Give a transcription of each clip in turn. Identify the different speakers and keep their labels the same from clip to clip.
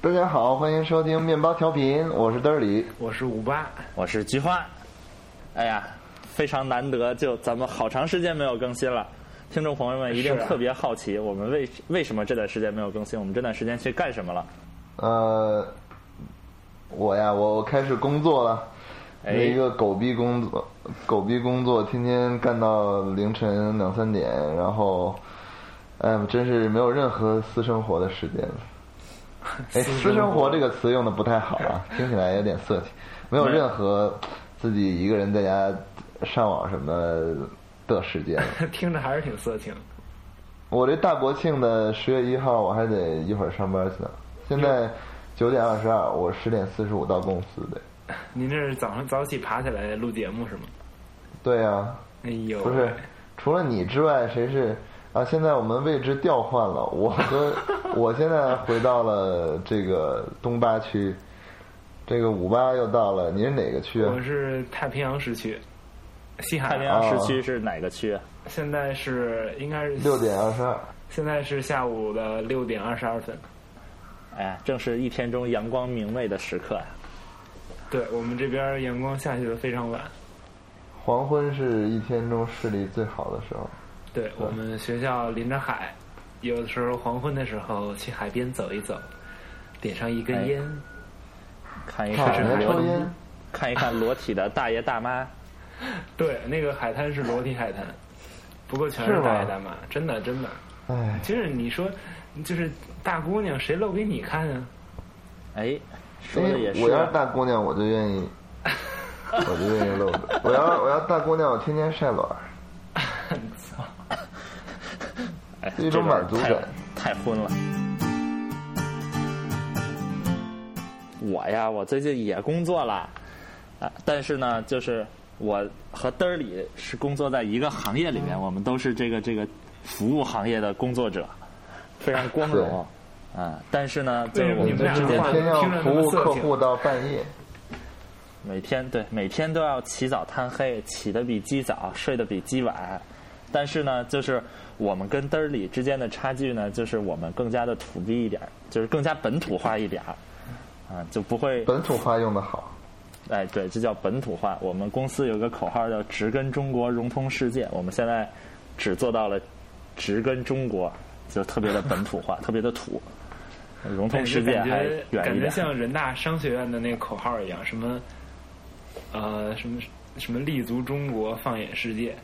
Speaker 1: 大家好，欢迎收听面包调频，我是嘚儿里。
Speaker 2: 我是五八，
Speaker 3: 我是菊花。哎呀，非常难得，就咱们好长时间没有更新了。听众朋友们一定
Speaker 2: 是啊
Speaker 3: 特别好奇，我们为为什么这段时间没有更新？我们这段时间去干什么了？
Speaker 1: 呃，我呀，我我开始工作了，
Speaker 3: 哎
Speaker 1: 一个狗逼工作，狗逼工作，天天干到凌晨两三点，然后，哎呀，真是没有任何私生活的时间了。哎，私生活这个词用的不太好 啊，听起来有点色情。没有任何自己一个人在家上网什么的时间了。
Speaker 2: 听着还是挺色情。
Speaker 1: 我这大国庆的十月一号，我还得一会儿上班去呢。现在九点二十二，我十点四十五到公司的。
Speaker 2: 您这是早上早起爬起来录节目是吗？
Speaker 1: 对呀、
Speaker 2: 哎呦，
Speaker 1: 不是，除了你之外，谁是啊？现在我们位置调换了，我和 我现在回到了这个东八区，这个五八又到了，你是哪个区啊
Speaker 2: 我？是太平洋时区，西
Speaker 1: 啊
Speaker 2: 海
Speaker 3: 太平
Speaker 2: 岸。
Speaker 3: 洋时区是哪个区？啊
Speaker 2: 现在是应该是
Speaker 1: 六，点二十二。
Speaker 2: 现在是下午的六点二十二分。
Speaker 3: 哎呀，正是一天中阳光明媚的时刻呀、啊
Speaker 2: 对我们这边阳光下去的非常晚。
Speaker 1: 黄昏是一天中视力最好的时候。
Speaker 2: 对我们学校临着海，有的时候黄昏的时候去海边走一走，点上一根
Speaker 3: 哎
Speaker 2: 烟，
Speaker 3: 看一
Speaker 1: 操，啊你
Speaker 3: 看
Speaker 1: 还抽
Speaker 3: 裸，
Speaker 1: 烟？
Speaker 3: 看一看裸体的大爷大妈。
Speaker 2: 对，那个海滩是裸体海滩，不过全
Speaker 1: 是
Speaker 2: 是
Speaker 1: 吗
Speaker 2: 大爷大妈，真的真的。
Speaker 1: 哎，
Speaker 2: 其实你说，就是大姑娘谁露给你看 啊？
Speaker 3: 哎，说的也
Speaker 1: 哎
Speaker 3: 是。啊
Speaker 1: 我要是大姑娘，我就愿 意，我就愿意露的。我要我要大姑娘，我天天晒卵儿，
Speaker 2: 操！
Speaker 3: 哎
Speaker 1: 是一种
Speaker 3: 这段
Speaker 1: 满足
Speaker 3: 太
Speaker 1: 感
Speaker 3: 太昏了。我呀，我最近也工作了，啊，但是呢，就是我和嘚儿里是工作在一个行业里面，我们都是这个这个服务行业的工作者，非常光荣。啊，但是呢，就是我
Speaker 2: 为
Speaker 3: 们
Speaker 2: 什么
Speaker 3: 这之
Speaker 2: 你们
Speaker 3: 间
Speaker 2: 俩
Speaker 3: 的
Speaker 1: 每天要服务客户到半夜。
Speaker 3: 每天对每天都要起早贪黑，起得比鸡早，睡得比鸡晚。但是呢，就是我们跟嘚儿里之间的差距呢，就是我们更加的土逼一点儿，就是更加本土化一点儿，啊，就不会
Speaker 1: 本土化用的好，
Speaker 3: 哎，对，这叫本土化。我们公司有个口号叫“植根中国，融通世界”，我们现在只做到了植根中国，就特别的本土化，特别的土，融通世界
Speaker 2: 感
Speaker 3: 还
Speaker 2: 觉
Speaker 3: 远
Speaker 2: 感
Speaker 3: 一
Speaker 2: 觉
Speaker 3: 点。
Speaker 2: 像人大商学院的那个口号一样，什么，呃，什么什么立足中国，放眼世界。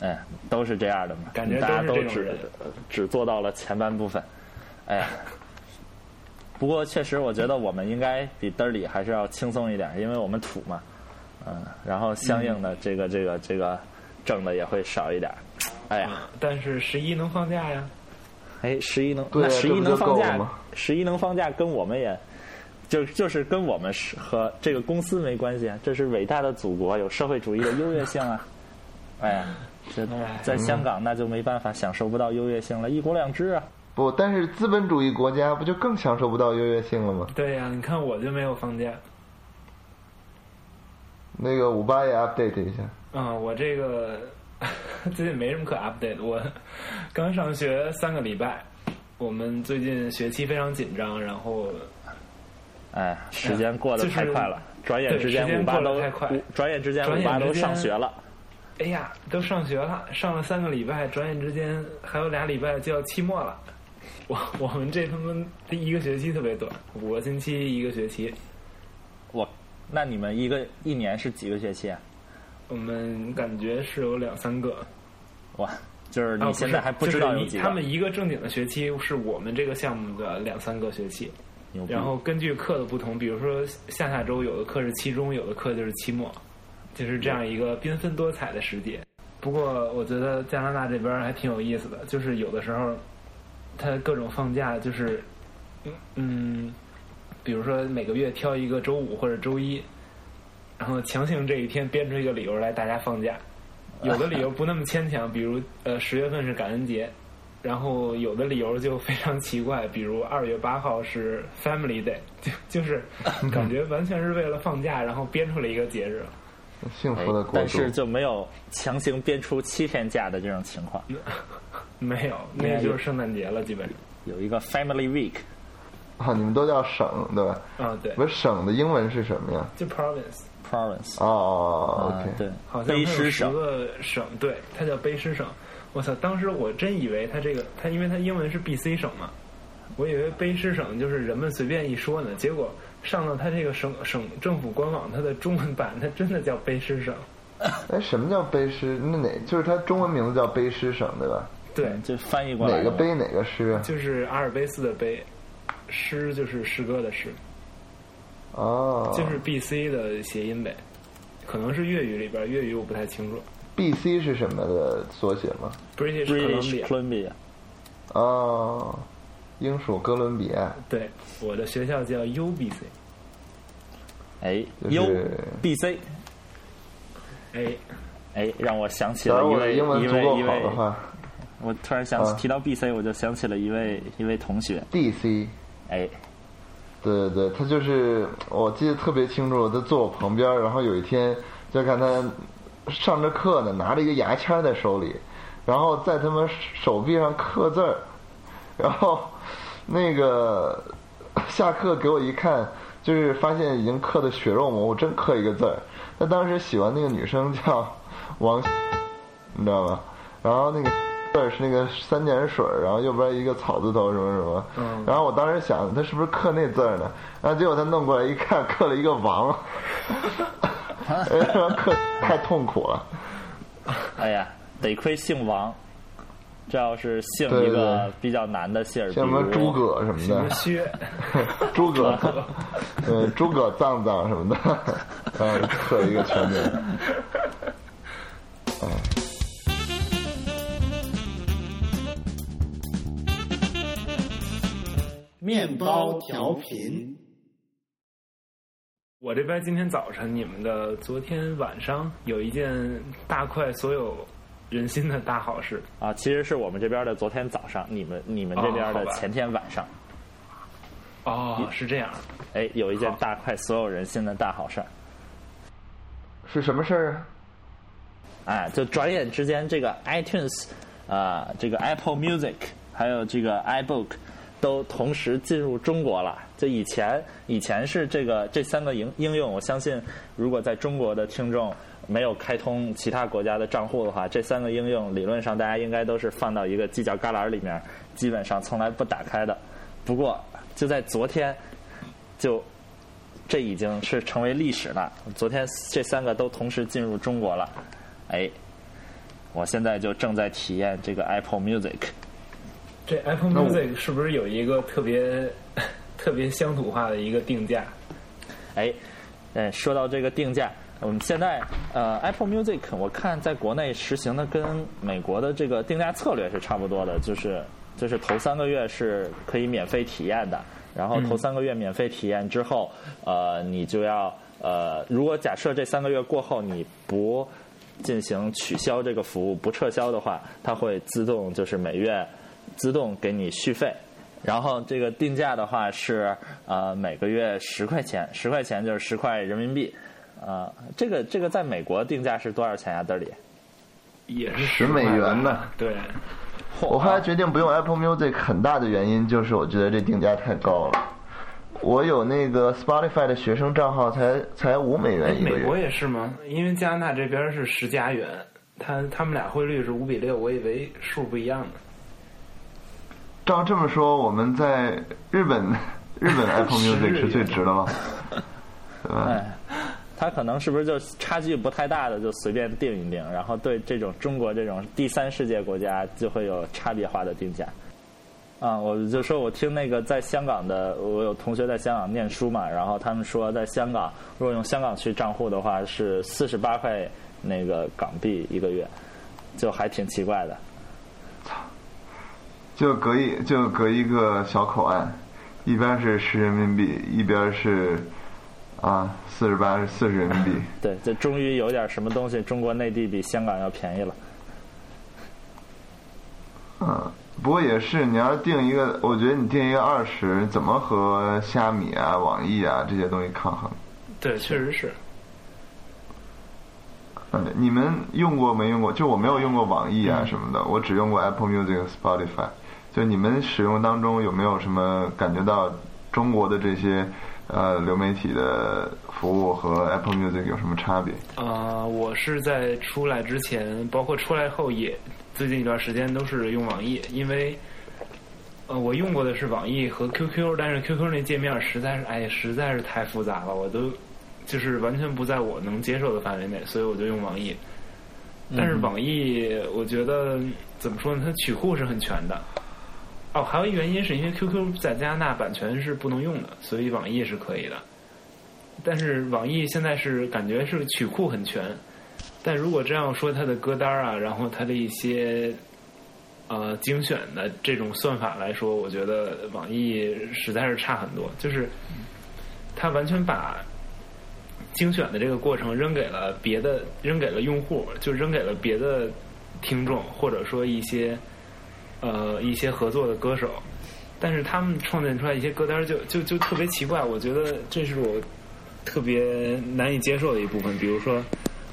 Speaker 3: 哎，都是这样的嘛，
Speaker 2: 感觉
Speaker 3: 大家
Speaker 2: 都
Speaker 3: 都
Speaker 2: 是这种
Speaker 3: 只
Speaker 2: 人
Speaker 3: 只做到了前半部分。哎呀，不过确实，我觉得我们应该比嘚儿里还是要轻松一点，因为我们土嘛，嗯，然后相应
Speaker 2: 嗯
Speaker 3: 的这个这个这个挣的也会少一点。哎呀，
Speaker 2: 啊，但是十一能放假呀？
Speaker 3: 哎，十一能
Speaker 1: 对啊
Speaker 3: 那
Speaker 1: 这
Speaker 3: 十一
Speaker 1: 不
Speaker 3: 能
Speaker 1: 就
Speaker 3: 放
Speaker 1: 够
Speaker 3: 假
Speaker 1: 了吗，
Speaker 3: 十一能放假跟我们也，就就是跟我们是和这个公司没关系啊，这是伟大的祖国，有社会主义的优越性啊，哎呀，这
Speaker 2: 哎
Speaker 3: 在香港那就没办法享受不到优越性了，一国两制啊，
Speaker 1: 不，但是资本主义国家不就更享受不到优越性了吗？
Speaker 2: 对呀、你看我就没有放假。
Speaker 1: 那个五八也 update 一下，
Speaker 2: 嗯，我这个 最近没什么可 update 的。我刚上学三个礼拜，我们最近学期非常紧张，然后
Speaker 3: 哎，时间过得
Speaker 2: 就是
Speaker 3: 太快了，转眼之间
Speaker 2: 对时
Speaker 3: 五
Speaker 2: 间
Speaker 3: 八
Speaker 2: 过得
Speaker 3: 都
Speaker 2: 太快
Speaker 3: 五转眼之间
Speaker 2: 转
Speaker 3: 五
Speaker 2: 眼
Speaker 3: 八
Speaker 2: 之
Speaker 3: 都
Speaker 2: 间
Speaker 3: 上学了，
Speaker 2: 哎呀，都上学了，上了三个礼拜，转眼之间还有俩礼拜就要期末了。我我们这他妈第一个学期特别短，五个星期一个学期。
Speaker 3: 我那你们一个一年是几个学期啊？
Speaker 2: 我们感觉是有两三个，
Speaker 3: 哇，就是
Speaker 2: 啊
Speaker 3: 你现在还
Speaker 2: 不
Speaker 3: 不
Speaker 2: 是
Speaker 3: 知道有
Speaker 2: 就是
Speaker 3: 几
Speaker 2: 一
Speaker 3: 个，
Speaker 2: 他们一个正经的学期是我们这个项目的两三个学期，
Speaker 3: 牛逼
Speaker 2: 然后根据课的不同，比如说下下周有的课是期中，有的课就是期末，就是这样一个缤纷多彩的时节。不过我觉得加拿大这边还挺有意思的，就是有的时候它各种放假，就是嗯嗯，比如说每个月挑一个周五或者周一，然后强行这一天编出一个理由来大家放假。有的理由不那么牵强，比如呃十月份是感恩节，然后有的理由就非常奇怪，比如二月八号是 Family Day，就就是感觉完全是为了放假，然后编出来一个节日。
Speaker 1: 幸
Speaker 3: 哎
Speaker 1: 福的国
Speaker 3: 但
Speaker 1: 度。
Speaker 3: 是就没有强行编出七天假的这种情况，
Speaker 2: 没有，那就是圣诞节了，基本上。
Speaker 3: 有一个 Family Week，
Speaker 1: 啊，你们都叫省对吧？
Speaker 2: 啊，对，
Speaker 1: 不是省的英文是什么呀？
Speaker 2: 就 province，
Speaker 3: province
Speaker 1: 哦
Speaker 3: 啊
Speaker 1: ，OK，，
Speaker 3: 对
Speaker 2: 好，像
Speaker 3: 卑
Speaker 2: 它有
Speaker 3: 诗
Speaker 2: 十
Speaker 3: 省，
Speaker 2: 个省，对，它叫卑诗省。我操，当时我真以为它这个，它因为它英文是 B C 省嘛，我以为卑诗省就是人们随便一说呢，结果上到它这个省省政府官网，它的中文版它真的叫卑诗省。
Speaker 1: 哎，什么叫卑诗？那哪就是它中文名字叫卑诗省对吧？
Speaker 2: 对，
Speaker 3: 就翻译过来
Speaker 1: 哪
Speaker 3: 的
Speaker 1: 个卑哪个诗啊？
Speaker 2: 就是阿尔卑斯的卑，诗就是诗歌的诗，
Speaker 1: 哦，
Speaker 2: 就是 B C 的谐音呗，可能是粤语里边，粤语我不太清楚。
Speaker 1: BC 是什么的缩写吗？
Speaker 2: British Columbia，
Speaker 3: British Columbia，
Speaker 1: 哦，英属哥伦比亚，
Speaker 2: 对，我的学校叫 U B C，
Speaker 3: 哎
Speaker 1: 就是
Speaker 3: U B C，
Speaker 2: 哎，
Speaker 3: 哎，让我想起
Speaker 1: 假
Speaker 3: 了
Speaker 1: 如
Speaker 3: 一
Speaker 1: 我的
Speaker 3: 位
Speaker 1: 英文
Speaker 3: 一
Speaker 1: 足
Speaker 3: 位
Speaker 1: 够
Speaker 3: 一
Speaker 1: 好的
Speaker 3: 位，
Speaker 1: 话
Speaker 3: 我突然想起
Speaker 1: 啊
Speaker 3: 提到 B C，我就想起了一位一位同学，
Speaker 1: ，DC。
Speaker 3: 哎，
Speaker 1: 对对对，他就是我记得特别清楚，他坐我旁边儿，然后有一天就看他上着课呢，拿着一个牙签在手里，然后在他们手臂上刻字儿，然后 那个下课给我一看，就是发现已经刻的血肉模糊，真刻一个字儿。他当时喜欢那个女生叫王，你知道吗？然后那个字儿是那个三点水儿，然后右边一个草字头什么什么。
Speaker 2: 嗯
Speaker 1: 然后我当时想他是不是刻那字儿呢？然后结果他弄过来一看，刻了一个王。然后刻太痛苦了。
Speaker 3: 哎呀，得亏姓王，这要是姓
Speaker 1: 对
Speaker 3: 一个
Speaker 1: 对
Speaker 3: 比较难的姓儿，
Speaker 1: 像什么
Speaker 3: 比如
Speaker 1: 诸葛什么
Speaker 2: 什么
Speaker 1: 的，
Speaker 2: 薛？
Speaker 1: 诸葛，呃，诸葛藏藏什么的， 然后刻一个全名。
Speaker 4: 面包调频，
Speaker 2: 我这边今天早晨，你们的昨天晚上有一件大快所有人心的大好事，
Speaker 3: 啊，其实是我们这边的昨天早上，你们你们这边
Speaker 2: 哦好
Speaker 3: 的
Speaker 2: 吧
Speaker 3: 前天晚上，
Speaker 2: 哦，是这样，
Speaker 3: 哎，有一件大快所有人心的大好事儿，
Speaker 1: 是什么事儿啊？
Speaker 3: 哎，就转眼之间，这个 iTunes，啊、这个 Apple Music，还有这个 iBook，都同时进入中国了。就以前以前是这个这三个应应用，我相信如果在中国的听众没有开通其他国家的账户的话，这三个应用理论上大家应该都是放到一个犄角旮旯里面，基本上从来不打开的。不过就在昨天，就这已经是成为历史了。昨天这三个都同时进入中国了，哎，我现在就正在体验这个 Apple Music。
Speaker 2: 这 Apple
Speaker 1: 我
Speaker 2: Music 是不是有一个特别特别乡土化的一个定价？
Speaker 3: 哎，哎，说到这个定价，我们现在呃 Apple Music，我看在国内实行的跟美国的这个定价策略是差不多的，就是就是头三个月是可以免费体验的，然后头三个月免费体验之后，呃，你就要呃，如果假设这三个月过后你不进行取消这个服务不撤销的话，它会自动就是每月自动给你续费。然后这个定价的话是呃每个月十块钱，十块钱就是十块人民币。呃，这个这个在美国定价是多少钱呀、啊德里？
Speaker 2: 也是
Speaker 1: 10
Speaker 2: 10块吧
Speaker 1: 美元呢？
Speaker 2: 对，
Speaker 1: 我
Speaker 2: 啊
Speaker 1: 后来决定不用 Apple Music，很大的原因就是我觉得这定价太高了。我有那个 Spotify 的学生账号才，才五美元一个
Speaker 2: 哎美国
Speaker 1: 月。
Speaker 2: 也是吗？因为加拿大这边是十加元，它他们俩汇率是五比六，我以为数不一样呢。
Speaker 1: 照这么说，我们在日本，日 本 Apple
Speaker 2: 十日
Speaker 1: Music
Speaker 2: 元
Speaker 1: 是最值的吗？对吧？
Speaker 3: 哎，他可能是不是就差距不太大的就随便定一定，然后对这种中国这种第三世界国家就会有差别化的定价。啊、我就说，我听那个在香港的，我有同学在香港念书嘛，然后他们说，在香港如果用香港去账户的话，是四十八块那个港币一个月，就还挺奇怪的。
Speaker 1: 就隔一就隔一个小口岸，一边是十人民币，一边是啊四十八是四十人民币。
Speaker 3: 对，这终于有点什么东西，中国内地比香港要便宜了。
Speaker 1: 嗯，不过也是，你要定一个，我觉得你定一个二十，怎么和虾米啊、网易啊这些东西抗衡？
Speaker 2: 对，确实是。
Speaker 1: 嗯，你们用过没用过？就我没有用过网易啊什么的，我只用过 Apple Music、Spotify。就你们使用当中有没有什么感觉到中国的这些呃流媒体的服务和 Apple Music 有什么差别？
Speaker 2: 啊、我是在出来之前，包括出来后也，最近一段时间都是用网易，因为，呃，我用过的是网易和 QQ，但是 QQ 那界面实在是，哎呀，实在是太复杂了，我都就是完全不在我能接受的范围内，所以我就用网易。但是网易，我觉得怎么说呢？它曲库是很全的。哦，还有一个原因是因为 QQ 在加拿大版权是不能用的，所以网易是可以的。但是网易现在是感觉是曲库很全，但如果真要说它的歌单啊，然后它的一些呃精选的这种算法来说，我觉得网易实在是差很多，就是它完全把精选的这个过程扔给了别的，扔给了用户，就扔给了别的听众，或者说一些呃一些合作的歌手。但是他们创建出来一些歌单就就就特别奇怪，我觉得这是我特别难以接受的一部分。比如说，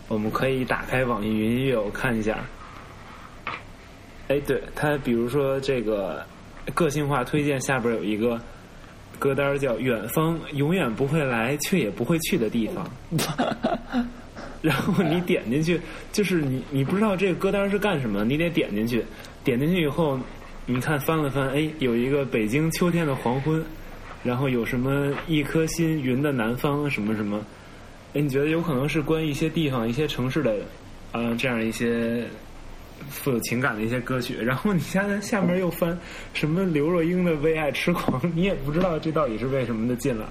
Speaker 2: 我们可以打开网易云音乐，我看一下。哎，对，它比如说这个个性化推荐下边有一个歌单叫“远方永远不会来却也不会去的地方”，然后你点进去，就是你你不知道这个歌单是干什么，你得点进去，点进去以后，你看翻了翻，哎，有一个北京秋天的黄昏，然后有什么一颗心云的南方什么什么，哎，你觉得有可能是关于一些地方、一些城市的，呃，这样一些富有情感的一些歌曲。然后你现在下面又翻什么刘若英的《为爱痴狂》，你也不知道这到底是为什么的进来。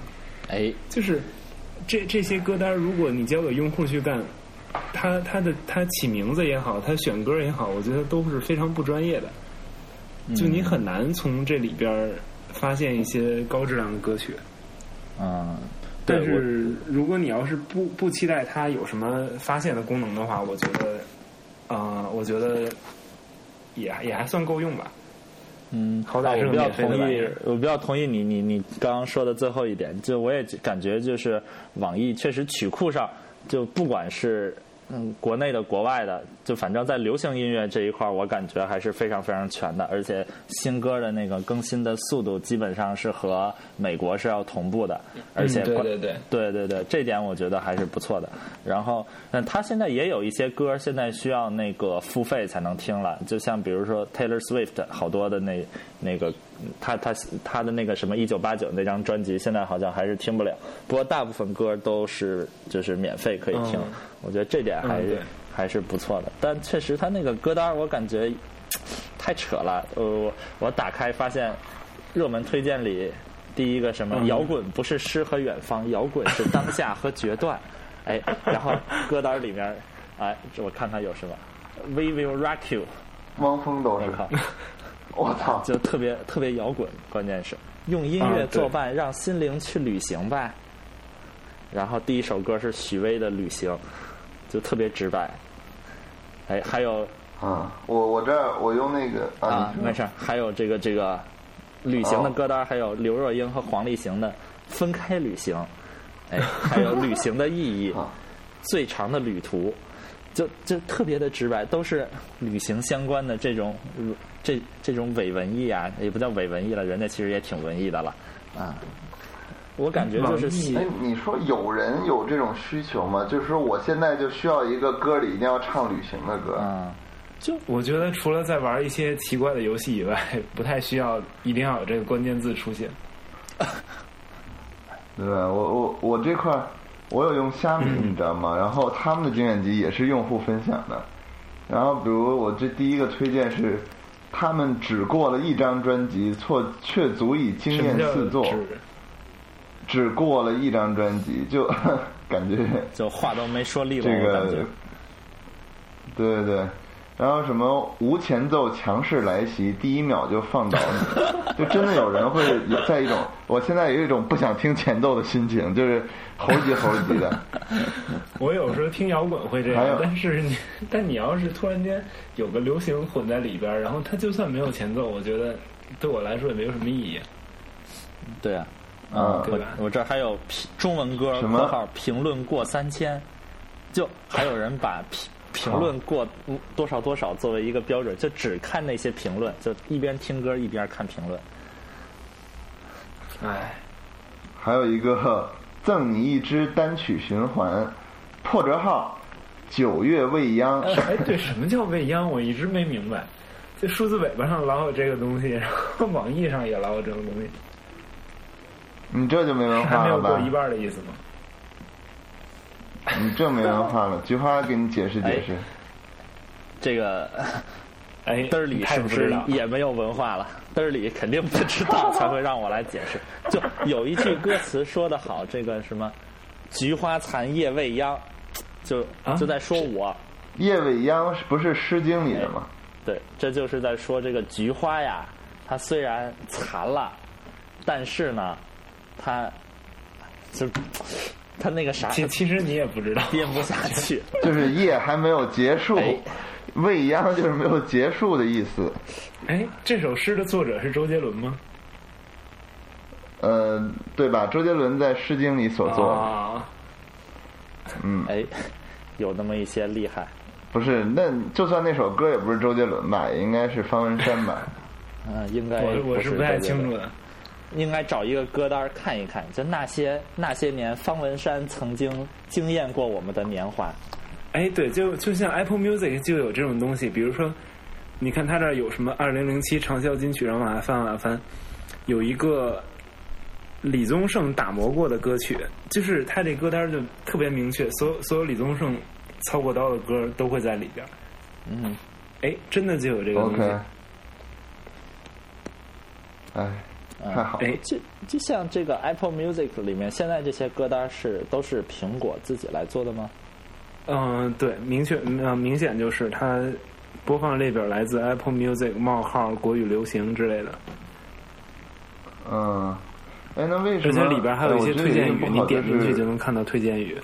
Speaker 3: 哎，
Speaker 2: 就是这这些歌单，如果你交给用户去干，他他的他起名字也好，他选歌也好，我觉得都是非常不专业的。
Speaker 3: 嗯
Speaker 2: 就你很难从这里边儿发现一些高质量的歌曲。
Speaker 3: 嗯，对
Speaker 2: 但
Speaker 3: 我
Speaker 2: 是如果你要是不不期待它有什么发现的功能的话，我觉得，啊、我觉得也也还算够用吧。
Speaker 3: 嗯，
Speaker 2: 好歹
Speaker 3: 啊
Speaker 2: 是个
Speaker 3: 我比较
Speaker 2: 免费的
Speaker 3: 同
Speaker 2: 玩意
Speaker 3: 意
Speaker 2: 儿，
Speaker 3: 我比较同意你你你刚刚说的最后一点，就我也感觉就是网易确实曲库上就不管是嗯国内的国外的，就反正在流行音乐这一块儿，我感觉还是非常非常全的，而且新歌的那个更新的速度基本上是和美国是要同步的，而且
Speaker 2: 嗯
Speaker 3: 关、
Speaker 2: 对对对，
Speaker 3: 对对对，这点我觉得还是不错的。然后，嗯，他现在也有一些歌，现在需要那个付费才能听了，就像比如说 Taylor Swift 好多的那那个，他他他的那个什么一九八九那张专辑，现在好像还是听不了。不过大部分歌都是就是免费可以听，
Speaker 2: 嗯
Speaker 3: 我觉得这点还
Speaker 2: 嗯
Speaker 3: 是、
Speaker 2: 对
Speaker 3: 还是不错的。但确实他那个歌单，我感觉太扯了。呃，我我打开发现热门推荐里第一个什么
Speaker 2: 嗯
Speaker 3: 摇滚不是诗和远方，摇滚是当下和决 断。哎，然后歌单里面，哎，这我看看有什么。We will rock you，
Speaker 1: 汪峰都
Speaker 3: 我
Speaker 1: 是，
Speaker 3: 靠，
Speaker 1: 我操！
Speaker 3: 就特别特别摇滚，关键是用音
Speaker 2: 啊
Speaker 3: 乐
Speaker 2: 对
Speaker 3: 作伴，让心灵去旅行吧。然后第一首歌是许巍的《旅行》，就特别直白。哎，还有
Speaker 1: 嗯，我我这儿我用那个
Speaker 3: 啊
Speaker 1: 啊，，
Speaker 2: 嗯
Speaker 3: 没事儿，还有这个这个旅行的歌单，还有刘若英和黄立行的《分开旅行》， 哎，还有旅行的意义
Speaker 1: 啊，
Speaker 3: 最长的旅途，就就特别的直白，都是旅行相关的这种这这种伪文艺啊，也不叫伪文艺了，人家其实也挺文艺的了啊。我感觉就是
Speaker 2: 网易
Speaker 3: 喜
Speaker 1: 哎，你说有人有这种需求吗？就是说我现在就需要一个歌里一定要唱旅行的歌。
Speaker 3: 啊，
Speaker 2: 我觉得除了在玩一些奇怪的游戏以外，不太需要一定要有这个关键字出现。
Speaker 1: 对，我我我这块儿我有用虾米，
Speaker 2: 嗯
Speaker 1: 你知道吗？然后他们的精选集也是用户分享的。然后比如我这第一个推荐是，他们只过了一张专辑，错却足以惊
Speaker 2: 什
Speaker 1: 艳
Speaker 2: 么叫
Speaker 1: 四座。
Speaker 2: 指
Speaker 1: 只过了一张专辑，就 感觉
Speaker 3: 就话都没说利落，
Speaker 1: 这
Speaker 3: 我感觉
Speaker 1: 个，对对对。然后什么无前奏强势来袭，第一秒就放倒 你，就真的有人会有在一种，我现在有一种不想听前奏的心情，就是猴急猴急 的。
Speaker 2: 我有时候听摇滚会这
Speaker 1: 还
Speaker 2: 样
Speaker 1: 有，
Speaker 2: 但是你但你要是突然间有个流行混在里边儿，然后它就算没有前奏，我觉得对我来说也没有什么意义。
Speaker 3: 对啊。
Speaker 1: 嗯
Speaker 2: 对吧
Speaker 3: 我我这儿还有评中文歌（
Speaker 1: 什么
Speaker 3: 括号评论过三千），就还有人把评评论过多少多少作为一个标准，就只看那些评论，就一边听歌一边看评论。
Speaker 2: 哎，
Speaker 1: 还有一个赠你一支单曲循环，破折号，九月未 央。
Speaker 2: 哎，对，什么叫未央？我一直没明白。就数字尾巴上老有这个东西，然后网易上也老有这个东西，
Speaker 1: 你这就没文
Speaker 2: 还
Speaker 1: 化
Speaker 2: 没
Speaker 1: 了
Speaker 2: 有过
Speaker 1: 吧？
Speaker 2: 一半的意思吗？
Speaker 1: 你这没文化了。菊花给你解释解 释。
Speaker 3: 这个
Speaker 2: 哎，
Speaker 3: 嘚儿里是
Speaker 2: 不
Speaker 3: 不
Speaker 2: 知
Speaker 3: 是
Speaker 2: 道？
Speaker 3: 也没有文化了？嘚儿里肯定不知道，才会让我来解释。就有一句歌词说得好，这个什么“菊花残叶未央”，就
Speaker 2: 啊
Speaker 3: 就在说我。
Speaker 1: 夜未央是不是《诗经》里的吗？
Speaker 3: 对，这就是在说这个菊花呀，它虽然残了，但是呢，它就它那个啥
Speaker 2: 其其实你也不知道，
Speaker 3: 憋不下去。
Speaker 1: 就是夜还没有结束
Speaker 3: 哎，
Speaker 1: 未央就是没有结束的意思。
Speaker 2: 哎，这首诗的作者是周杰伦吗？
Speaker 1: 呃，对吧？周杰伦在《诗经》里所做的，
Speaker 2: 啊，嗯
Speaker 3: 哎，有那么一些厉害。
Speaker 1: 不是？那就算那首歌也不是周杰伦吧，也应该是方文山吧？
Speaker 3: 嗯，应该
Speaker 2: 我我
Speaker 3: 是
Speaker 2: 不太
Speaker 3: 周杰伦
Speaker 2: 清楚的。
Speaker 3: 应该找一个歌单看一看，就那些那些年方文山曾经惊艳过我们的年华。
Speaker 2: 哎，对，就就像 Apple Music 就有这种东西，比如说，你看它这儿有什么二零零七畅销金曲，然后往下翻往下翻，有一个李宗盛打磨过的歌曲，就是他这歌单就特别明确，所有所有李宗盛操过刀的歌都会在里边。
Speaker 3: 嗯，
Speaker 2: 哎，真的 就有这个东西。
Speaker 1: OK，哎，太好了，
Speaker 2: 哎，
Speaker 3: 就就像这个 Apple Music 里面，现在这些歌单是都是苹果自己来做的吗？
Speaker 2: 嗯、对，明确，嗯、呃明显就是它播放列表来自 Apple Music 冒号国语流行之类的，
Speaker 1: 嗯，哎，那为什
Speaker 2: 而且
Speaker 1: 么
Speaker 2: 里边还有一些
Speaker 1: 哎我觉
Speaker 2: 推
Speaker 1: 得
Speaker 2: 荐
Speaker 1: 有一个
Speaker 2: 语，
Speaker 1: 不
Speaker 2: 你
Speaker 1: 好
Speaker 2: 点进去
Speaker 1: 就
Speaker 2: 就是能看到推荐语，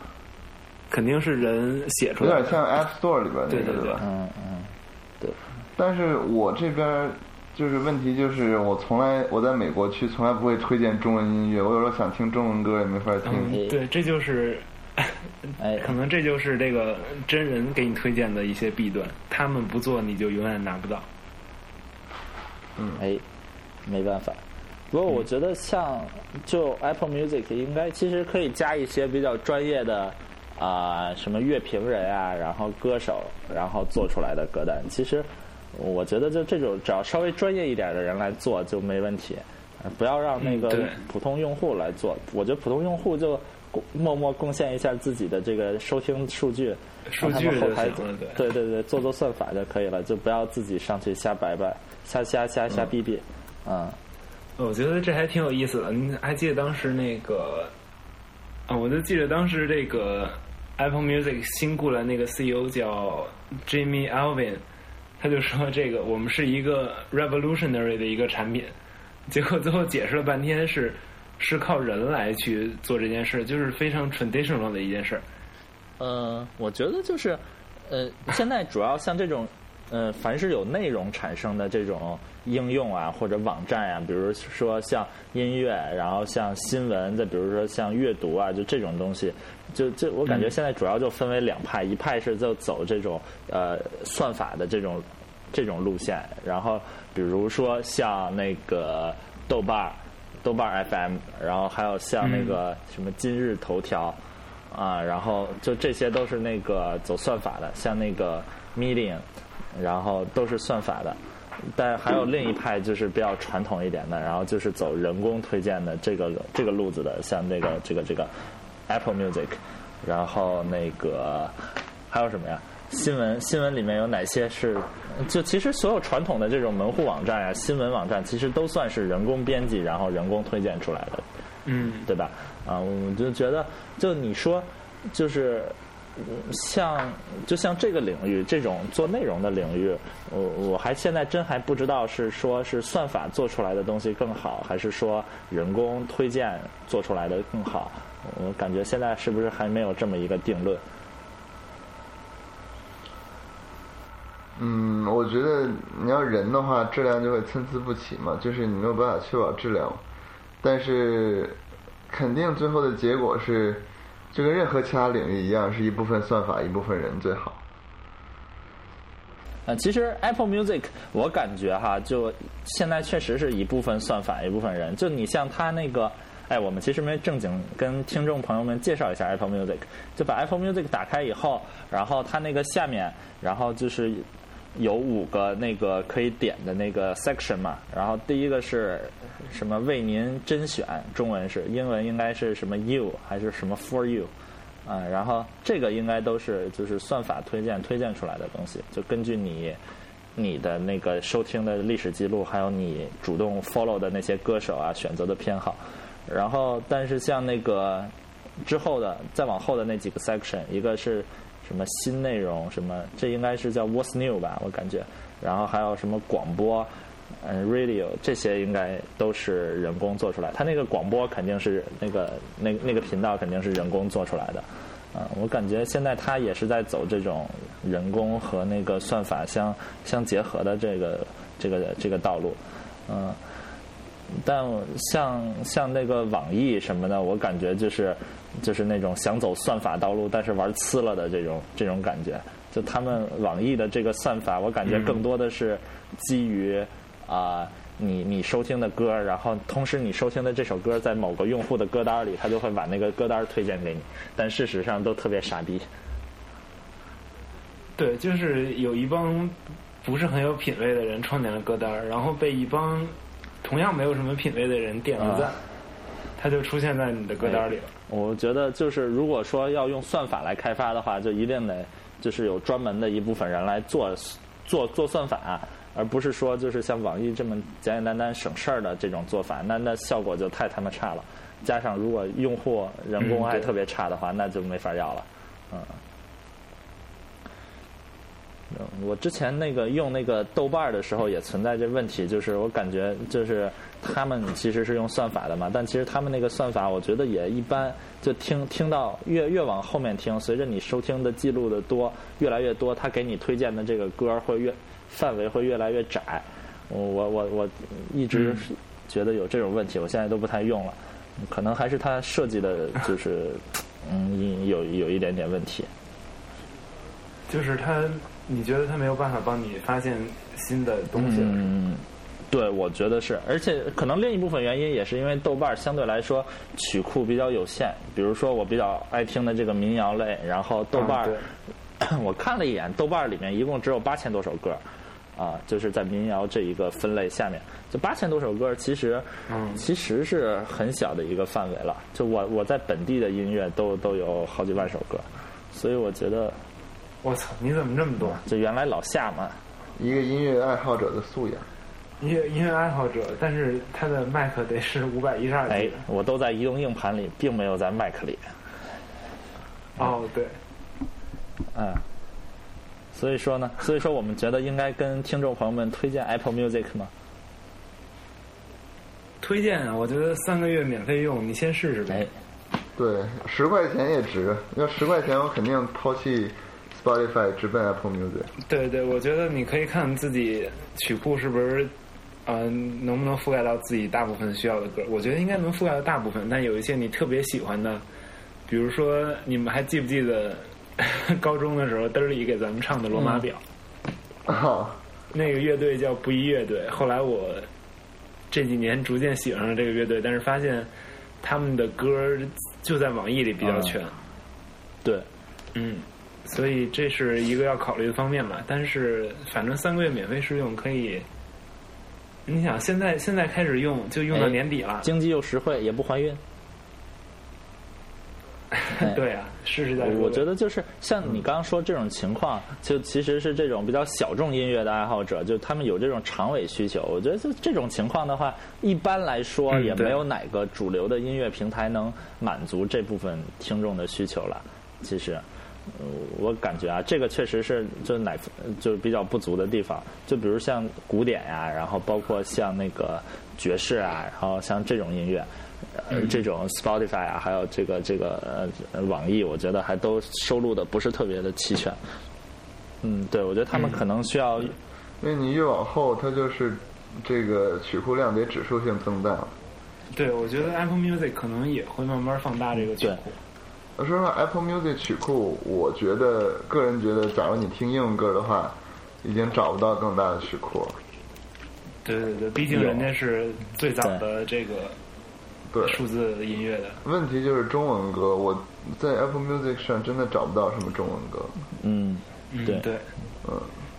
Speaker 2: 肯定是人写出
Speaker 1: 有
Speaker 2: 来
Speaker 1: 点
Speaker 2: 的。
Speaker 1: 像 App Store 里边那
Speaker 2: 对
Speaker 1: 个
Speaker 2: 对对
Speaker 1: 吧？
Speaker 3: 嗯嗯，
Speaker 1: 但是我这边就是问题就是我从来我在美国区从来不会推荐中文音乐，我有时候想听中文歌也没法听。
Speaker 2: 嗯，对，这就是
Speaker 3: 哎，
Speaker 2: 可能这就是这个真人给你推荐的一些弊端，他们不做你就永远拿不到。嗯
Speaker 3: 哎，没办法。不过我觉得像就 Apple Music 应该其实可以加一些比较专业的啊、什么乐评人啊，然后歌手，然后做出来的歌单。其实我觉得就这种只要稍微专业一点的人来做就没问题，呃不要让那
Speaker 2: 嗯
Speaker 3: 个
Speaker 2: 对
Speaker 3: 普通用户来做。我觉得普通用户就贡默默贡献一下自己的这个收听数据，
Speaker 2: 数据
Speaker 3: 让他们后台
Speaker 2: 就行了
Speaker 3: 对对对，做做算法就可以了，就不要自己上去瞎摆摆、瞎瞎瞎瞎逼逼。嗯，
Speaker 2: 我觉得这还挺有意思的。你还记得当时那个啊？我就记得当时这个 Apple Music 新雇来那个 CEO 叫 Jimmy Alvin，他就说这个我们是一个 revolutionary 的一个产品，结果最后解释了半天是是靠人来去做这件事，就是非常 traditional 的一件事。
Speaker 3: 呃，我觉得就是，呃，现在主要像这种，呃，凡是有内容产生的这种应用啊，或者网站啊，比如说像音乐，然后像新闻，再比如说像阅读啊，就这种东西，就就我感觉现在主要就分为两派，一派是就走这种呃算法的这种这种路线，然后比如说像那个豆瓣儿、豆瓣儿 FM，然后还有像那个什么今日头条。啊，然后就这些都是那个走算法的，像那个 Medium，然后都是算法的。但还有另一派就是比较传统一点的，然后就是走人工推荐的这个这个路子的，像这个这个这个 Apple Music，然后那个还有什么呀？新闻新闻里面有哪些是？就其实所有传统的这种门户网站呀、新闻网站，其实都算是人工编辑，然后人工推荐出来的。
Speaker 2: 嗯，
Speaker 3: 对吧？啊，我就觉得，就你说，就是嗯像就像这个领域这种做内容的领域，我我还现在真还不知道是说是算法做出来的东西更好，还是说人工推荐做出来的更好。我感觉现在是不是还没有这么一个定论？
Speaker 1: 嗯，我觉得你要人的话，质量就会参差不齐嘛，就是你没有办法确保质量。但是肯定最后的结果是，就跟任何其他领域一样，是一部分算法，一部分人最好。
Speaker 3: 呃，其实 Apple Music 我感觉哈，就现在确实是一部分算法，一部分人。就你像它那个哎，我们其实没正经跟听众朋友们介绍一下 Apple Music，就把 Apple Music 打开以后，然后它那个下面，然后就是有五个那个可以点的那个 section 嘛，然后第一个是什么为您甄选，中文是，英文应该是什么 you 还是什么 for you，啊、然后这个应该都是就是算法推荐推荐出来的东西，就根据你你的那个收听的历史记录，还有你主动 follow 的那些歌手啊选择的偏好，然后但是像那个之后的再往后的那几个 section，一个是什么新内容，什么这应该是叫 What's New 吧，我感觉，然后还有什么广播。嗯，radio 这些应该都是人工做出来，它那个广播肯定是那个那那个频道肯定是人工做出来的，啊、我感觉现在它也是在走这种人工和那个算法相相结合的这个这个这个道路，嗯、但像像那个网易什么的，我感觉就是就是那种想走算法道路，但是玩呲了的这种这种感觉。就他们网易的这个算法，我感觉更多的是基于啊、你你收听的歌，然后同时你收听的这首歌在某个用户的歌单里，他就会把那个歌单推荐给你，但事实上都特别傻逼。
Speaker 2: 对，就是有一帮不是很有品位的人创建了歌单儿，然后被一帮同样没有什么品位的人点了赞，
Speaker 3: 啊
Speaker 2: 他就出现在你的歌单里了。
Speaker 3: 我觉得就是，如果说要用算法来开发的话，就一定得就是有专门的一部分人来做做做算法，啊而不是说就是像网易这么简简单单省事儿的这种做法，那那效果就太他妈差了。加上如果用户人工
Speaker 2: 嗯
Speaker 3: 还
Speaker 2: 对
Speaker 3: 特别差的话，那就没法要了。嗯。嗯我之前那个用那个豆瓣儿的时候也存在这问题，就是我感觉就是他们其实是用算法的嘛，但其实他们那个算法我觉得也一般，就听听到越越往后面听，随着你收听的记录的多越来越多，他给你推荐的这个歌儿会越范围会越来越窄。我我我我一直觉得有这种问题，我现在都不太用了，可能还是它设计的就是嗯有有一点点问题。
Speaker 2: 就是他，你觉得他没有办法帮你发现新的东西了，是吧
Speaker 3: 嗯，对，我觉得是，而且可能另一部分原因也是因为豆瓣儿相对来说曲库比较有限，比如说我比较爱听的这个民谣类，然后豆瓣
Speaker 2: 啊
Speaker 3: 儿、 我看了一眼，豆瓣儿里面一共只有八千多首歌。啊，就是在民谣这一个分类下面，就八千多首歌，其实，
Speaker 2: 嗯
Speaker 3: 其实是很小的一个范围了。就我我在本地的音乐都都有好几万首歌，所以我觉得，
Speaker 2: 我操，你怎么这么多？啊
Speaker 3: 就原来老夏嘛，
Speaker 1: 一个音乐爱好者的素养。
Speaker 2: 音乐音乐爱好者，但是他的麦克得是五百一十二 G
Speaker 3: 哎
Speaker 2: 的。，
Speaker 3: 我都在移动硬盘里，并没有在麦克里。哎
Speaker 2: 哦，对，
Speaker 3: 嗯，所以说呢，所以说我们觉得应该跟听众朋友们推荐 Apple Music 吗？
Speaker 2: 推荐啊，我觉得三个月免费用，你先试试呗。
Speaker 3: 哎，
Speaker 1: 对，十块钱也值。要十块钱，我肯定抛弃 Spotify，直奔 Apple Music。
Speaker 2: 对对，我觉得你可以看自己曲库是不是，呃，能不能覆盖到自己大部分需要的歌。我觉得应该能覆盖到大部分，但有一些你特别喜欢的，比如说你们还记不记得 高中的时候，嘚儿里给咱们唱的《罗马表》
Speaker 1: 啊，
Speaker 2: 那个乐队叫不一乐队。后来我这几年逐渐喜欢上这个乐队，但是发现他们的歌儿就在网易里比较全。
Speaker 3: 对，
Speaker 2: 嗯，所以这是一个要考虑的方面吧。但是反正三个月免费试用可以，你想现在现在开始用就用到
Speaker 3: 哎
Speaker 2: 年底了，
Speaker 3: 经济又实惠，也不怀孕。哎
Speaker 2: 对啊，试试再说呗。
Speaker 3: 我觉得就是像你刚刚说这种情况，就其实是这种比较小众音乐的爱好者，就他们有这种长尾需求。我觉得就这种情况的话，一般来说
Speaker 2: 嗯
Speaker 3: 也
Speaker 2: 对
Speaker 3: 没有哪个主流的音乐平台能满足这部分听众的需求了。其实，呃我感觉啊，这个确实是就哪就是比较不足的地方。就比如像古典呀、然后包括像那个爵士啊，然后像这种音乐，呃、
Speaker 2: 嗯
Speaker 3: 这种 Spotify 啊，还有这个这个呃网易，我觉得还都收录的不是特别的齐全。嗯，对，我觉得他们可能需要，
Speaker 1: 因为你越往后，它就是这个曲库量得指数性增大了。
Speaker 2: 对，我觉得 Apple Music 可能也会慢慢放大这个曲库。
Speaker 1: 说实话，Apple Music 曲库，我觉得个人觉得，假如你听英文歌的话，已经找不到更大的曲库了。
Speaker 2: 对对对，毕竟人家是最早的这个
Speaker 1: 对
Speaker 2: 数字音乐的。
Speaker 1: 问题就是中文歌，我在 Apple Music 上真的找不到什么中文歌。
Speaker 3: 嗯，对
Speaker 2: 嗯，对，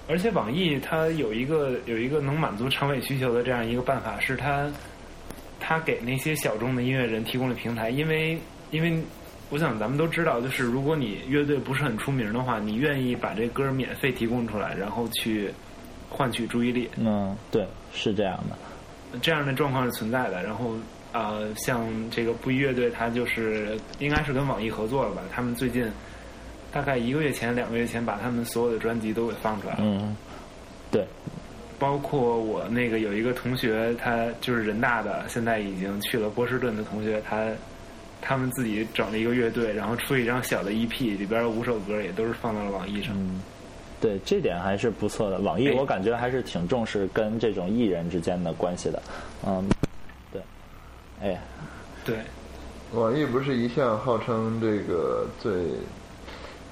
Speaker 2: 而且网易它有一个有一个能满足长尾需求的这样一个办法，是它它给那些小众的音乐人提供了平台，因为因为我想咱们都知道，就是如果你乐队不是很出名的话，你愿意把这歌免费提供出来，然后去换取注意力，
Speaker 3: 嗯，对，是这样的。
Speaker 2: 这样的状况是存在的。然后呃，像这个不一乐队，它就是应该是跟网易合作了吧？他们最近大概一个月前、两个月前，把他们所有的专辑都给放出来了。
Speaker 3: 嗯，对，
Speaker 2: 包括我那个有一个同学，他就是人大的，现在已经去了波士顿的同学，他他们自己整了一个乐队，然后出了一张小的 EP，里边的五首歌也都是放到了网易上。
Speaker 3: 嗯对，这点还是不错的。网易
Speaker 2: 哎
Speaker 3: 我感觉还是挺重视跟这种艺人之间的关系的。嗯，对，哎呀，
Speaker 2: 对，
Speaker 1: 网易不是一向号称这个最，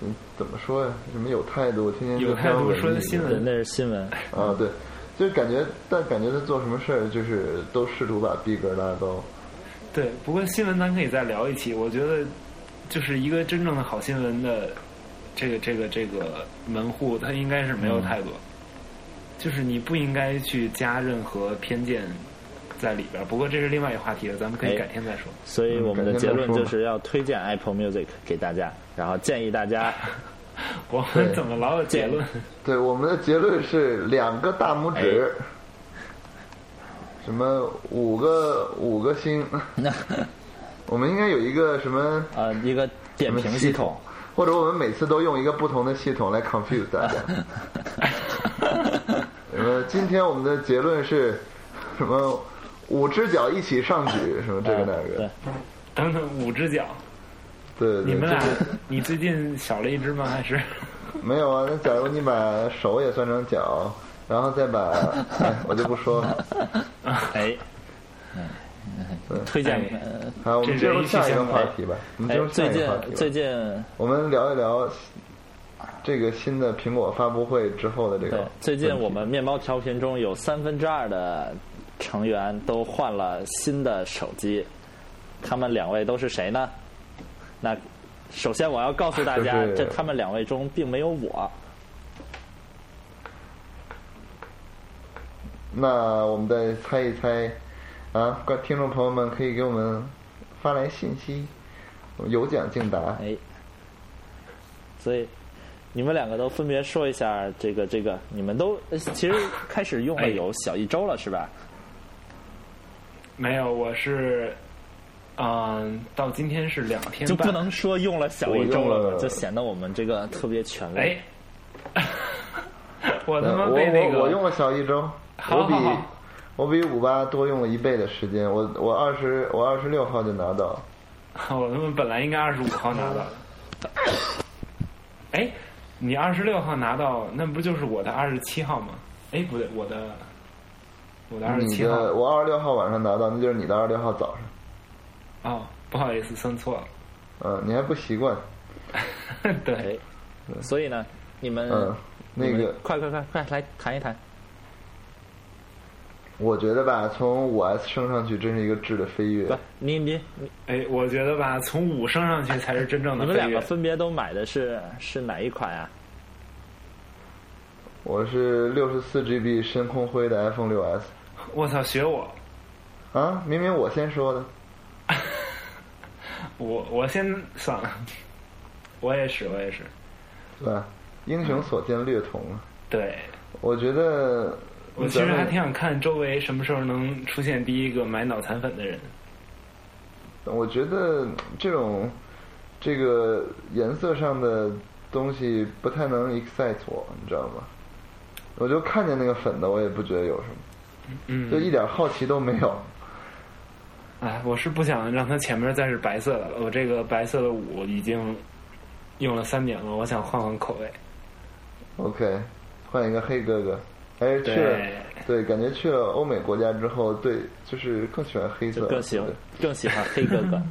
Speaker 1: 嗯，怎么说呀？什么有态度，天天就
Speaker 2: 有态度
Speaker 1: 非常文
Speaker 2: 说的
Speaker 1: 艺
Speaker 2: 新闻
Speaker 3: 对，那是 新闻。
Speaker 1: 啊，对，就感觉，但感觉他做什么事儿，就是都试图把逼格拉高。
Speaker 2: 对，不过新闻咱可以再聊一期。我觉得，就是一个真正的好新闻的这个这个这个门户，他应该是没有态度，
Speaker 3: 嗯
Speaker 2: 就是你不应该去加任何偏见在里边儿。不过这是另外一个话题了，咱们可
Speaker 3: 哎
Speaker 2: 以改天再说。
Speaker 3: 所以我们的
Speaker 1: 嗯改天
Speaker 3: 结
Speaker 1: 再
Speaker 3: 论
Speaker 1: 说吧
Speaker 3: 就是要推荐 Apple Music 给大家，然后建议 大家
Speaker 2: 我
Speaker 1: 对
Speaker 2: 们怎么老有结论？
Speaker 1: 对，我们的结论是两个大拇指，
Speaker 3: 哎
Speaker 1: 什么五个五个星， 我们应该有一个什么
Speaker 3: 呃一个
Speaker 1: 什
Speaker 3: 点
Speaker 1: 么
Speaker 3: 评系 统。，
Speaker 1: 或者我们每次都用一个不同的系统来 confuse 大 家。呃，今天我们的结论是什么？五只脚一起上举，什么这个那
Speaker 3: 呃对
Speaker 1: 个，，
Speaker 2: 等等，五只脚，
Speaker 1: 对呃对，
Speaker 2: 你们
Speaker 1: 这
Speaker 2: 俩
Speaker 1: 个，
Speaker 2: 你最近少了一只吗？还是
Speaker 1: 没有啊，那假如你把手也算成脚，然后再把，哎，我就不说了。
Speaker 3: 哎，嗯，推荐
Speaker 2: 哎
Speaker 3: 呃
Speaker 1: 好，我们进入下一个话题吧。我们进
Speaker 3: 哎
Speaker 1: 入，下
Speaker 3: 最
Speaker 1: 一
Speaker 3: 近
Speaker 1: 个话题吧。
Speaker 3: 最近
Speaker 1: 我们聊一聊这个新的苹果发布会之后的这
Speaker 3: 对
Speaker 1: 个，。
Speaker 3: 最近我们面包调频中有三分之二的成员都换了新的手机，他们两位都是谁呢？那首先我要告诉大家
Speaker 1: 就，是
Speaker 3: 这他们两位中并没有我。
Speaker 1: 那我们再猜一猜啊，观听众朋友们可以给我们发来信息，有奖竞答。
Speaker 3: 哎，所以你们两个都分别说一下这个这个，你们都呃其实开始用了
Speaker 2: 哎
Speaker 3: 有小一周了是吧？
Speaker 2: 没有？我是，嗯、到今天是两天
Speaker 3: 就
Speaker 2: 半
Speaker 3: 不能说用了小一
Speaker 1: 我
Speaker 3: 周
Speaker 1: 用
Speaker 3: 了
Speaker 1: 了
Speaker 3: 吧，就显得我们这个特别权威。
Speaker 2: 哎， 我他
Speaker 1: 呃
Speaker 2: 妈
Speaker 1: 我
Speaker 2: 被那
Speaker 1: 我我
Speaker 2: 个
Speaker 1: 用了小一周，
Speaker 2: 好
Speaker 1: 我比
Speaker 2: 好好
Speaker 1: 我比五八多用了一倍的时间，我我二十我二十六号就拿到，
Speaker 2: 我他妈本来应该二十五号拿到的。哎，你二十六号拿到，那不就是我的二十七号吗？哎，不对，我的我的二十
Speaker 1: 你
Speaker 2: 七号
Speaker 1: 的我二十六号晚上拿到，那就是你的二十六号早上，
Speaker 2: 哦，不好意思，算错了。
Speaker 1: 嗯、你还不习惯，
Speaker 2: 对
Speaker 3: 哎，所以呢，你们、
Speaker 1: 嗯、那
Speaker 3: 你
Speaker 1: 个
Speaker 3: 们快快快快来谈一谈。
Speaker 1: 我觉得吧，从五 S 升上去真是一个质的飞跃
Speaker 3: 不，，你你你
Speaker 2: 哎，我觉得吧，从五升上去才是真正
Speaker 3: 你
Speaker 2: 的
Speaker 3: 们
Speaker 2: 飞
Speaker 3: 两个
Speaker 2: 跃。
Speaker 3: 分别都买的是是哪一款啊？
Speaker 1: 我是六十四 GB 深空灰的 iPhone 六 S
Speaker 2: 我操，学我！
Speaker 1: 啊，明明我先说的，
Speaker 2: 我我先算了，我也是，我也是，
Speaker 1: 是吧？英雄所见略同啊，
Speaker 2: 对
Speaker 1: 我觉得
Speaker 2: 我其实
Speaker 1: 咱
Speaker 2: 还
Speaker 1: 们
Speaker 2: 挺想看周围什么时候能出现第一个买脑残粉的人。
Speaker 1: 我觉得这种这个颜色上的东西不太能 excite 我，你知道吗？我就看见那个粉的，我也不觉得有什么，
Speaker 2: 嗯，
Speaker 1: 就一点好奇都没有。
Speaker 2: 哎，我是不想让它前面再是白色的了。我这个白色的五已经用了三年了，我想换换口味。
Speaker 1: OK，换一个黑哥哥，还是去了对，感觉去了欧美国家之后，对，就是更喜欢黑色，
Speaker 3: 就更喜欢
Speaker 1: 对
Speaker 3: 更喜欢黑哥 哥。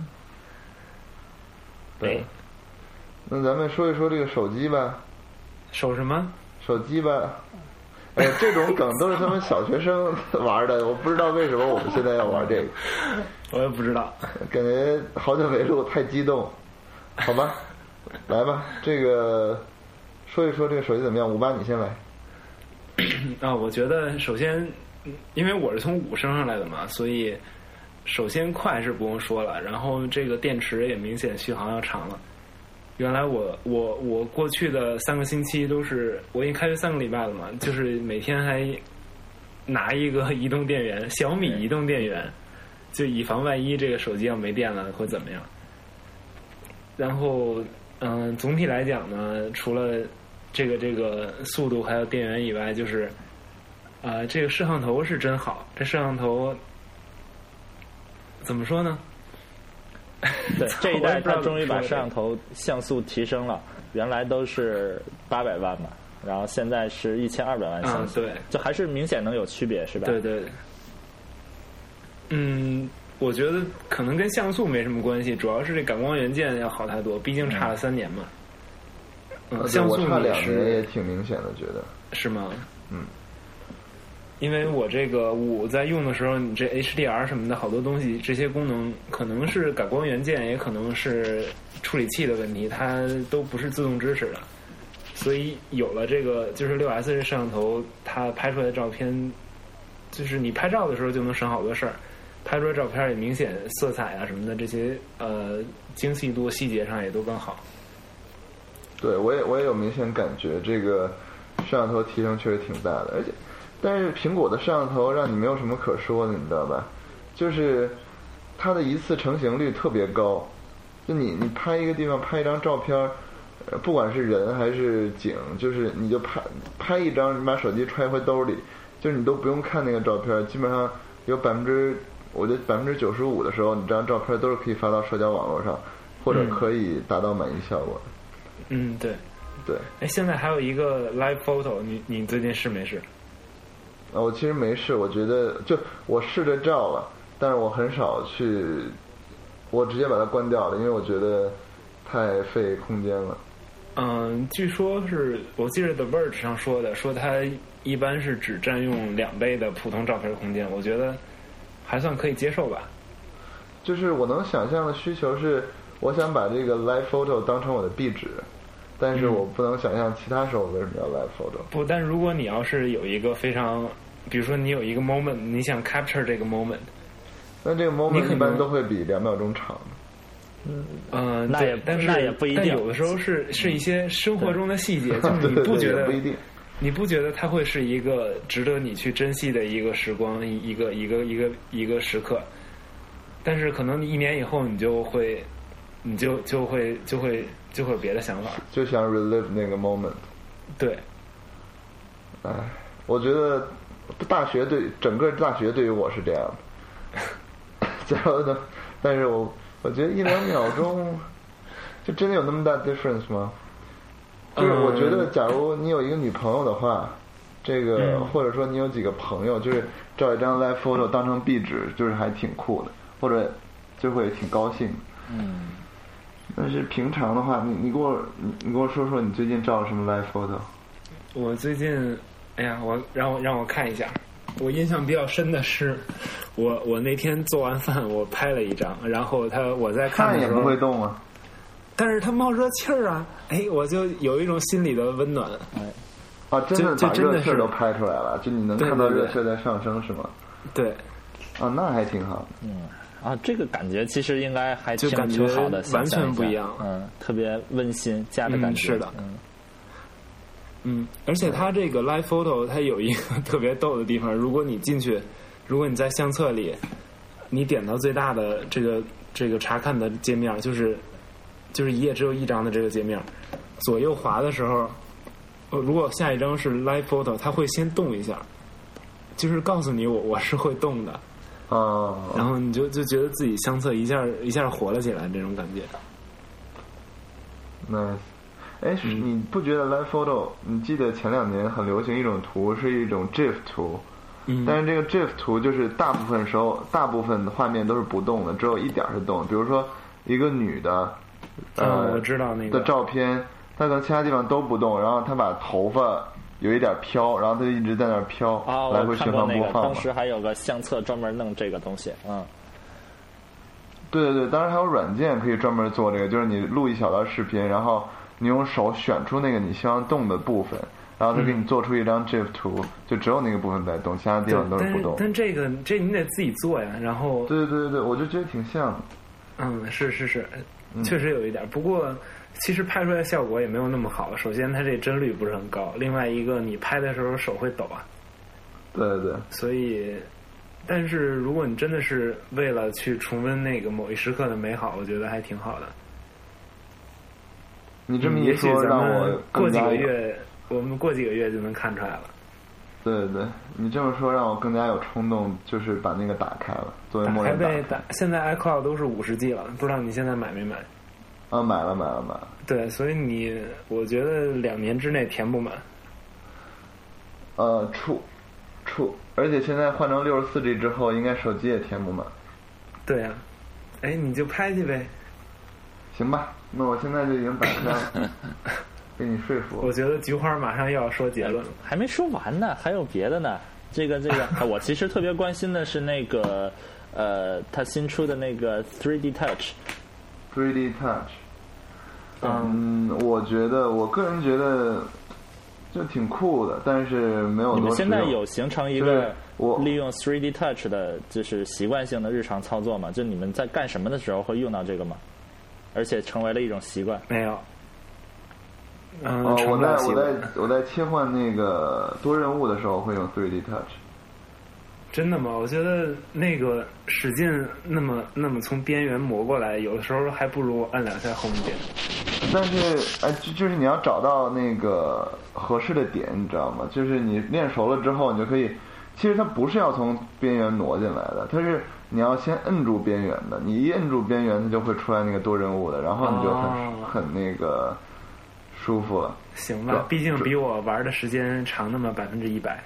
Speaker 1: 对
Speaker 2: 哎，
Speaker 1: 那咱们说一说这个手机吧，
Speaker 2: 手什么？
Speaker 1: 手机吧，哎呀，这种梗都是他们小学生 玩的，我不知道为什么我们现在要玩这个，
Speaker 2: 我也不知道。
Speaker 1: 感觉好久没录，太激动，好吧， 来吧，这个说一说这个手机怎么样？五八，你先来。
Speaker 2: 啊，我觉得首先，嗯因为我是从五升上来的嘛，所以首先快是不用说了，然后这个电池也明显续航要长了。原来我我我过去的三个星期都是我已经开学三个礼拜了嘛，就是每天还拿一个移动电源，小米移动电源，就以防万一这个手机要没电了会怎么样。然后，嗯、总体来讲呢，除了这个这个速度还有电源以外，就是呃，这个摄像头是真好，这摄像头怎么说呢？
Speaker 3: 对，这一代它终于
Speaker 2: 我也不知道怎么说
Speaker 3: 把
Speaker 2: 这
Speaker 3: 摄像头像素提升了，原来都是八百万嘛，然后现在是一千二百万像
Speaker 2: 嗯，
Speaker 3: 素，
Speaker 2: 对，
Speaker 3: 就还是明显能有区别，是吧？
Speaker 2: 对对对。嗯，我觉得可能跟像素没什么关系，主要是这感光元件要好太多，毕竟差了三年嘛。嗯，像
Speaker 1: 呃我
Speaker 2: 素
Speaker 1: 差
Speaker 2: 也
Speaker 1: 两年也
Speaker 2: 是
Speaker 1: 挺明显的，觉得。
Speaker 2: 是吗？
Speaker 1: 嗯，
Speaker 2: 因为我这个五在用的时候，你这 HDR 什么的好多东西，这些功能可能是感光元件，也可能是处理器的问题，它都不是自动支持的。所以有了这个，就是六 S 这摄像头，它拍出来的照片，就是你拍照的时候就能省好多事儿，拍出来照片也明显色彩啊什么的这些呃精细度、细节上也都更好。
Speaker 1: 对，我也我也有明显感觉，这个摄像头提升确实挺大的，而且，但是苹果的摄像头让你没有什么可说的，你知道吧？就是它的一次成型率特别高，就你你拍一个地方拍一张照片儿，呃不管是人还是景，就是你就拍拍一张，你把手机揣回兜里，就是你都不用看那个照片儿，基本上有百分之，我觉得百分之九十五的时候，你这张照片儿都是可以发到社交网络上，或者
Speaker 2: 嗯
Speaker 1: 可以达到满意效果的。
Speaker 2: 嗯，对。
Speaker 1: 对，
Speaker 2: 哎，现在还有一个 live photo，你你最近试没试？
Speaker 1: 啊，我其实没试，我觉得就我试着照了，但是我很少去，我直接把它关掉了，因为我觉得太费空间了。
Speaker 2: 嗯，据说是我记得 The Verge 上说的，说它一般是只占用两倍的普通照片空间，我觉得还算可以接受吧。
Speaker 1: 就是我能想象的需求是，我想把这个 live photo 当成我的壁纸，但是
Speaker 2: 嗯
Speaker 1: 我不能想象其他时候为什么要 live photo。
Speaker 2: 不，但如果你要是有一个非常，比如说你有一个 moment，你想 capture 这个 moment，
Speaker 1: 那这个
Speaker 2: 你
Speaker 1: moment
Speaker 2: 可能
Speaker 1: 一般都会比两秒钟长。
Speaker 2: 嗯、
Speaker 3: 那
Speaker 2: 对
Speaker 3: 也
Speaker 2: 但是
Speaker 3: 那也不一
Speaker 2: 但
Speaker 3: 定
Speaker 2: 有的时候是是一些生活中的细节，就是
Speaker 1: 对
Speaker 2: 你
Speaker 1: 对
Speaker 2: 不
Speaker 1: 对，
Speaker 2: 觉
Speaker 1: 也
Speaker 2: 得
Speaker 1: 不一定。
Speaker 2: 你不觉得它会是一个值得你去珍惜的一个时光，一一个一个一个一个时刻？但是可能你一年以后，你就会，你就就会就会就会有别的想法。
Speaker 1: 就想 relive 那个 moment。
Speaker 2: 对，
Speaker 1: 唉，我觉得大学对整个大学对于我是这样的， 假如呢，但是我我觉得一两秒钟，就真的有那么大 difference 吗？就是我觉得，假如你有一个女朋友的话，这个
Speaker 2: 嗯
Speaker 1: 或者说你有几个朋友，就是照一张 live photo 当成壁纸，就是还挺酷的，或者就会挺高兴。
Speaker 3: 嗯，
Speaker 1: 但是平常的话，你你给我你你给我说说你最近照了什么 live photo？
Speaker 2: 我最近，哎呀，我让我让我看一下，我印象比较深的是，我我那天做完饭，我拍了一张，然后他我在看
Speaker 1: 看
Speaker 2: 的
Speaker 1: 也
Speaker 2: 时候，
Speaker 1: 不会动啊。
Speaker 2: 但是他冒热气儿啊，哎，我就有一种心里的温暖。
Speaker 1: 啊，真的
Speaker 2: 就
Speaker 1: 把
Speaker 2: 真的
Speaker 1: 热气
Speaker 2: 是
Speaker 1: 儿都拍出来了，就你能
Speaker 2: 对
Speaker 1: 看到
Speaker 2: 对对
Speaker 1: 热气儿在上升是吗？
Speaker 2: 对，
Speaker 1: 啊，那还挺好。
Speaker 3: 啊，这个感觉其实应该还
Speaker 2: 就
Speaker 3: 挺
Speaker 2: 感觉
Speaker 3: 挺好的，
Speaker 2: 完全
Speaker 3: 想象下
Speaker 2: 不一样
Speaker 3: 嗯，特别温馨家的
Speaker 2: 嗯
Speaker 3: 感觉，
Speaker 2: 是的
Speaker 3: 嗯，
Speaker 2: 嗯，而且它这个 live photo 它有一个特别逗的地方，如果你进去，如果你在相册里，你点到最大的这个这个查看的界面，就是就是一页只有一张的这个界面，左右滑的时候，呃，如果下一张是 live photo，它会先动一下，就是告诉你我我是会动的，然
Speaker 1: 啊，
Speaker 2: 后你就就觉得自己相册一下一下活了起来这种感觉。
Speaker 1: 那，哎，是
Speaker 2: 嗯
Speaker 1: 你不觉得 live photo？你记得前两年很流行一种图，是一种 GIF 图，
Speaker 2: 嗯，
Speaker 1: 但是这个 GIF 图就是大部分时候，大部分的画面都是不动的，只有一点儿是动的。比如说一个女的，
Speaker 2: 嗯
Speaker 1: 呃，
Speaker 2: 我知道那个
Speaker 1: 的照片，她可能其他地方都不动，然后她把头发有一点飘，然后它就一直在那儿飘，
Speaker 3: 啊，
Speaker 1: 来
Speaker 3: 我
Speaker 1: 回
Speaker 3: 看
Speaker 1: 循
Speaker 3: 过
Speaker 1: 环
Speaker 3: 那
Speaker 1: 播
Speaker 3: 个，
Speaker 1: 放
Speaker 3: 当
Speaker 1: 嘛。
Speaker 3: 时还有个相册专门弄这个东西，嗯，
Speaker 1: 对对对，当然还有软件可以专门做这个，就是你录一小段视频，然后你用手选出那个你希望动的部分，然后它给你做出一张 GIF 图，就只有那个部分在动，其他地
Speaker 2: 对
Speaker 1: 方，都
Speaker 2: 但
Speaker 1: 不
Speaker 2: 是
Speaker 1: 动。
Speaker 2: 但这个这你得自己做呀，然后
Speaker 1: 对对对对，我就觉得挺像的。
Speaker 2: 嗯，是是是，
Speaker 1: 嗯
Speaker 2: 确实有一点儿。不过其实拍出来的效果也没有那么好。首先，它这帧率不是很高，另外一个你拍的时候手会抖啊，
Speaker 1: 对对对，
Speaker 2: 所以。但是如果你真的是为了去重温那个某一时刻的美好，我觉得还挺好的。
Speaker 1: 你这么
Speaker 2: 嗯
Speaker 1: 一
Speaker 2: 也许
Speaker 1: 说，
Speaker 2: 咱
Speaker 1: 让
Speaker 2: 们
Speaker 1: 我
Speaker 2: 过
Speaker 1: 更
Speaker 2: 几
Speaker 1: 加
Speaker 2: 个
Speaker 1: 有
Speaker 2: 月，我们过几个月就能看出来了。
Speaker 1: 对对对，你这么说让我更加有冲动，就是把那个打开了，作为默
Speaker 2: 还
Speaker 1: 认
Speaker 2: 被
Speaker 1: 打开。
Speaker 2: 打，现在 iCloud 都是五十 G 了，不知道你现在买没买？
Speaker 1: 啊，买了买了买了。
Speaker 2: 对，所以你我觉得两年之内填不满。
Speaker 1: 呃，处处，而且现在换成六十四 G 之后，应该手机也填不满。
Speaker 2: 对呀、哎，你就拍去呗。
Speaker 1: 行吧，那我现在就已经打开 了，被你说服
Speaker 2: 我
Speaker 1: 了。
Speaker 2: 觉得菊花马上又要说结论了。
Speaker 3: 还没说完呢，还有别的呢。这个这个，啊我其实特别关心的是那个，呃，他新出的那个 3D Touch，
Speaker 1: 3D Touch，嗯，我觉得我个人觉得就挺酷的，但是没有
Speaker 3: 你们
Speaker 1: 多
Speaker 3: 现
Speaker 1: 实
Speaker 3: 在
Speaker 1: 用
Speaker 3: 有形成一
Speaker 1: 就是
Speaker 3: 个
Speaker 1: 我
Speaker 3: 利用 3D Touch 的，就是习惯性的日常操作吗？就你们在干什么的时候会用到这个吗？而且成为了一种习惯。
Speaker 2: 没有。嗯，
Speaker 1: 哦，我
Speaker 2: 成
Speaker 1: 在
Speaker 2: 长习
Speaker 1: 我
Speaker 2: 惯
Speaker 1: 在我在切换那个多任务的时候会用 3D Touch，
Speaker 2: 真的吗？我觉得那个使劲那么那么从边缘磨过来，有的时候还不如按两下 home 键。
Speaker 1: 但是哎，就就是你要找到那个合适的点，你知道吗？就是你练熟了之后，你就可以。其实它不是要从边缘挪进来的，它是你要先摁住边缘的。你一摁住边缘，它就会出来那个多任务的，然后你就很、
Speaker 2: 哦
Speaker 1: 很那个舒服了。
Speaker 2: 行
Speaker 1: 对
Speaker 2: 吧，毕竟比我玩的时间长那么百分之一百。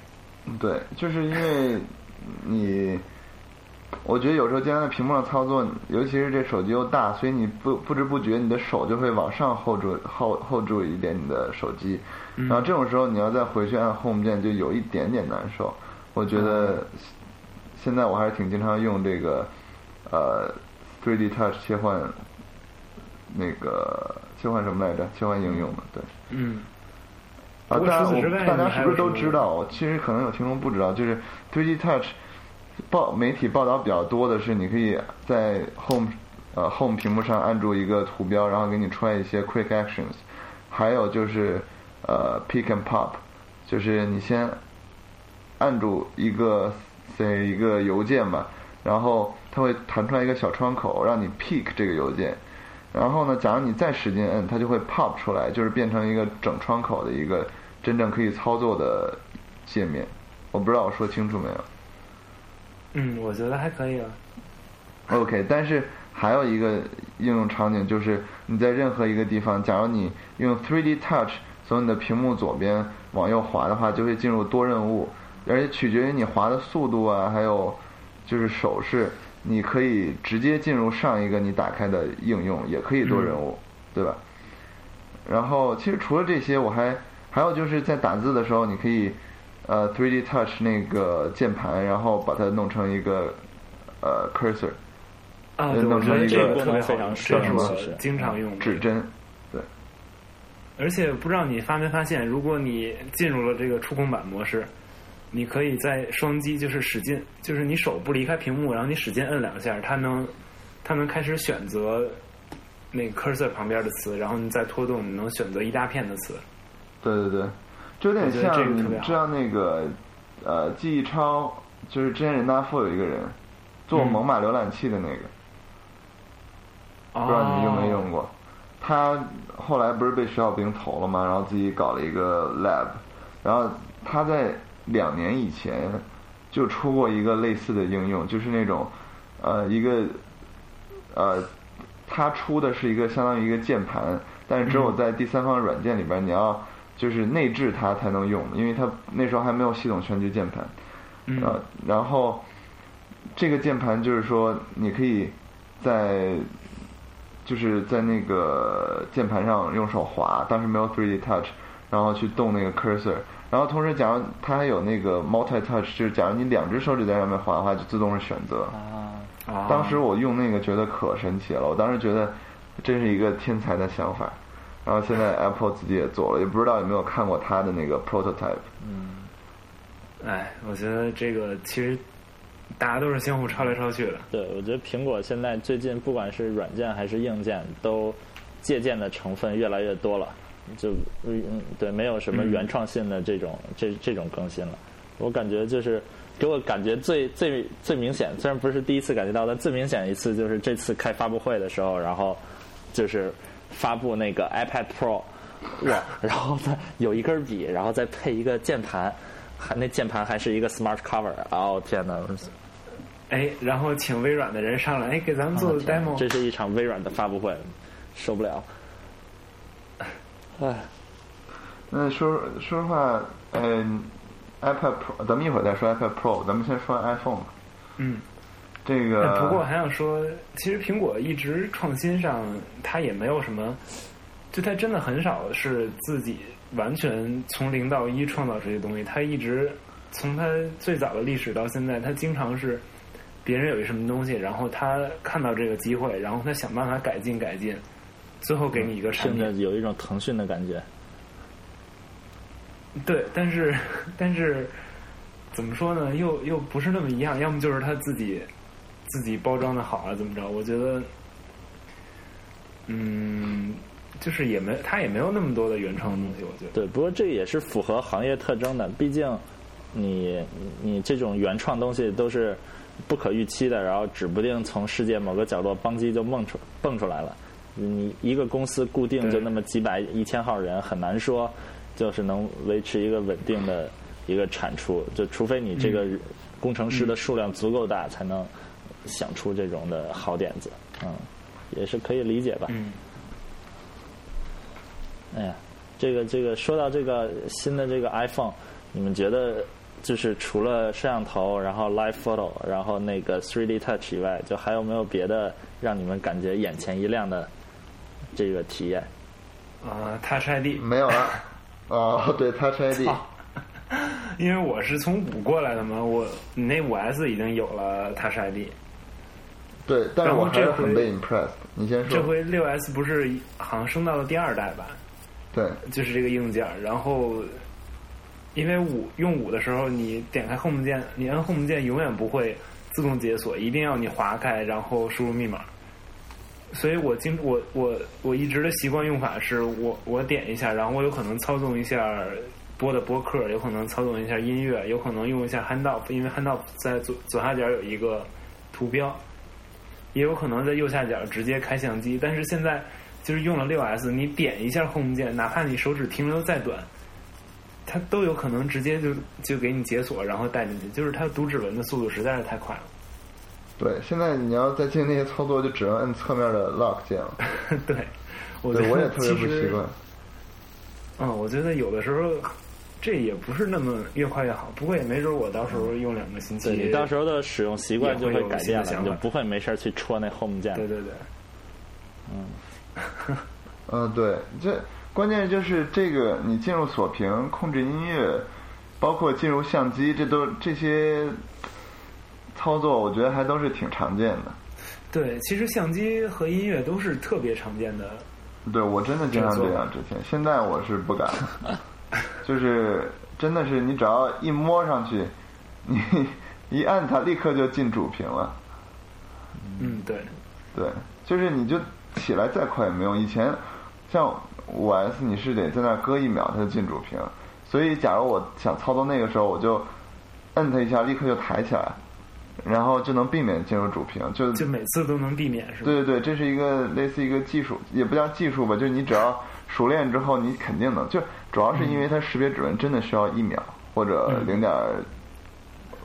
Speaker 1: 对，就是因为你，我觉得有时候经常在屏幕上操作，尤其是这手机又大，所以你不不知不觉你的手就会往上 hold 住 hold hold 住一点你的手机，然后这种时候你要再回去按 home 键就有一点点难受。我觉得现在我还是挺经常用这个呃 3D Touch 切换那个切换什么来着？切换应用的，对。
Speaker 2: 嗯，
Speaker 1: 啊，
Speaker 2: 不过
Speaker 1: 当然
Speaker 2: 除
Speaker 1: 我
Speaker 2: 此之外
Speaker 1: 大家
Speaker 2: 你还
Speaker 1: 是不
Speaker 2: 有
Speaker 1: 是都
Speaker 2: 什么
Speaker 1: 知道？其实可能有听众不知道，就是 3D Touch 报媒体报道比较多的是，你可以在 Home 呃 Home 屏幕上按住一个图标，然后给你出来一些 Quick Actions，还有就是呃 Pick and Pop，就是你先按住一个这一个邮件吧，然后它会弹出来一个小窗口，让你 pick 这个邮件。然后呢，假如你再使劲摁，它就会 pop 出来，就是变成一个整窗口的一个真正可以操作的界面。我不知道我说清楚没有
Speaker 2: 嗯，我觉得还可以了。
Speaker 1: ？OK，但是还有一个应用场景就是你在任何一个地方，假如你用 3D Touch 从你的屏幕左边往右滑的话，就会进入多任务，而且取决于你滑的速度啊，还有就是手势，你可以直接进入上一个你打开的应用，也可以多任务，对吧？然后其实除了这些，我还还有就是在打字的时候，你可以呃 3D Touch 那个键盘，然后把它弄成一个呃 cursor
Speaker 2: 啊，
Speaker 1: 对
Speaker 2: 对，我觉
Speaker 1: 弄成
Speaker 2: 得
Speaker 1: 一
Speaker 2: 这
Speaker 1: 哎个
Speaker 2: 个特别好
Speaker 3: 非常
Speaker 2: 用，这是
Speaker 1: 顺
Speaker 2: 我
Speaker 3: 其实
Speaker 2: 经常用的。
Speaker 1: 指针，对，
Speaker 2: 而且不知道你发没发现，如果你进入了这个触控板模式，你可以在双击就是使劲，就是你手不离开屏幕，然后你使劲摁两下，它能它能开始选择那个 cursor 旁边的词，然后你再拖动，你能选择一大片的词。
Speaker 1: 对对对，就有点
Speaker 2: 我觉得这个
Speaker 1: 像
Speaker 2: 特
Speaker 1: 你
Speaker 2: 别好
Speaker 1: 知道那个呃记忆超，就是之前任达夫有一个人做
Speaker 2: 嗯
Speaker 1: 猛犸浏览器的那个，
Speaker 2: 哦
Speaker 1: 不知道你们用没用过。他后来不是被徐小平投了吗？然后自己搞了一个 lab，然后他在两年以前就出过一个类似的应用，就是那种呃一个呃他出的是一个相当于一个键盘，但是只
Speaker 2: 嗯
Speaker 1: 有在第三方软件里边你要就是内置它才能用，因为它那时候还没有系统全局键盘。
Speaker 2: 嗯
Speaker 1: 呃，然后这个键盘就是说，你可以在就是在那个键盘上用手滑，当时没有 3D Touch，然后去动那个 cursor。然后同时，假如它还有那个 multi touch，就是假如你两只手指在上面滑的话，就自动是选择。
Speaker 3: 啊，
Speaker 2: 啊
Speaker 1: 当时我用那个觉得可神奇了，我当时觉得真是一个天才的想法。然后现在 Apple 自己也做了，也不知道有没有看过它的那个 prototype。
Speaker 2: 哎，我觉得这个其实大家都是相互抄来抄去的。
Speaker 3: 对，我觉得苹果现在最近不管是软件还是硬件，都借鉴的成分越来越多了，就嗯对，没有什么原创性的这种、这这种更新了。我感觉就是给我感觉最最最明显，虽然不是第一次感觉到，但最明显一次就是这次开发布会的时候，然后就是发布那个 iPad Pro，哇， 然后再有一根笔，然后再配一个键盘，还那键盘还是一个 Smart Cover，哦天哪！
Speaker 2: 哎，然后请微软的人上来，哎，给咱们做
Speaker 3: 我
Speaker 1: 啊
Speaker 2: 个
Speaker 3: 的天
Speaker 2: demo。
Speaker 3: 这是一场微软的发布会，受不了。唉，
Speaker 1: 那说说实话，嗯、i p a d Pro，咱们一会儿再说 iPad Pro，咱们先说 iPhone。
Speaker 2: 嗯，
Speaker 1: 这个
Speaker 2: 但哎不过还想说，其实苹果一直创新上，它也没有什么，就它真的很少是自己完全从零到一创造这些东西。它一直从它最早的历史到现在，它经常是别人有一什么东西，然后他看到这个机会，然后他想办法改进改进，最后给你一个产
Speaker 3: 甚
Speaker 2: 品。
Speaker 3: 至有一种腾讯的感觉。
Speaker 2: 对，但是但是怎么说呢？又又不是那么一样，要么就是他自己自己包装的好啊，怎么着？我觉得，嗯，就是也没他也没有那么多的原创的东西，我觉得。
Speaker 3: 对，不过这个也是符合行业特征的，毕竟你你这种原创东西都是不可预期的，然后指不定从世界某个角落邦叽就蹦出蹦出来了。你一个公司固定就
Speaker 2: 对
Speaker 3: 那么几百一千号人，很难说就是能维持一个稳定的一个产出，就除非你这个工程师的数量足够大，才能想出这种的好点子。嗯，也是可以理解吧。
Speaker 2: 嗯，
Speaker 3: 哎呀，这个这个，说到这个新的这个 iPhone，你们觉得就是除了摄像头，然后 Live Photo，然后那个 3D Touch 以外，就还有没有别的让你们感觉眼前一亮的这个体验？
Speaker 2: 啊、他 t o u c h ID，
Speaker 1: 没有 了。哦，对，Touch ID，
Speaker 2: 因为我是从五过来的嘛，我你那五 S 已经有了 Touch ID，
Speaker 1: 对，但是我
Speaker 2: 然后
Speaker 1: 还
Speaker 2: 这
Speaker 1: 是很
Speaker 2: 回
Speaker 1: 被 impressed。你先
Speaker 2: 这
Speaker 1: 说，
Speaker 2: 回六 S 不是好像升到了第二代吧？
Speaker 1: 对，
Speaker 2: 就是这个硬件儿。然后，因为五用五的时候，你点开 Home 键，你按 Home 键永远不会自动解锁，一定要你划开，然后输入密码。所以我经我我我一直的习惯用法是我我点一下，然后我有可能操纵一下播的播客，有可能操纵一下音乐，有可能用一下 Handoff，因为 Handoff 在左左下角有一个图标，也有可能在右下角直接开相机。但是现在就是用了六 S，你点一下 Home 键，哪怕你手指停留再短，它都有可能直接就就给你解锁，然后带进去。就是它读指纹的速度实在是太快了。
Speaker 1: 对，现在你要再进那些操作，就只能摁侧面的 lock 键 了。
Speaker 2: 对，我觉
Speaker 1: 对，
Speaker 2: 得
Speaker 1: 我也特别不
Speaker 2: 其实
Speaker 1: 习惯。
Speaker 2: 嗯，我觉得有的时候这也不是那么越快越好，不过也没准我到时候用两个星期。
Speaker 3: 对你到时候的使用习惯就
Speaker 2: 也会有
Speaker 3: 改
Speaker 2: 新
Speaker 3: 变
Speaker 2: 的
Speaker 3: 了，
Speaker 2: 想
Speaker 3: 你就
Speaker 2: 法
Speaker 3: 不会没事儿去戳那 Home 键了。
Speaker 2: 对对对，
Speaker 1: 嗯，对，这关键就是这个，你进入锁屏、控制音乐，包括进入相机，这都这些操作，我觉得还都是挺常见的。
Speaker 2: 对，其实相机和音乐都是特别常见的。
Speaker 1: 对我真的经常
Speaker 2: 没错
Speaker 1: 这样，之前现在我是不敢， 就是真的是你只要一摸上去，你一按它，立刻就进主屏了。
Speaker 2: 嗯，对，
Speaker 1: 对，就是你就起来再快也没用。以前像五 S，你是得在那儿搁一秒它就进主屏，所以假如我想操作那个时候，我就摁它一下，立刻就抬起来，然后就能避免进入主屏。就
Speaker 2: 就每次都能避免是吧？
Speaker 1: 对对对，这是一个类似一个技术，也不叫技术吧，就是你只要熟练之后，你肯定能。就主要是因为它识别指纹真的需要一秒或者零点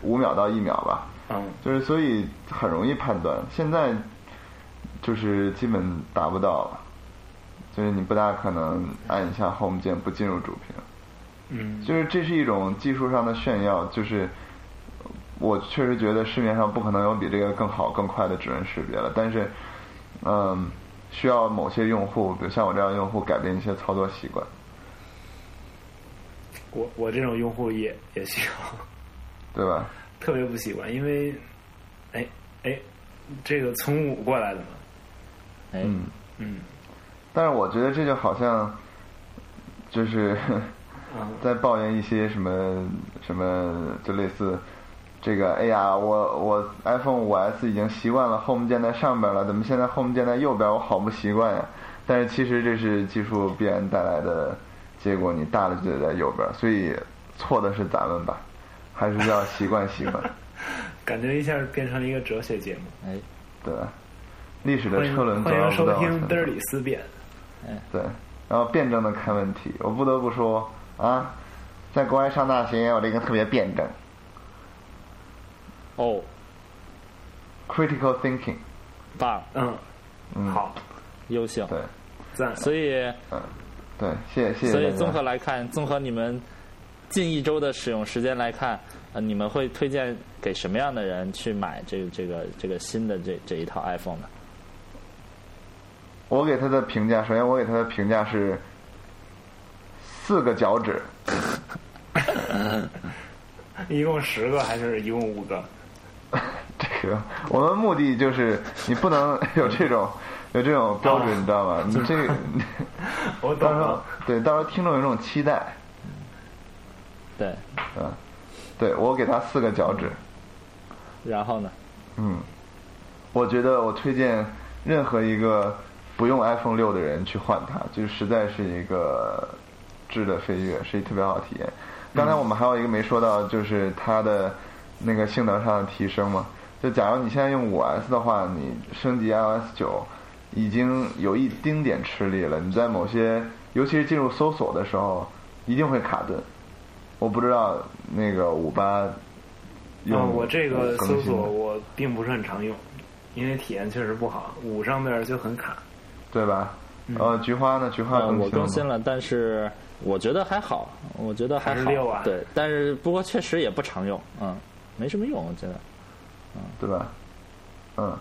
Speaker 1: 五秒到一秒吧。
Speaker 2: 嗯，
Speaker 1: 就是所以很容易判断，现在就是基本达不到了，就是你不大可能按一下 Home 键不进入主屏，
Speaker 2: 嗯，
Speaker 1: 就是这是一种技术上的炫耀，就是我确实觉得市面上不可能有比这个更好更快的指纹识别了，但是嗯，需要某些用户，比如像我这样的用户改变一些操作习惯，
Speaker 2: 我我这种用户也也需要，
Speaker 1: 对吧？
Speaker 2: 特别不习惯，因为，哎哎，这个从五过来的嘛，
Speaker 3: 哎，
Speaker 1: 嗯，
Speaker 2: 嗯
Speaker 1: 但是我觉得这就好像就是
Speaker 2: 啊
Speaker 1: 在抱怨一些什么什么，就类似这个，哎呀，我我 iPhone 五 S 已经习惯了 Home 键在上边了，怎么现在 Home 键在右边，我好不习惯呀？但是其实这是技术必然带来的结果，你大了就得在右边，所以错的是咱们吧，还是要习惯习 惯，
Speaker 2: 感觉一下变成了一个哲学节目。
Speaker 3: 哎，
Speaker 1: 对吧？历史的
Speaker 2: 欢迎
Speaker 1: 车轮
Speaker 2: 欢
Speaker 1: 总要
Speaker 2: 迎
Speaker 1: 不
Speaker 2: 收
Speaker 1: 断往
Speaker 2: 听
Speaker 1: 前
Speaker 2: 嘚儿
Speaker 1: 走
Speaker 2: 里思辨，
Speaker 1: 对，然后辩证的看问题，我不得不说啊，在国外上大学，我这个特别辩证
Speaker 3: 哦，
Speaker 1: ，critical thinking，
Speaker 3: 棒，
Speaker 2: 嗯，
Speaker 1: 嗯，，
Speaker 2: 好，
Speaker 3: 优秀。
Speaker 1: 对，
Speaker 2: 赞，
Speaker 3: 所以，
Speaker 1: 嗯，对，谢谢谢谢大
Speaker 3: 所
Speaker 1: 家。
Speaker 3: 以综合来看，综合你们近一周的使用时间来看，呃，你们会推荐给什么样的人去买这个这个这个新的这这一套 iPhone 呢？
Speaker 1: 我给他的评价，首先我给他的评价是四个脚趾，
Speaker 2: 一共十个还是一共五个？
Speaker 1: 这个我们目的就是你不能 有这种有这种标准，你知道吗？你这 个
Speaker 2: 我
Speaker 1: 到
Speaker 2: 懂
Speaker 1: 时候
Speaker 2: 了，
Speaker 1: 对到时候听众有一种期待，
Speaker 3: 对，
Speaker 1: 嗯，对我给他四个脚趾，
Speaker 3: 然后呢？
Speaker 1: 嗯，我觉得我推荐任何一个不用 iPhone 六的人去换它，就是实在是一个质的飞跃，是一特别好的体验。
Speaker 2: 嗯
Speaker 1: 刚才我们还有一个没说到，就是它的那个性能上的提升嘛。就假如你现在用五 S 的话，你升级 iOS 九已经有一丁点吃力了。你在某些，尤其是进入搜索的时候，一定会卡顿。我不知道那个五八用、
Speaker 2: 嗯，我这个
Speaker 1: 更
Speaker 2: 搜
Speaker 1: 新
Speaker 2: 索
Speaker 1: 的
Speaker 2: 我并不是很常用，因为体验确实不好，五上面就很卡。
Speaker 1: 对吧？
Speaker 2: 嗯
Speaker 1: 呃，菊花呢？
Speaker 2: 啊
Speaker 1: 菊花
Speaker 3: 嗯，我更
Speaker 1: 更
Speaker 3: 新
Speaker 1: 了吗。
Speaker 3: 了，但是我觉得还好，我觉得还
Speaker 2: 还
Speaker 3: 好。
Speaker 2: 是六啊
Speaker 3: 对，但是不过确实也不常用，嗯，没什么用，我觉得。
Speaker 1: 对吧？嗯，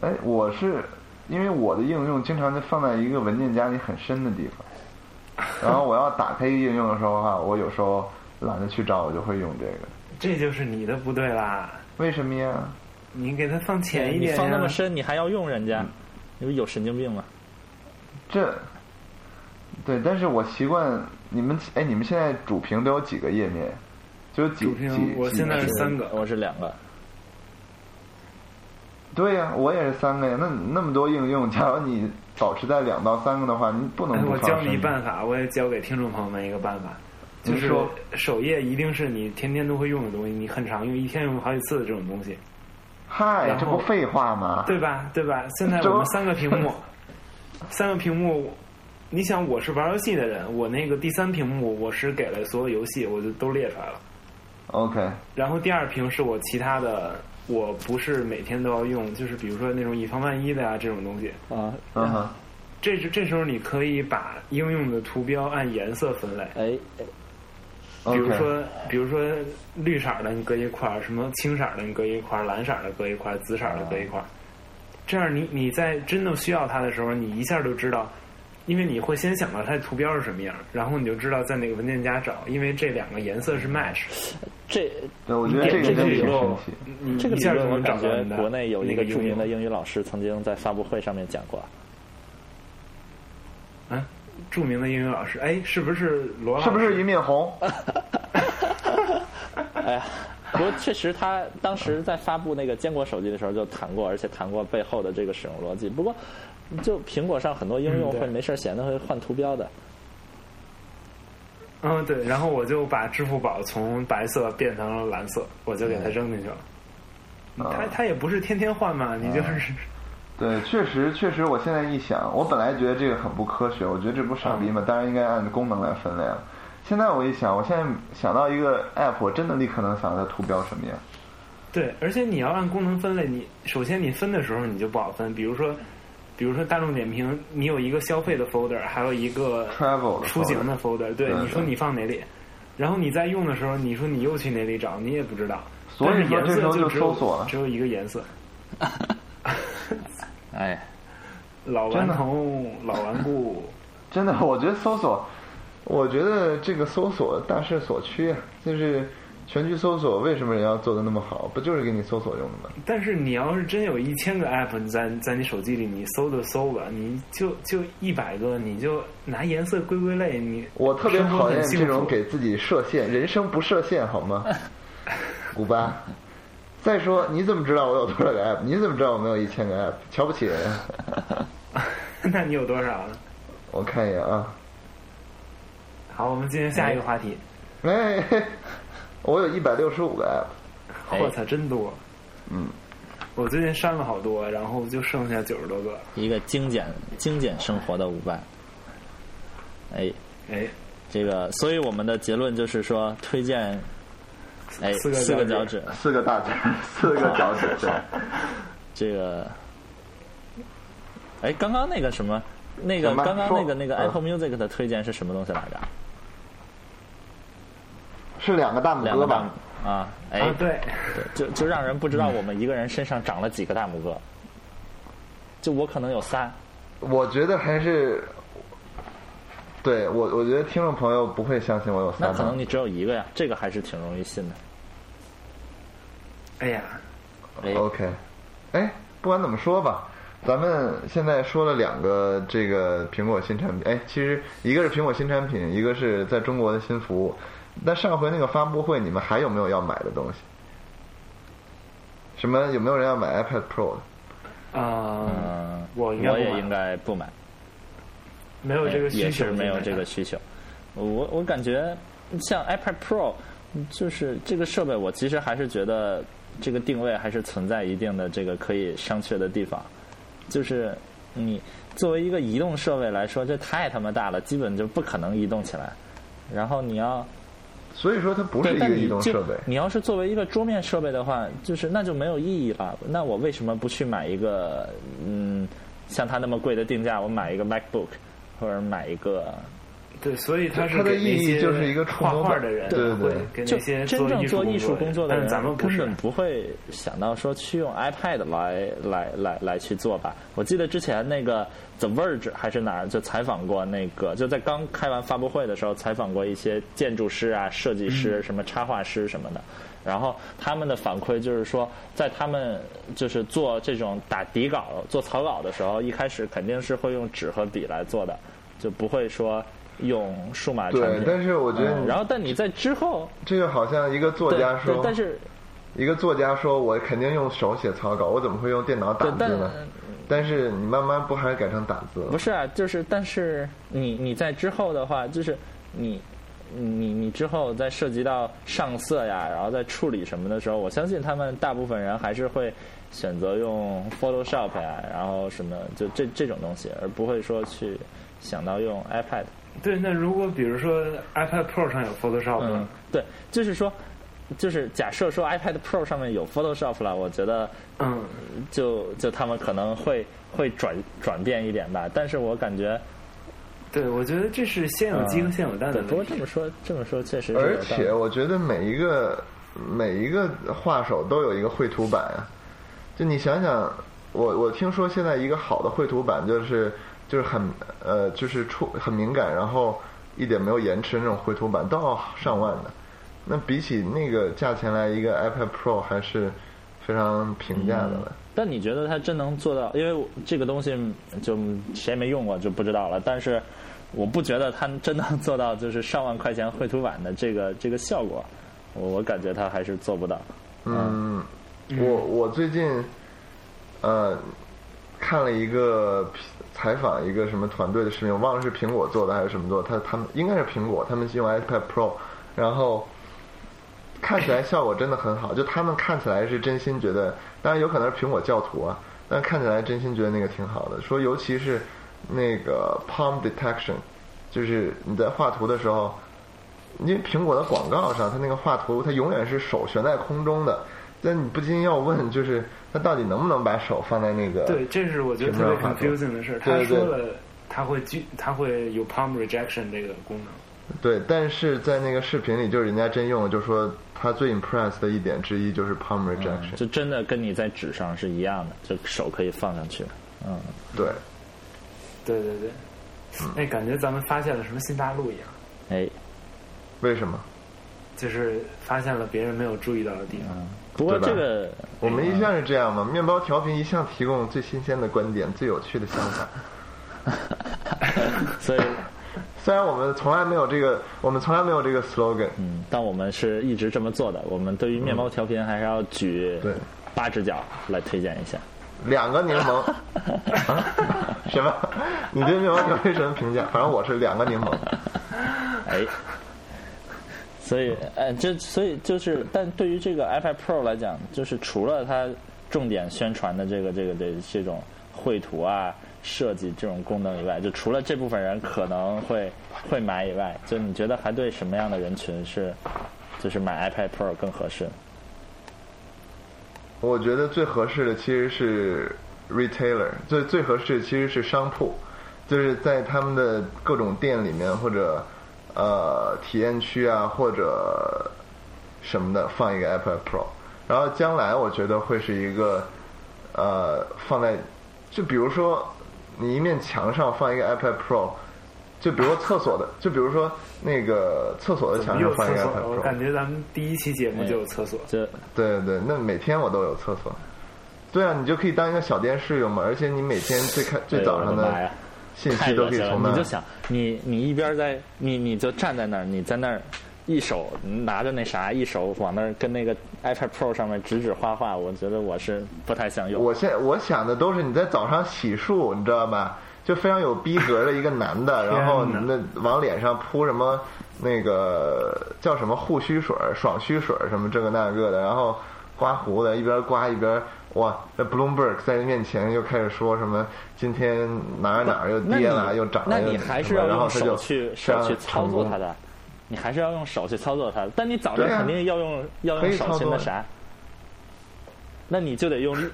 Speaker 1: 哎，我是因为我的应用经常就放在一个文件夹里很深的地方，然后我要打开一个应用的时候哈，我有时候懒得去找，我就会用这个。
Speaker 2: 这就是你的不对啦，
Speaker 1: 为什么呀？
Speaker 2: 你给它放浅一
Speaker 3: 你
Speaker 2: 点、呀嗯
Speaker 3: 放那么深，你还要用人家，你不有神经病吗？
Speaker 1: 这，对，但是我习惯你们哎，你们现在主屏都有几个页面？就有几
Speaker 2: 主
Speaker 1: 几
Speaker 2: 屏
Speaker 1: 几？
Speaker 2: 我现在是三个
Speaker 3: 我是两个，
Speaker 1: 对呀、我也是三个呀。那那么多应用，假如你保持在两到三个的话，你不能
Speaker 2: 哎
Speaker 1: 不
Speaker 2: 我
Speaker 1: 放
Speaker 2: 教你
Speaker 1: 深
Speaker 2: 一办法，我也教给听众朋友们一个办法，就
Speaker 1: 您
Speaker 2: 是
Speaker 1: 说
Speaker 2: 首页一定是你天天都会用的东西，你很常用，一天用好几次的这种东西，
Speaker 1: 嗨，
Speaker 2: 然
Speaker 1: 这
Speaker 2: 后
Speaker 1: 不废话吗？
Speaker 2: 对吧？对吧？现在
Speaker 1: 这
Speaker 2: 我们三个屏幕，三个屏幕，你想我是玩游戏的人，我那个第三屏幕我是给了所有游戏，我就都列出来了。
Speaker 1: OK，
Speaker 2: 然后第二屏是我其他的，我不是每天都要用，就是比如说那种以防万一的啊这种东西。
Speaker 3: 啊，
Speaker 1: 嗯哼，
Speaker 2: 这时这时候你可以把应用的图标按颜色分类，
Speaker 3: 哎，哎
Speaker 2: 啊比如
Speaker 1: OK，
Speaker 2: 说比如说绿色的你搁一块儿，什么青色的你搁一块儿，蓝色的搁一块儿，紫色的搁一块儿。这样你你在真的需要它的时候，你一下就知道，因为你会先想到它的图标是什么样，然后你就知道在哪个文件夹找，因为这两个颜色是 match。
Speaker 3: 这
Speaker 1: 对，我觉得
Speaker 2: 你
Speaker 1: 这
Speaker 2: 点
Speaker 1: 个
Speaker 2: 进
Speaker 1: 真的挺
Speaker 2: 去以
Speaker 1: 神
Speaker 2: 后
Speaker 1: 奇。，
Speaker 2: 你
Speaker 3: 这
Speaker 2: 嗯
Speaker 3: 个
Speaker 2: 一
Speaker 3: 理
Speaker 2: 下就
Speaker 3: 论，我
Speaker 2: 能找
Speaker 3: 感
Speaker 2: 到
Speaker 3: 觉
Speaker 2: 你的
Speaker 3: 国内有
Speaker 2: 那
Speaker 3: 一
Speaker 2: 个
Speaker 3: 著
Speaker 2: 应
Speaker 3: 名
Speaker 2: 用
Speaker 3: 的英语老师曾经在发布会上面讲 过，
Speaker 2: 啊，著名的英语老师，哎，是不是罗老师？
Speaker 1: 是不是俞敏洪？
Speaker 2: 啊
Speaker 3: 哎呀，不过确实他当时在发布那个坚果手机的时候就谈过，而且谈过背后的这个使用逻辑。不过，就苹果上很多应用
Speaker 2: 嗯对
Speaker 3: 会没事儿闲的会换图标的，
Speaker 2: 嗯，对。然后我就把支付宝从白色变成了蓝色，我就给它扔进去了。
Speaker 1: 啊
Speaker 2: 它它也不是天天换嘛，你就是
Speaker 1: 对，确实确实，我现在一想，我本来觉得这个很不科学，我觉得这不傻逼嘛，当然应该按功能来分类了。现在我一想，我现在想到一个 app，我真的立刻能想到它图标什么样。
Speaker 2: 对。而且你要按功能分类，你首先你分的时候你就不好分，比如说。比如说大众点评，你有一个消费的 folder，还有一个
Speaker 1: Travel 的
Speaker 2: 出行的 folder，对，
Speaker 1: 对
Speaker 2: 你说
Speaker 1: 对
Speaker 2: 你放哪里，然后你在用的时候，你说你又去哪里找，你也不知道。
Speaker 1: 所以
Speaker 2: 但是
Speaker 1: 说
Speaker 2: 颜
Speaker 1: 这时
Speaker 2: 色
Speaker 1: 候就
Speaker 2: 只有
Speaker 1: 搜索了
Speaker 2: 只有一个颜色。
Speaker 3: 哎，
Speaker 2: 老顽童，老顽固，
Speaker 1: 真的，我觉得搜索我觉得这个搜索大势所趋啊，就是全局搜索为什么人要做的那么好？不就是给你搜索用的吗？
Speaker 2: 但是你要是真有一千个 app 你在在你手机里，你搜就搜吧，你就就一百个，你就拿颜色归归类，你
Speaker 1: 我特别
Speaker 2: 生活
Speaker 1: 讨
Speaker 2: 很
Speaker 1: 厌
Speaker 2: 幸
Speaker 1: 这种
Speaker 2: 福
Speaker 1: 给自己设限，人生不设限好 吗？古巴。再说，你怎么知道我有多少个 app？你怎么知道我没有一千个 app？瞧不起 人！
Speaker 2: 那你有多少呢？
Speaker 1: 我看一眼啊，
Speaker 2: 好，我们进行下一个话题。
Speaker 1: 哎，嘿我有一百六十五个 app，
Speaker 3: 哎
Speaker 2: 我操，真多！
Speaker 1: 嗯，
Speaker 2: 我最近删了好多，然后就剩下九十多个。
Speaker 3: 一个精简精简生活的舞伴。哎，
Speaker 2: 哎，
Speaker 3: 这个，所以我们的结论就是说，推荐哎
Speaker 2: 四个
Speaker 3: 四个脚
Speaker 2: 脚
Speaker 3: 趾，
Speaker 1: 四个大指， 四个脚趾，对，
Speaker 3: 这个，哎，刚刚那个什么，那个
Speaker 1: 什么
Speaker 3: 刚刚那
Speaker 1: 说
Speaker 3: 个那个
Speaker 1: 嗯
Speaker 3: Apple Music 的推荐是什么东西来着？
Speaker 1: 是两个大拇
Speaker 3: 两
Speaker 1: 哥
Speaker 3: 个
Speaker 1: 吧？
Speaker 3: 大啊，哎，
Speaker 2: 啊，对，
Speaker 3: 对就就让人不知道我们一个人身上长了几个大拇哥。
Speaker 1: 嗯
Speaker 3: 就我可能有仨，
Speaker 1: 我觉得还是，对我，我觉得听众朋友不会相信我有三
Speaker 3: 那
Speaker 1: 个。
Speaker 3: 可能你只有一个呀，这个还是挺容易信的。
Speaker 2: 哎呀，
Speaker 3: 哎，
Speaker 1: OK，哎，不管怎么说吧，咱们现在说了两个这个苹果新产品，哎，其实一个是苹果新产品，一个是在中国的新服务。那上回那个发布会，你们还有没有要买的东西？什么有没有人要买 iPad Pro 的？
Speaker 2: 啊，
Speaker 3: 嗯，
Speaker 2: 我应该不
Speaker 3: 我也
Speaker 2: 买
Speaker 3: 应该不买。
Speaker 2: 没有这个
Speaker 1: 哎
Speaker 2: 需求
Speaker 3: 也是
Speaker 2: 就买它，
Speaker 3: 没有这个需求。我我感觉像 iPad Pro，就是这个设备，我其实还是觉得这个定位还是存在一定的这个可以商榷的地方。就是你作为一个移动设备来说，这太他妈大了，基本就不可能移动起来。然后你要
Speaker 1: 所以说它不是
Speaker 3: 对，
Speaker 1: 一
Speaker 3: 但
Speaker 1: 个
Speaker 3: 你就
Speaker 1: 移动设备。
Speaker 3: 你要是作为一个桌面设备的话，就是那就没有意义了。那我为什么不去买一个嗯，像它那么贵的定价，我买一个 MacBook，或者买一个
Speaker 2: 对，所以它是
Speaker 1: 它的
Speaker 2: 给那
Speaker 1: 意义
Speaker 2: 些
Speaker 1: 就是一个触
Speaker 2: 画
Speaker 1: 摸
Speaker 2: 画
Speaker 1: 板
Speaker 2: 的人，
Speaker 1: 对对对
Speaker 2: 会给
Speaker 3: 就
Speaker 2: 那些
Speaker 3: 真正
Speaker 2: 做
Speaker 3: 做艺术
Speaker 2: 工
Speaker 3: 工
Speaker 2: 作
Speaker 3: 作的
Speaker 2: 但
Speaker 3: 人，
Speaker 2: 是咱们不
Speaker 3: 根
Speaker 2: 是
Speaker 3: 本不会想到说去用 iPad 来来来来去做吧。我记得之前那个 The Verge 还是哪儿就采访过那个，就在刚开完发布会的时候采访过一些建筑师啊、设计
Speaker 2: 嗯
Speaker 3: 师、什么插画师什么的。然后他们的反馈就是说，在他们就是做这种打底稿、做草稿的时候，一开始肯定是会用纸和笔来做的，就不会说用数码产
Speaker 1: 对
Speaker 3: 品，。
Speaker 1: 但是我觉得
Speaker 3: 嗯
Speaker 1: 你
Speaker 3: 然后，但你在之后，
Speaker 1: 这就好像一个作
Speaker 3: 对
Speaker 1: 家
Speaker 3: 对
Speaker 1: 说，
Speaker 3: 但是
Speaker 1: 一个作家说，我肯定用手写草稿，我怎么会用电脑打
Speaker 3: 对，但
Speaker 1: 字呢？但是你慢慢不还是改成打字了
Speaker 3: 不？是啊，就是但是你你在之后的话，就是你你你之后再涉及到上色呀，然后再处理什么的时候，我相信他们大部分人还是会选择用 Photoshop 呀，然后什么就这这种东西，而不会说去想到用 iPad。
Speaker 2: 对。那如果比如说 iPad Pro 上有 Photoshop，
Speaker 3: 嗯
Speaker 2: 呢，
Speaker 3: 对，就是说。就是假设说 iPad Pro 上面有 Photoshop 了，我觉得
Speaker 2: 嗯，
Speaker 3: 就就他们可能会会转转变一点吧，但是我感觉
Speaker 2: 对，我觉得这是先
Speaker 1: 嗯
Speaker 2: 有鸡和先有蛋
Speaker 3: 对，
Speaker 2: 的
Speaker 3: 不过
Speaker 2: 问
Speaker 3: 这
Speaker 2: 题。
Speaker 3: 么说这么说确实是
Speaker 1: 而
Speaker 3: 有道理
Speaker 1: 且我觉得每一个每一个画手都有一个绘图板啊，就你想想，我我听说现在一个好的绘图板就是就是很呃就是触很敏感，然后一点没有延迟那种绘图板都要上万的，那比起那个价钱来，一个 iPad Pro 还是非常平价的了。
Speaker 3: 但你觉得它真能做到？因为我这个东西就谁没用过就不知道了。但是我不觉得它真能做到就是上万块钱绘图板的这个这个效果，我我感觉它还是做不到。
Speaker 1: 嗯，我我最近呃看了一个采访一个什么团队的视频，我忘了是苹果做的还是什么做的，他他们应该是苹果，他们用 iPad Pro，然后看起来效果真的很好，就他们看起来是真心觉得，当然有可能是苹果教徒啊，但看起来真心觉得那个挺好的，说尤其是那个 palm detection，就是你在画图的时候。因为苹果的广告上，它那个画图，它永远是手悬在空中的，但你不禁要问，就是它到底能不能把手放在那个？
Speaker 2: 对，这是我觉得
Speaker 1: 屏
Speaker 2: 特别
Speaker 1: 幕上画图
Speaker 2: confusing 的事儿。他
Speaker 1: 对对
Speaker 2: 说了，他会拒，他会有 palm rejection 这个功能。
Speaker 1: 对但是在那个视频里，就是人家真用了，就说他最 impressed 的一点之一就是 palm
Speaker 3: 嗯
Speaker 1: rejection，、
Speaker 3: 就真的跟你在纸上是一样的，就手可以放上去。嗯，
Speaker 1: 对，嗯
Speaker 2: 哎对对对，那感觉咱们发现了什么新大陆一样。
Speaker 3: 哎，
Speaker 1: 为什么？
Speaker 2: 就是发现了别人没有注意到的地方。
Speaker 1: 嗯
Speaker 3: 不过
Speaker 1: 对吧
Speaker 3: 这个
Speaker 1: 我们一向是这样嘛，面包调频一向提供最新鲜的观点、最有趣的想 法。
Speaker 3: 所以，
Speaker 1: 虽然我们从来没有这个，我们从来没有这个 slogan，
Speaker 3: 嗯，但我们是一直这么做的。我们对于面包调频还是要举
Speaker 1: 对
Speaker 3: 八只脚来推荐一下。
Speaker 1: 两个柠 檬，啊、什么？你对面包调频什么评价？反正我是两个柠檬。
Speaker 3: 哎，所以，呃，这所以就是，但对于这个 iPad Pro 来讲，就是除了它重点宣传的这个这个这这种绘图啊、设计这种功能以外，就除了这部分人可能会会买以外，就你觉得还对什么样的人群是，就是买 iPad Pro 更合适？
Speaker 1: 我觉得最合适的其实是 retailer，最最合适其实是商铺，就是在他们的各种店里面或者呃体验区啊或者什么的放一个 iPad Pro，然后将来我觉得会是一个呃放在就比如说你一面墙上放一个 iPad Pro。就比如说厕所的，就比如说那个厕所的墙
Speaker 2: 又
Speaker 1: 上放
Speaker 2: 有
Speaker 1: 一
Speaker 2: 厕
Speaker 1: 个
Speaker 2: 所
Speaker 1: iPad
Speaker 2: 了，我
Speaker 1: Pro，
Speaker 2: 感觉咱们第一期节目就有 厕所。
Speaker 3: 就
Speaker 1: 对对，那每天我都有厕所。对啊，你就可以当一个小电视用嘛，而且你每天最开最早上
Speaker 3: 哎呦我的妈
Speaker 1: 的
Speaker 3: 呀
Speaker 1: 信
Speaker 3: 太
Speaker 1: 息都
Speaker 3: 恶
Speaker 1: 可以
Speaker 3: 心了！
Speaker 1: 从那
Speaker 3: 你就
Speaker 1: 儿。
Speaker 3: 想，你你一边在你你就站在那儿，你在那儿一手拿着那啥，一手往那儿跟那个 iPad Pro 上面指指画画，我觉得我是不太想用。
Speaker 1: 我现我想的都是你在早上洗漱，你知道吧？就非常有逼格的一个男的，然后
Speaker 2: 天
Speaker 1: 那往脸上铺什么那个叫什么护须水儿、爽须水儿什么这个那个的，然后刮胡子，一边刮一边哇，那 Bloomberg 在面前又开始说什么今天哪儿哪儿又
Speaker 3: 那
Speaker 1: 跌了
Speaker 3: 你
Speaker 1: 又涨
Speaker 3: 那
Speaker 1: 了又
Speaker 3: 你
Speaker 1: 什么
Speaker 3: 还是要
Speaker 1: 然后
Speaker 3: 用
Speaker 1: 他就
Speaker 3: 手去
Speaker 1: 这
Speaker 3: 手
Speaker 1: 样
Speaker 3: 去操作
Speaker 1: 成功
Speaker 3: 它的，你还是要用手去操作它的。但你早上
Speaker 1: 对啊
Speaker 3: 肯定要用、要
Speaker 1: 可
Speaker 3: 用
Speaker 1: 以操
Speaker 3: 手
Speaker 1: 作
Speaker 3: 去那
Speaker 1: 呀
Speaker 3: 啥，那你就得用力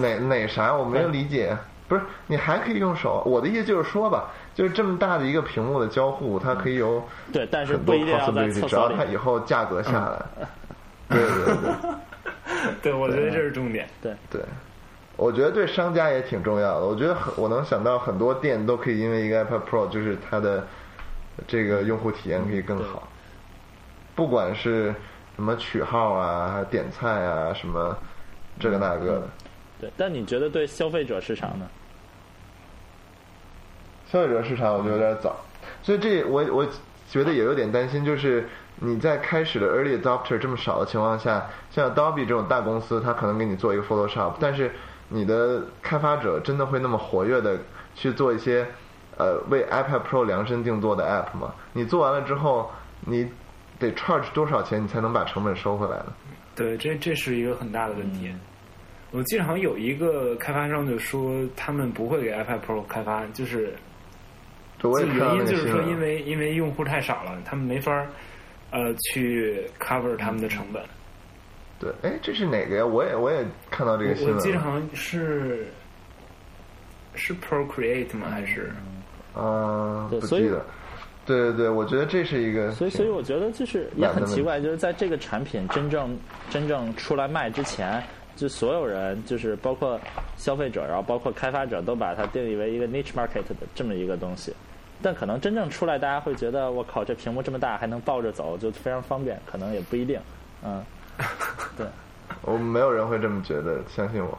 Speaker 1: 哪哪啥？我没有理解。不是，你还可以用手。我的意思就是说吧，就是这么大的一个屏幕的交互，它可以有
Speaker 3: 对，但是
Speaker 1: 很
Speaker 3: 不
Speaker 1: 多
Speaker 3: 一定要在
Speaker 1: possibility，
Speaker 3: 厕
Speaker 1: 只
Speaker 3: 所
Speaker 1: 要
Speaker 3: 里
Speaker 1: 它。以后价格下来。
Speaker 3: 嗯
Speaker 1: 对对对
Speaker 2: 对，我觉得这是重点。
Speaker 3: 对，
Speaker 1: 对，我觉得对商家也挺重要的。我觉得很，我能想到很多店都可以因为一个 iPad Pro，就是它的这个用户体验可以更好，不管是什么取号啊、点菜啊、什么这个那个
Speaker 3: 嗯
Speaker 1: 的。
Speaker 3: 对，但你觉得对消费者市场呢？
Speaker 1: 消费者市场我觉得有点早，所以这我我觉得也有点担心，就是你在开始的 early adopter 这么少的情况下，像 Adobe 这种大公司，它可能给你做一个 Photoshop，但是你的开发者真的会那么活跃的去做一些呃为 iPad Pro 量身定做的 app 吗？你做完了之后，你得 charge 多少钱你才能把成本收回来呢？
Speaker 2: 对，这这是一个很大的问
Speaker 1: 嗯
Speaker 2: 题。我记得好像有一个开发商就说，他们不会给 iPad Pro 开发，就是
Speaker 1: 这我也
Speaker 2: 就
Speaker 1: 看到
Speaker 2: 原
Speaker 1: 那
Speaker 2: 因
Speaker 1: 个
Speaker 2: 就是
Speaker 1: 新
Speaker 2: 说，因
Speaker 1: 闻。
Speaker 2: 为因为用户太少了，他们没法儿呃去 cover 他
Speaker 1: 嗯
Speaker 2: 们的成本。
Speaker 1: 对，哎，这是哪个呀？我也我也看到这
Speaker 2: 我
Speaker 1: 个新
Speaker 2: 我
Speaker 1: 闻
Speaker 2: 记得
Speaker 1: 了。
Speaker 2: 好像是是 Procreate 吗？还是
Speaker 1: 嗯，
Speaker 3: 对
Speaker 1: 不
Speaker 3: 所以
Speaker 1: 记得。对对对，我觉得这是一个挺。
Speaker 3: 所以，所以我觉得就是也很奇怪，就是在这个产品真正真正出来卖之前，就所有人就是包括消费者，然后包括开发者，都把它定义为一个 niche market 的这么一个东西。但可能真正出来，大家会觉得我靠，这屏幕这么大，还能抱着走，就非常方便。可能也不一定，嗯，对，
Speaker 1: 我们没有人会这么觉得，相信我。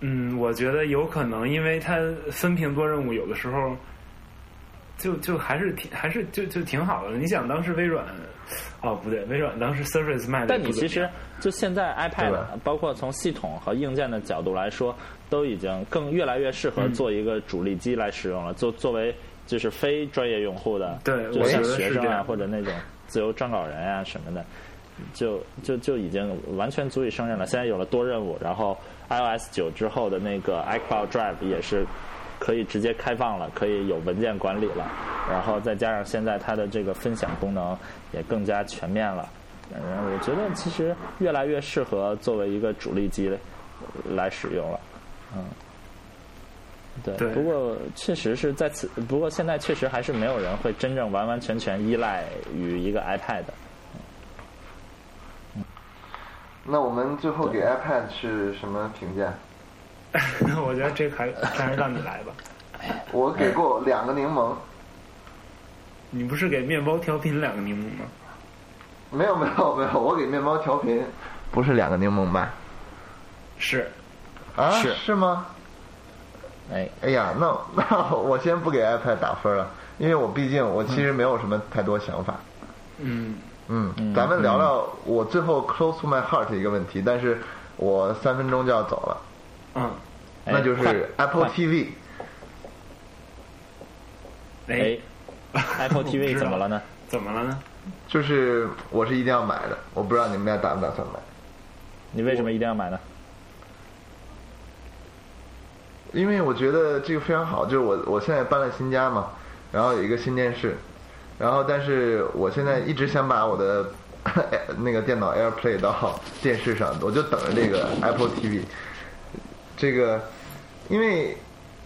Speaker 2: 嗯，我觉得有可能，因为它分屏做任务，有的时候就就还是挺还是就就挺好的。你想当时微软，哦不对，微软当时 Surface 卖的，
Speaker 3: 但你其实就现在 iPad，
Speaker 1: 对吧
Speaker 3: 包括从系统和硬件的角度来说，都已经更越来越适
Speaker 1: 嗯
Speaker 3: 合做一个主力机来使用了，作作为就是非专业用户的，
Speaker 2: 对
Speaker 3: 就
Speaker 2: 我
Speaker 3: 像
Speaker 2: 觉得
Speaker 3: 学
Speaker 2: 是
Speaker 3: 生
Speaker 2: 这
Speaker 3: 啊
Speaker 2: 样
Speaker 3: 或者那种自由撰稿人啊什么的，就就就已经完全足以胜任了。现在有了多任务，然后 iOS 九之后的那个 iCloud Drive 也是可以直接开放了，可以有文件管理了，然后再加上现在它的这个分享功能也更加全面了。嗯，我觉得其实越来越适合作为一个主力机来使用了。对，
Speaker 2: 对
Speaker 3: 不过确实是在此，不过现在确实还是没有人会真正完完全全依赖于一个 iPad 的。
Speaker 1: 那我们最后给 iPad 是什么评价？
Speaker 2: 我觉得
Speaker 1: 哎
Speaker 2: 这个还还是让你来吧。
Speaker 1: 我给过两个柠檬，
Speaker 2: 你不是给面包调频两个柠檬吗？
Speaker 1: 没有没 有没有，我给面包调频，不是两个柠檬吧？
Speaker 2: 是，
Speaker 1: 啊，
Speaker 3: 是
Speaker 1: 吗？
Speaker 3: 哎，
Speaker 1: 哎呀，那那我先不给 iPad 打分了，因为我毕竟我其实没有什么太多想法。
Speaker 2: 嗯，
Speaker 1: 嗯，咱们聊聊我最后 close to my heart 一个问题，但是我三分钟就要走了，
Speaker 2: 嗯，
Speaker 3: 哎
Speaker 1: 那就
Speaker 3: 快
Speaker 1: 是 Apple
Speaker 3: 快
Speaker 1: TV。
Speaker 2: 哎
Speaker 3: 哎，，Apple
Speaker 2: 我不知
Speaker 3: TV
Speaker 2: 道
Speaker 3: 怎么了呢？
Speaker 2: 怎么了呢？
Speaker 1: 就是我是一定要买的，我不知道你们俩打不打算买，
Speaker 3: 你为什么一定要买呢？
Speaker 1: 因为我觉得这个非常好，就是我我现在搬了新家嘛，然后有一个新电视，然后但是我现在一直想把我的 那个电脑 AirPlay 到电视上，我就等着这个 Apple TV，这个因为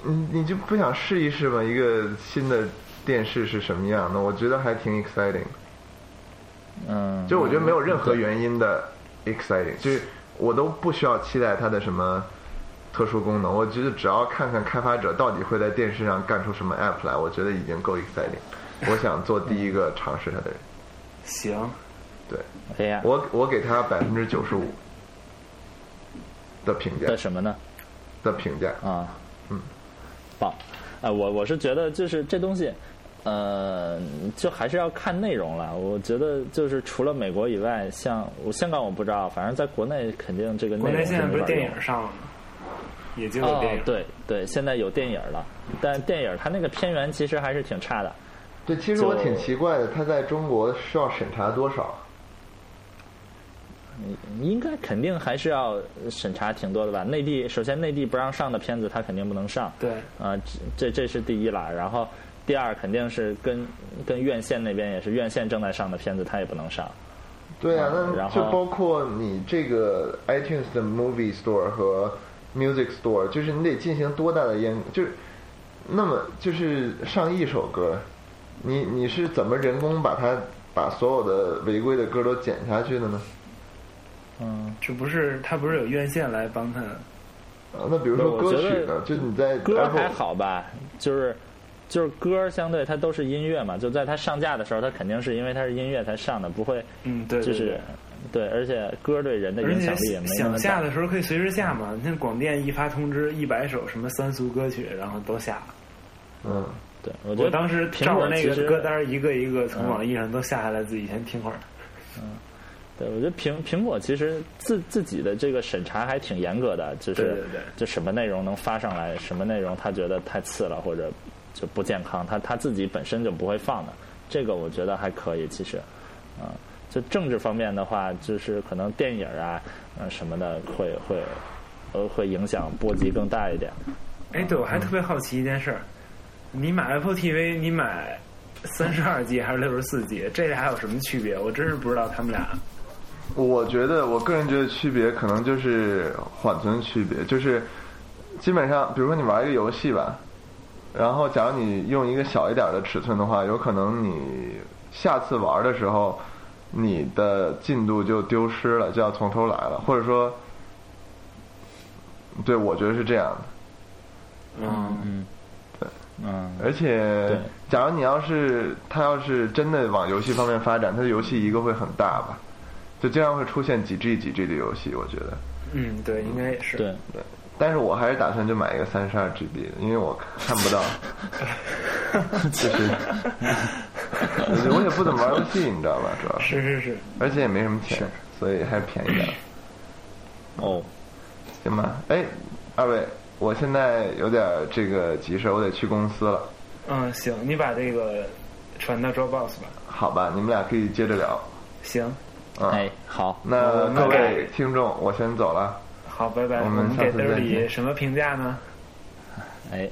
Speaker 1: 你你就不想试一试吗？一个新的电视是什么样的？我觉得还挺 exciting。
Speaker 3: 嗯，
Speaker 1: 就我觉得没有任何原因的 exciting，就是我都不需要期待它的什么特殊功能，我觉得只要看看开发者到底会在电视上干出什么 app 来，我觉得已经够 exciting。我想做第一个尝试它的人，
Speaker 2: 行，
Speaker 1: 对
Speaker 3: 哎呀，
Speaker 1: 我我给他百分之九十五的评价
Speaker 3: 的什么呢？
Speaker 1: 的评价，
Speaker 3: 啊，
Speaker 1: 嗯，
Speaker 3: 棒，呃，我我是觉得就是这东西，呃，就还是要看内容了。我觉得就是除了美国以外，像我香港我不知道，反正在国内肯定这个内
Speaker 2: 国
Speaker 3: 容
Speaker 2: 内现在
Speaker 3: 没
Speaker 2: 不是
Speaker 3: 法
Speaker 2: 电
Speaker 3: 用
Speaker 2: 影上了吗？也就有
Speaker 3: 哦
Speaker 2: 电影，，
Speaker 3: 对对，现在有电影了，但电影它那个片源其实还是挺差的。
Speaker 1: 对，其实我
Speaker 3: 就
Speaker 1: 挺奇怪的，他在中国需要审查多少？
Speaker 3: 你应该肯定还是要审查挺多的吧？内地首先内地不让上的片子，它肯定不能上。
Speaker 2: 对
Speaker 3: 啊、这这是第一啦。然后第二肯定是跟跟院线那边也是院线正在上的片子，它也不能上。
Speaker 1: 对啊，
Speaker 3: 嗯
Speaker 1: 那
Speaker 3: 然后
Speaker 1: 就包括你这个 iTunes 的 Movie Store 和 Music Store，就是你得进行多大的研，就是那么就是上亿首歌，你你是怎么人工把它把所有的违规的歌都剪下去的呢？
Speaker 3: 嗯，
Speaker 2: 这不是他不是有院线来帮他？
Speaker 1: 啊，那比如说
Speaker 3: 不我
Speaker 1: 歌
Speaker 3: 觉
Speaker 1: 曲呢
Speaker 3: 得，
Speaker 1: 就你在
Speaker 3: 歌
Speaker 1: Apple
Speaker 3: 还好吧，就是就是歌相对它都是音乐嘛，就在它上架的时候，它肯定是因为它是音乐才上的，不会
Speaker 2: 嗯，对，
Speaker 3: 就
Speaker 2: 对
Speaker 3: 是
Speaker 2: 对
Speaker 3: 对，而且歌对人的
Speaker 2: 而
Speaker 3: 影
Speaker 2: 且
Speaker 3: 响力也没那
Speaker 2: 想
Speaker 3: 么
Speaker 2: 下
Speaker 3: 大。
Speaker 2: 的时候可以随时下嘛。那广电一发通知，一百首什么三俗歌曲，然后都下了。
Speaker 1: 嗯，
Speaker 3: 对，我觉
Speaker 2: 我
Speaker 3: 得
Speaker 2: 当时
Speaker 3: 苹
Speaker 2: 照
Speaker 3: 果
Speaker 2: 着那
Speaker 3: 其
Speaker 2: 个
Speaker 3: 实嗯
Speaker 2: 歌单一个一个从网易上都下下来，自己先听会儿。
Speaker 3: 对，我觉得苹苹果其实自自己的这个审查还挺严格的，就是
Speaker 2: 对对对
Speaker 3: 就什么内容能发上来，什么内容他觉得太次了或者就不健康，他他自己本身就不会放的。这个我觉得还可以，其实，嗯、就政治方面的话，就是可能电影啊，嗯、什么的会会呃会影响波及更大一点。
Speaker 2: 哎，对，我
Speaker 3: 嗯
Speaker 2: 还特别好奇一件事儿，你买 Apple TV，你买三十二 G 还是六十四 G？这俩有什么区别？我真是不知道他们俩。
Speaker 1: 我觉得我个人觉得区别可能就是缓存区别，就是基本上，比如说你玩一个游戏吧，然后假如你用一个小一点的尺寸的话，有可能你下次玩的时候，你的进度就丢失了，就要从头来了，或者说，对我觉得是这样的。
Speaker 2: 嗯，
Speaker 3: 嗯，
Speaker 1: 对，
Speaker 3: 嗯，
Speaker 1: 而且
Speaker 3: 对，
Speaker 1: 假如你要是他要是真的往游戏方面发展，他的游戏一个会很大吧，就经常会出现几 G 几 G 的游戏，我觉得。
Speaker 2: 嗯，对，应该也是。
Speaker 3: 对，
Speaker 1: 但是我还是打算就买一个三十二 GB 的，因为我看不到， 就是，我也不怎么玩游戏，你知道吧？主要是，
Speaker 2: 是是是，
Speaker 1: 而且也没什么钱，所以还是便宜点儿，
Speaker 3: 哦，
Speaker 1: 行吧？哎，二位，我现在有点儿这个急事儿，我得去公司了，
Speaker 2: 嗯，行，你把这个传到 Dropbox 吧。
Speaker 1: 好吧？你们俩可以接着聊。
Speaker 2: 行，
Speaker 1: 嗯，
Speaker 3: 哎，好，
Speaker 1: 哦那各位
Speaker 2: 拜
Speaker 1: 听众，我先走了，
Speaker 2: 好，拜拜。
Speaker 1: 我
Speaker 2: 我
Speaker 1: 们
Speaker 2: 给
Speaker 1: 下次再
Speaker 2: 德里
Speaker 1: 见
Speaker 2: 什么评价呢？
Speaker 3: 哎，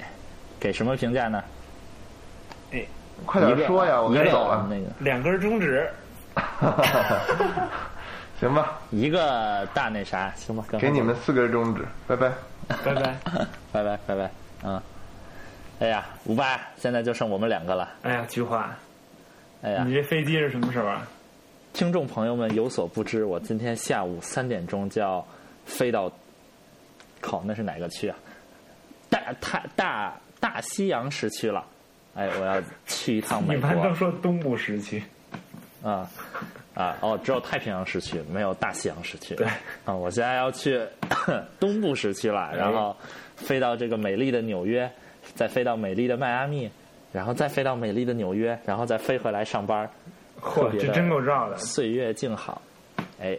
Speaker 3: 给什么评价呢？
Speaker 2: 哎，
Speaker 1: 快点
Speaker 3: 一个
Speaker 1: 说呀，我
Speaker 3: 一
Speaker 1: 该
Speaker 3: 个
Speaker 1: 走了，
Speaker 3: 那个。
Speaker 2: 两根中 指。
Speaker 1: 行吧？
Speaker 3: 一个大那啥，行吧，刚才
Speaker 1: 给你们四根中指，拜拜。
Speaker 2: 拜拜。
Speaker 3: 拜拜拜拜，嗯，哎呀，五八，现在就剩我们两个了，
Speaker 2: 哎呀，菊花，
Speaker 3: 哎呀
Speaker 2: 你，这飞机是什么时候啊？
Speaker 3: 听众朋友们有所不知，我今天下午三点钟就要飞到，靠，那是哪个区啊？大太大大西洋时区了，哎，我要去一趟
Speaker 2: 一
Speaker 3: 美国。
Speaker 2: 般都说东部时区，
Speaker 3: 啊啊哦，只有太平洋时区，没有大西洋时区。
Speaker 2: 对
Speaker 3: 啊，我现在要去 东部时区了，
Speaker 2: 哎
Speaker 3: 然后飞到这个美丽的纽约，再飞到美丽的迈阿密，然后再飞到美丽的纽约，然后再飞回来上班，特
Speaker 2: 嚯，
Speaker 3: 别
Speaker 2: 这
Speaker 3: 的
Speaker 2: 真够绕的。
Speaker 3: 岁月静好。哎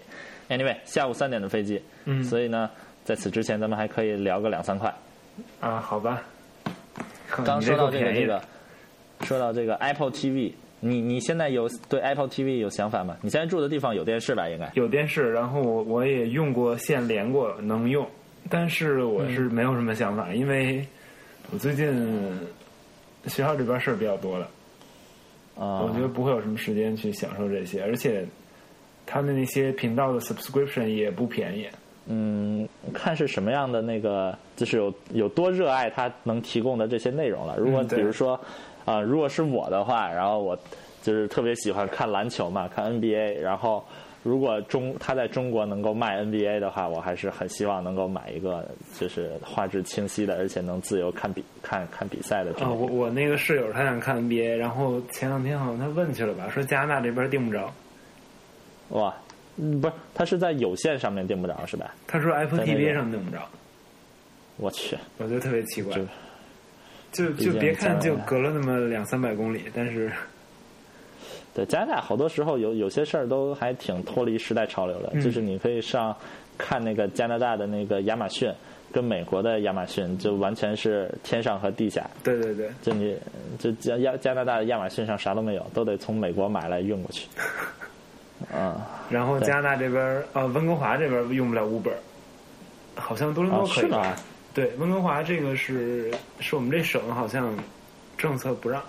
Speaker 3: ，anyway，下午三点的飞机，
Speaker 2: 嗯
Speaker 3: 所以呢，在此之前咱们还可以聊个两三块。
Speaker 2: 啊，好吧。哼
Speaker 3: 刚
Speaker 2: 你
Speaker 3: 说
Speaker 2: 够
Speaker 3: 到这个
Speaker 2: 便宜
Speaker 3: 这个，说到这个 Apple TV，你你现在有对 Apple TV 有想法吗？你现在住的地方有电视吧？应该。
Speaker 2: 有电视，然后我我也用过线连过，能用，但是我是没有什么想法，因为我最近学校这边事儿比较多了，
Speaker 3: 啊，
Speaker 2: 我觉得不会有什么时间去享受这些，而且他们那些频道的 subscription 也不便宜。
Speaker 3: 嗯，看是什么样的那个，就是有有多热爱它能提供的这些内容了。如果
Speaker 2: 嗯对
Speaker 3: 比如说，啊、如果是我的话，然后我就是特别喜欢看篮球嘛，看 NBA，然后。如果中它在中国能够卖 NBA 的话，我还是很希望能够买一个，就是画质清晰的，而且能自由看比看看比赛的这
Speaker 2: 啊、
Speaker 3: 种。
Speaker 2: 我我那个室友他想看 NBA，然后前两天好像他问去了吧，说加拿大这边订不着，
Speaker 3: 哇，嗯不是，它是在有线上面订不着是吧？
Speaker 2: 他说 Apple
Speaker 3: 在那
Speaker 2: TV
Speaker 3: 边
Speaker 2: 上订不着，
Speaker 3: 我去，
Speaker 2: 我觉得特别奇怪
Speaker 3: 这。
Speaker 2: 就
Speaker 3: 毕
Speaker 2: 就
Speaker 3: 竟
Speaker 2: 别看
Speaker 3: 加
Speaker 2: 就
Speaker 3: 拿大
Speaker 2: 隔了那么两三百公里，但是。
Speaker 3: 对，加拿大好多时候有有些事儿都还挺脱离时代潮流的，
Speaker 2: 嗯
Speaker 3: 就是你可以上看那个加拿大的那个亚马逊，跟美国的亚马逊就完全是天上和地下，
Speaker 2: 对对对，
Speaker 3: 就你就加亚加拿大的亚马逊上啥都没有，都得从美国买来运过去。啊、
Speaker 2: 然后
Speaker 3: 对
Speaker 2: 加拿大这边儿呃温哥华这边儿用不了 Uber，好像多伦多
Speaker 3: 哦
Speaker 2: 可
Speaker 3: 是
Speaker 2: 以。
Speaker 3: 吗
Speaker 2: 对，温哥华这个是是我们这省好像政策不让，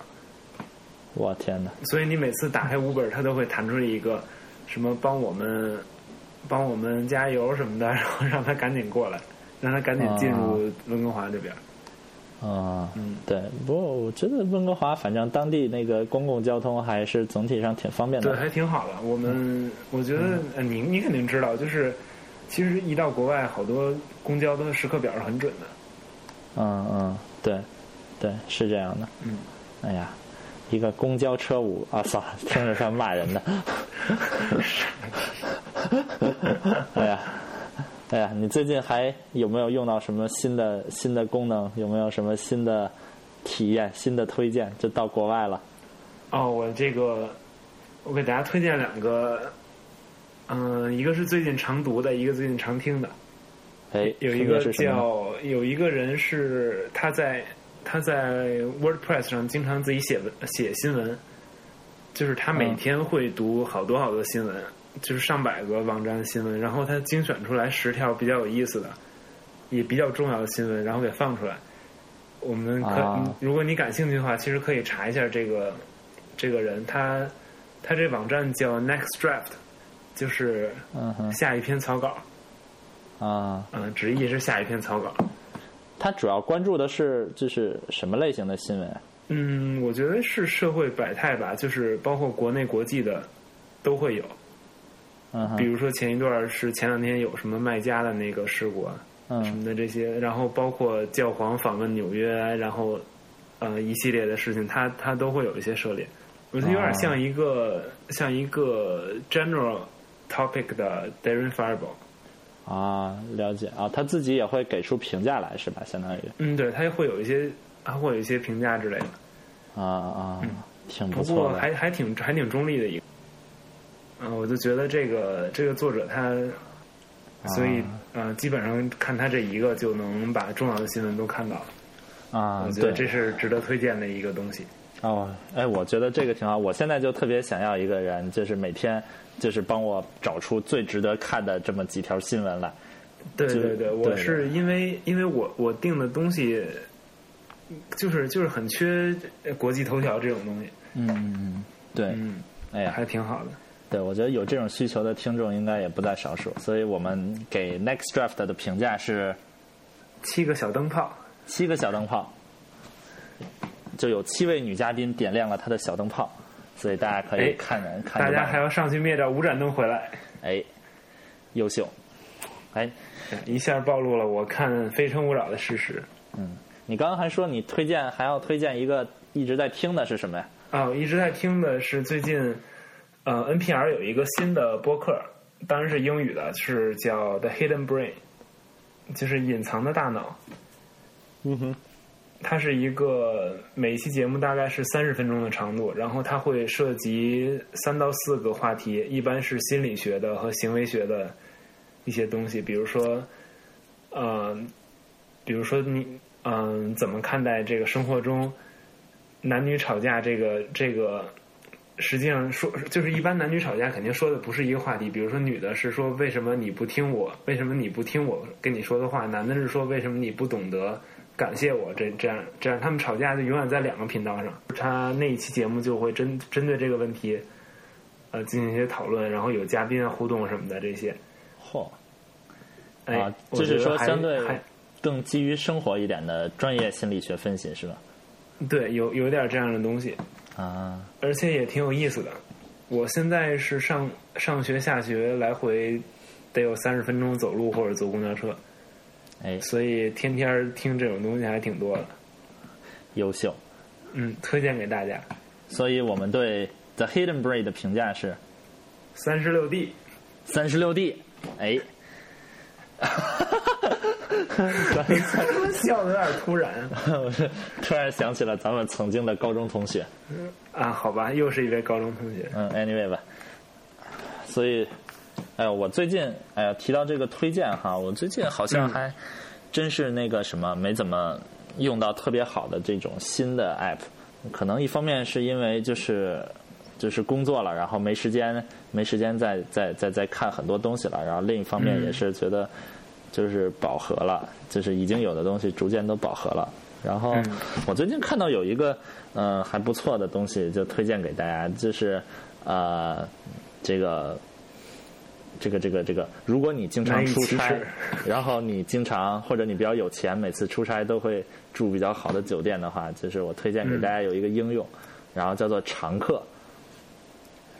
Speaker 3: 我天哪！
Speaker 2: 所以你每次打开
Speaker 3: 嗯
Speaker 2: Uber，它都会弹出一个什么帮我们帮我们加油什么的， 然后让他赶紧过来，让他赶紧进入温哥华这边儿。
Speaker 3: 啊、嗯，对，不过我觉得温哥华反正当地那个公共交通还是总体上挺方便
Speaker 2: 对，
Speaker 3: 的。
Speaker 2: 还挺好的。我
Speaker 3: 嗯
Speaker 2: 们我觉得呃你你肯定知道，就是其实一到国外，好多公交的时刻表是很准的。
Speaker 3: 嗯嗯，对，对，是这样的。
Speaker 2: 嗯，
Speaker 3: 哎呀，一个公交车舞啊，算了，听着像骂人的。 哎呀，哎呀，你最近还有没有用到什么新的新的功能？有没有什么新的体验、新的推荐？就到国外了，
Speaker 2: 哦，我这个，我给大家推荐两个，嗯、一个是最近常读的，一个最近常听的。
Speaker 3: 哎，
Speaker 2: 有一
Speaker 3: 分别
Speaker 2: 个
Speaker 3: 是什么？
Speaker 2: 叫有一个人是他在他在 WordPress 上经常自己写文写新闻，就是他每
Speaker 3: 嗯
Speaker 2: 天会读好多好多新闻，就是上百个网站的新闻，然后他精选出来十条比较有意思的，也比较重要的新闻，然后给放出来。我们可、
Speaker 3: 啊
Speaker 2: 如果你感兴趣的话，其实可以查一下这个这个人，他他这网站叫 Next Draft，就是
Speaker 3: 嗯哼
Speaker 2: 下一篇草稿。
Speaker 3: 啊，
Speaker 2: 嗯，直译是下一篇草稿。
Speaker 3: 他主要关注的是就是什么类型的新闻？啊
Speaker 2: 嗯，我觉得是社会百态吧，就是包括国内国际的都会有。
Speaker 3: 嗯
Speaker 2: 比
Speaker 3: 哼，
Speaker 2: 如说前一段儿是前两天有什么卖家的那个事故啊，什
Speaker 3: 嗯
Speaker 2: 么的这些，然后包括教皇访问纽约，啊然后呃一系列的事情，它它都会有一些涉猎。我觉得有点像一个、像一个 general topic 的 Darren Fireball。
Speaker 3: 啊，了解啊，他自己也会给出评价来是吧？相当于
Speaker 2: 嗯，对，它会有一些还会有一些评价之类的。
Speaker 3: 啊啊，挺
Speaker 2: 嗯
Speaker 3: 不
Speaker 2: 不
Speaker 3: 错
Speaker 2: 过
Speaker 3: 的。
Speaker 2: 还还挺还挺中立的一个。嗯、我就觉得这个这个作者他，
Speaker 3: 啊
Speaker 2: 所以呃，基本上看他这一个就能把重要的新闻都看到了。
Speaker 3: 啊
Speaker 2: 我，觉得
Speaker 3: 对，
Speaker 2: 这是值得推荐的一个东西。
Speaker 3: 哦，哎，我觉得这个挺好。我现在就特别想要一个人，就是每天就是帮我找出最值得看的这么几条新闻来。
Speaker 2: 对
Speaker 3: 就
Speaker 2: 对对，
Speaker 3: 对
Speaker 2: 我
Speaker 3: 对
Speaker 2: 是因为因为我我定的东西，就是就是很缺呃国际头条这种东西。
Speaker 3: 嗯，对，
Speaker 2: 嗯，
Speaker 3: 哎呀，
Speaker 2: 还挺好的。
Speaker 3: 对，我觉得有这种需求的听众应该也不在少数，所以我们给 Next Draft 的评价是
Speaker 2: 七个小灯泡，
Speaker 3: 七个小灯泡，就有七位女嘉宾点亮了她的小灯泡，所以大家可以
Speaker 2: 哎
Speaker 3: 看人、看着
Speaker 2: 大家
Speaker 3: 办
Speaker 2: 还要上去灭掉五盏灯回来。
Speaker 3: 哎，优秀，哎，
Speaker 2: 一下暴露了我看《非诚勿扰》的事实。
Speaker 3: 你刚刚还说你推荐还要推荐一个一直在听的是什么呀？
Speaker 2: 啊，我一直在听的是最近，呃，NPR 有一个新的播客，当然是英语的，是叫《The Hidden Brain》，就是隐藏的大脑。
Speaker 3: 嗯哼，
Speaker 2: 它是一个每一期节目大概是三十分钟的长度，然后它会涉及三到四个话题，一般是心理学的和行为学的一些东西，比如说，呃，比如说你嗯、怎么看待这个生活中男女吵架这个这个？实际上说，就是一般男女吵架肯定说的不是一个话题。比如说，女的是说为什么你不听我，为什么你不听我跟你说的话；男的是说为什么你不懂得感谢我。这这样这样，他们吵架就永远在两个频道上。他那一期节目就会针针对这个问题，呃，进行一些讨论，然后有嘉宾啊互动什么的这些。
Speaker 3: 嚯、
Speaker 2: 哎，
Speaker 3: 啊，
Speaker 2: 我
Speaker 3: 就是
Speaker 2: 觉得
Speaker 3: 说
Speaker 2: 还
Speaker 3: 相对
Speaker 2: 还
Speaker 3: 更基于生活一点的专业心理学分析是吧？
Speaker 2: 对，有有点这样的东西，
Speaker 3: 啊，
Speaker 2: 而且也挺有意思的。我现在是上上学、下学来回得有三十分钟走路或者坐公交车，
Speaker 3: 哎，
Speaker 2: 所以天天儿听这种东西还挺多的。
Speaker 3: 优秀。
Speaker 2: 嗯，推荐给大家。
Speaker 3: 所以我们对 The Hidden Brain 的评价是
Speaker 2: 三十六 D，
Speaker 3: 三十六 D，哎，
Speaker 2: 笑的有点突然
Speaker 3: 我是突然想起了咱们曾经的高中同学，
Speaker 2: 啊。好吧，又是一位高中同学。
Speaker 3: 嗯，anyway 吧。所以，哎呦，我最近，哎呀，提到这个推荐哈，我最近好像
Speaker 2: 嗯
Speaker 3: 还真是那个什么，没怎么用到特别好的这种新的 app。可能一方面是因为就是就是工作了，然后没时间没时间再再再再看很多东西了，然后另一方面
Speaker 2: 嗯
Speaker 3: 也是觉得就是饱和了，就是已经有的东西逐渐都饱和了。然后
Speaker 2: 嗯
Speaker 3: 我最近看到有一个嗯、呃还不错的东西，就推荐给大家，就是呃这个这个这个这个，如果你经常
Speaker 2: 难以
Speaker 3: 出
Speaker 2: 启
Speaker 3: 差
Speaker 2: 齿，
Speaker 3: 然后你经常或者你比较有钱，每次出差都会住比较好的酒店的话，就是我推荐给
Speaker 2: 嗯
Speaker 3: 大家有一个应用，然后叫做常客。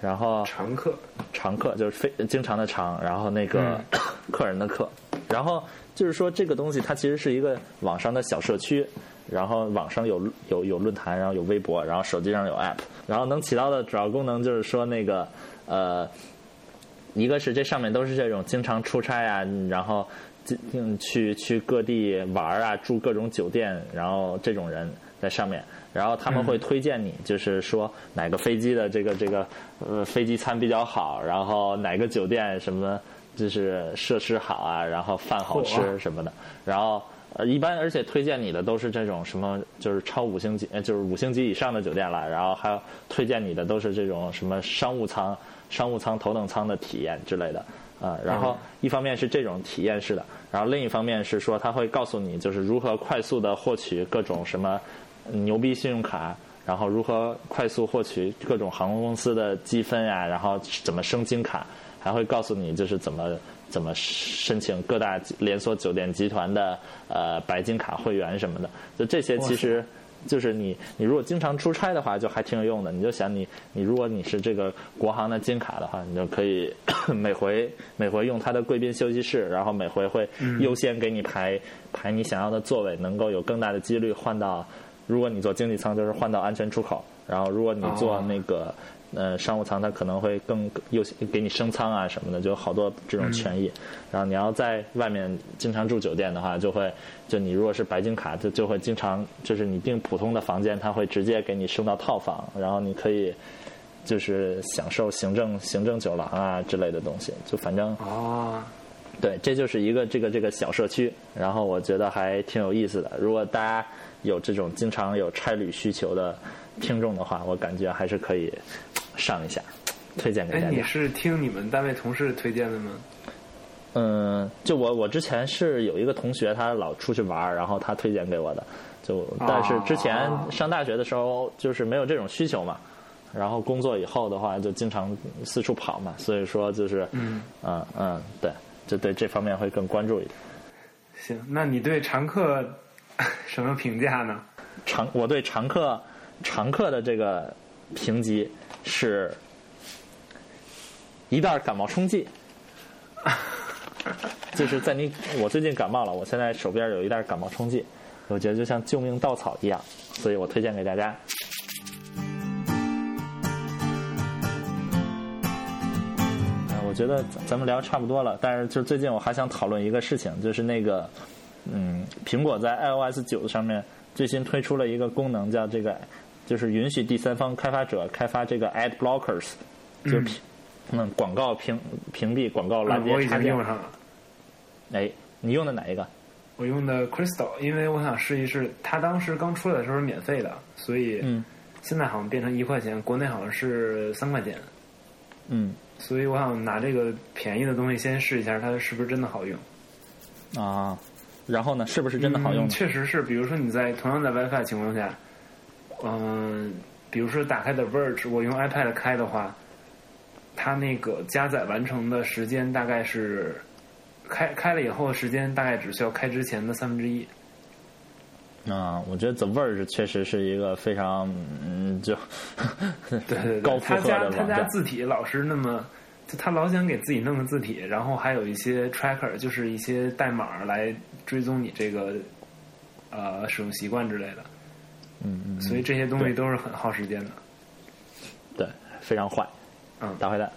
Speaker 3: 然后
Speaker 2: 常客，
Speaker 3: 常客就是非经常的常，然后那个
Speaker 2: 嗯
Speaker 3: 客人的客，然后就是说这个东西它其实是一个网上的小社区，然后网上有有有论坛，然后有微博，然后手机上有 app，然后能起到的主要功能就是说那个呃，一个是这上面都是这种经常出差啊，然后进嗯去去各地玩儿啊，住各种酒店，然后这种人在上面，然后他们会推荐你，就是说哪个飞机的这个这个呃飞机餐比较好，然后哪个酒店什么就是设施好啊，然后饭好吃
Speaker 2: 嚯
Speaker 3: 什么的，然后。呃，一般而且推荐你的都是这种什么，就是超五星级，呃就是五星级以上的酒店了。然后还有推荐你的都是这种什么商务舱、商务舱、头等舱的体验之类的啊、然后
Speaker 2: 嗯
Speaker 3: 一方面是这种体验式的，然后另一方面是说他会告诉你就是如何快速的获取各种什么牛逼信用卡，然后如何快速获取各种航空公司的积分呀、然后怎么升金卡，还会告诉你就是怎么怎么申请各大连锁酒店集团的呃白金卡会员什么的，就这些其实。就是你，你如果经常出差的话，就还挺有用的。你就想你，你如果你是这个国航的金卡的话，你就可以 每回每回用它的贵宾休息室，然后每回会优先给你排、排你想要的座位，能够有更大的几率换到。如果你坐经济舱，就是换到安全出口；然后如果你坐
Speaker 2: 哦
Speaker 3: 那个、呃商务舱，它可能会更优先给你升舱啊什么的，就有好多这种权益。然后你要在外面经常住酒店的话，就会就你如果是白金卡，就就会经常就是你订普通的房间，它会直接给你升到套房，然后你可以就是享受行政行政酒廊啊之类的东西。就反正
Speaker 2: 哦，
Speaker 3: 对，这就是一个这个这个小社区，然后我觉得还挺有意思的。如果大家有这种经常有差旅需求的听众的话，我感觉还是可以上一下，推荐给
Speaker 2: 哎，
Speaker 3: 大家
Speaker 2: 你。是听你们单位同事推荐的吗？
Speaker 3: 嗯，就我我之前是有一个同学，他老出去玩儿，然后他推荐给我的。就
Speaker 2: 啊
Speaker 3: 但是之前
Speaker 2: 哦
Speaker 3: 上大学的时候就是没有这种需求嘛，然后工作以后的话就经常四处跑嘛，所以说就是
Speaker 2: 嗯
Speaker 3: 嗯嗯对，就对这方面会更关注一点。
Speaker 2: 行，那你对常客 什么评价呢？
Speaker 3: 常我对常客常客的这个评级是一袋感冒冲剂，就是在你我最近感冒了，我现在手边有一袋感冒冲剂，我觉得就像救命稻草一样，所以我推荐给大家。啊我觉得咱们聊差不多了，但是就是最近我还想讨论一个事情，就是那个，嗯，苹果在 iOS 九上面最新推出了一个功能，叫这个，就是允许第三方开发者开发这个 ad blockers，就是屏嗯广告屏屏蔽广告拦
Speaker 2: 哎我
Speaker 3: 截
Speaker 2: 已
Speaker 3: 插
Speaker 2: 经
Speaker 3: 件
Speaker 2: 用。上了，
Speaker 3: 哎，你用的哪一个？
Speaker 2: 我用的 Crystal，因为我想试一试，它当时刚出来的时候是免费的，所以
Speaker 3: 嗯
Speaker 2: 现在好像变成一块钱，国内好像是三块钱，
Speaker 3: 嗯
Speaker 2: 所以我想拿这个便宜的东西先试一下，它是不是真的好用。
Speaker 3: 啊，然后呢，是不是真的好
Speaker 2: 嗯
Speaker 3: 用呢？
Speaker 2: 确实是，比如说你在同样在 WiFi 情况下，嗯、比如说打开的 Verge，我用 iPad 开的话，它那个加载完成的时间大概是开开了以后的时间大概只需要开之前的三分之一。
Speaker 3: 啊，我觉得 The Verge 确实是一个非常嗯，就
Speaker 2: 对对对，
Speaker 3: 高负
Speaker 2: 他
Speaker 3: 荷
Speaker 2: 家
Speaker 3: 的
Speaker 2: 他
Speaker 3: 网
Speaker 2: 家
Speaker 3: 站。
Speaker 2: 字体老是那么，就他老想给自己弄个字体，然后还有一些 tracker，就是一些代码来追踪你这个呃使用习惯之类的。
Speaker 3: 嗯嗯，
Speaker 2: 所以这些东
Speaker 3: 对
Speaker 2: 西都是很耗时间的。
Speaker 3: 对，非常坏。
Speaker 2: 嗯
Speaker 3: 大坏 蛋。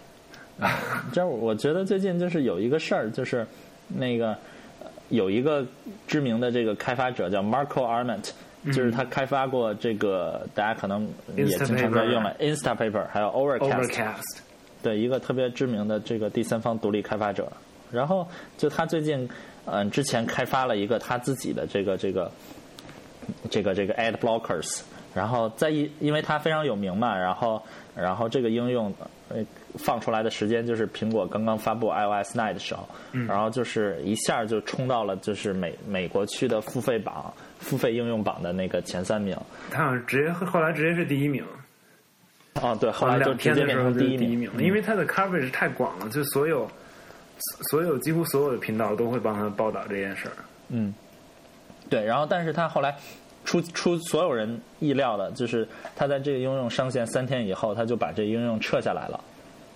Speaker 3: 这儿嗯我觉得最近就是有一个事儿，就是那个呃有一个知名的这个开发者叫 Marco Arment，、就是
Speaker 2: 嗯
Speaker 3: 他开发过这个大家可能也经常在用了 Instapaper，还有
Speaker 2: Overcast，
Speaker 3: 对一个特别知名的这个第三方独立开发者。然后就他最近，嗯、之前开发了一个他自己的这个这个这个这个 ad blockers，然后在一因为它非常有名嘛，然后然后这个应用呃放出来的时间就是苹果刚刚发布 iOS 9的时候，
Speaker 2: 嗯
Speaker 3: 然后就是一下就冲到了就是美美国区的付费榜、付费应用榜的那个前三名。
Speaker 2: 他好像直接后来直接是第一名，
Speaker 3: 哦，对，后来就
Speaker 2: 两
Speaker 3: 直
Speaker 2: 天
Speaker 3: 接
Speaker 2: 的
Speaker 3: 变
Speaker 2: 时候
Speaker 3: 成
Speaker 2: 就是
Speaker 3: 第
Speaker 2: 第
Speaker 3: 一名，嗯
Speaker 2: 名了，因为它的 coverage 太广了，就所有所有几乎所有的频道都会帮他报道这件事儿。
Speaker 3: 嗯，对，然后但是他后来出出所有人意料的，就是他在这个应用上线三天以后，他就把这个应用撤下来了。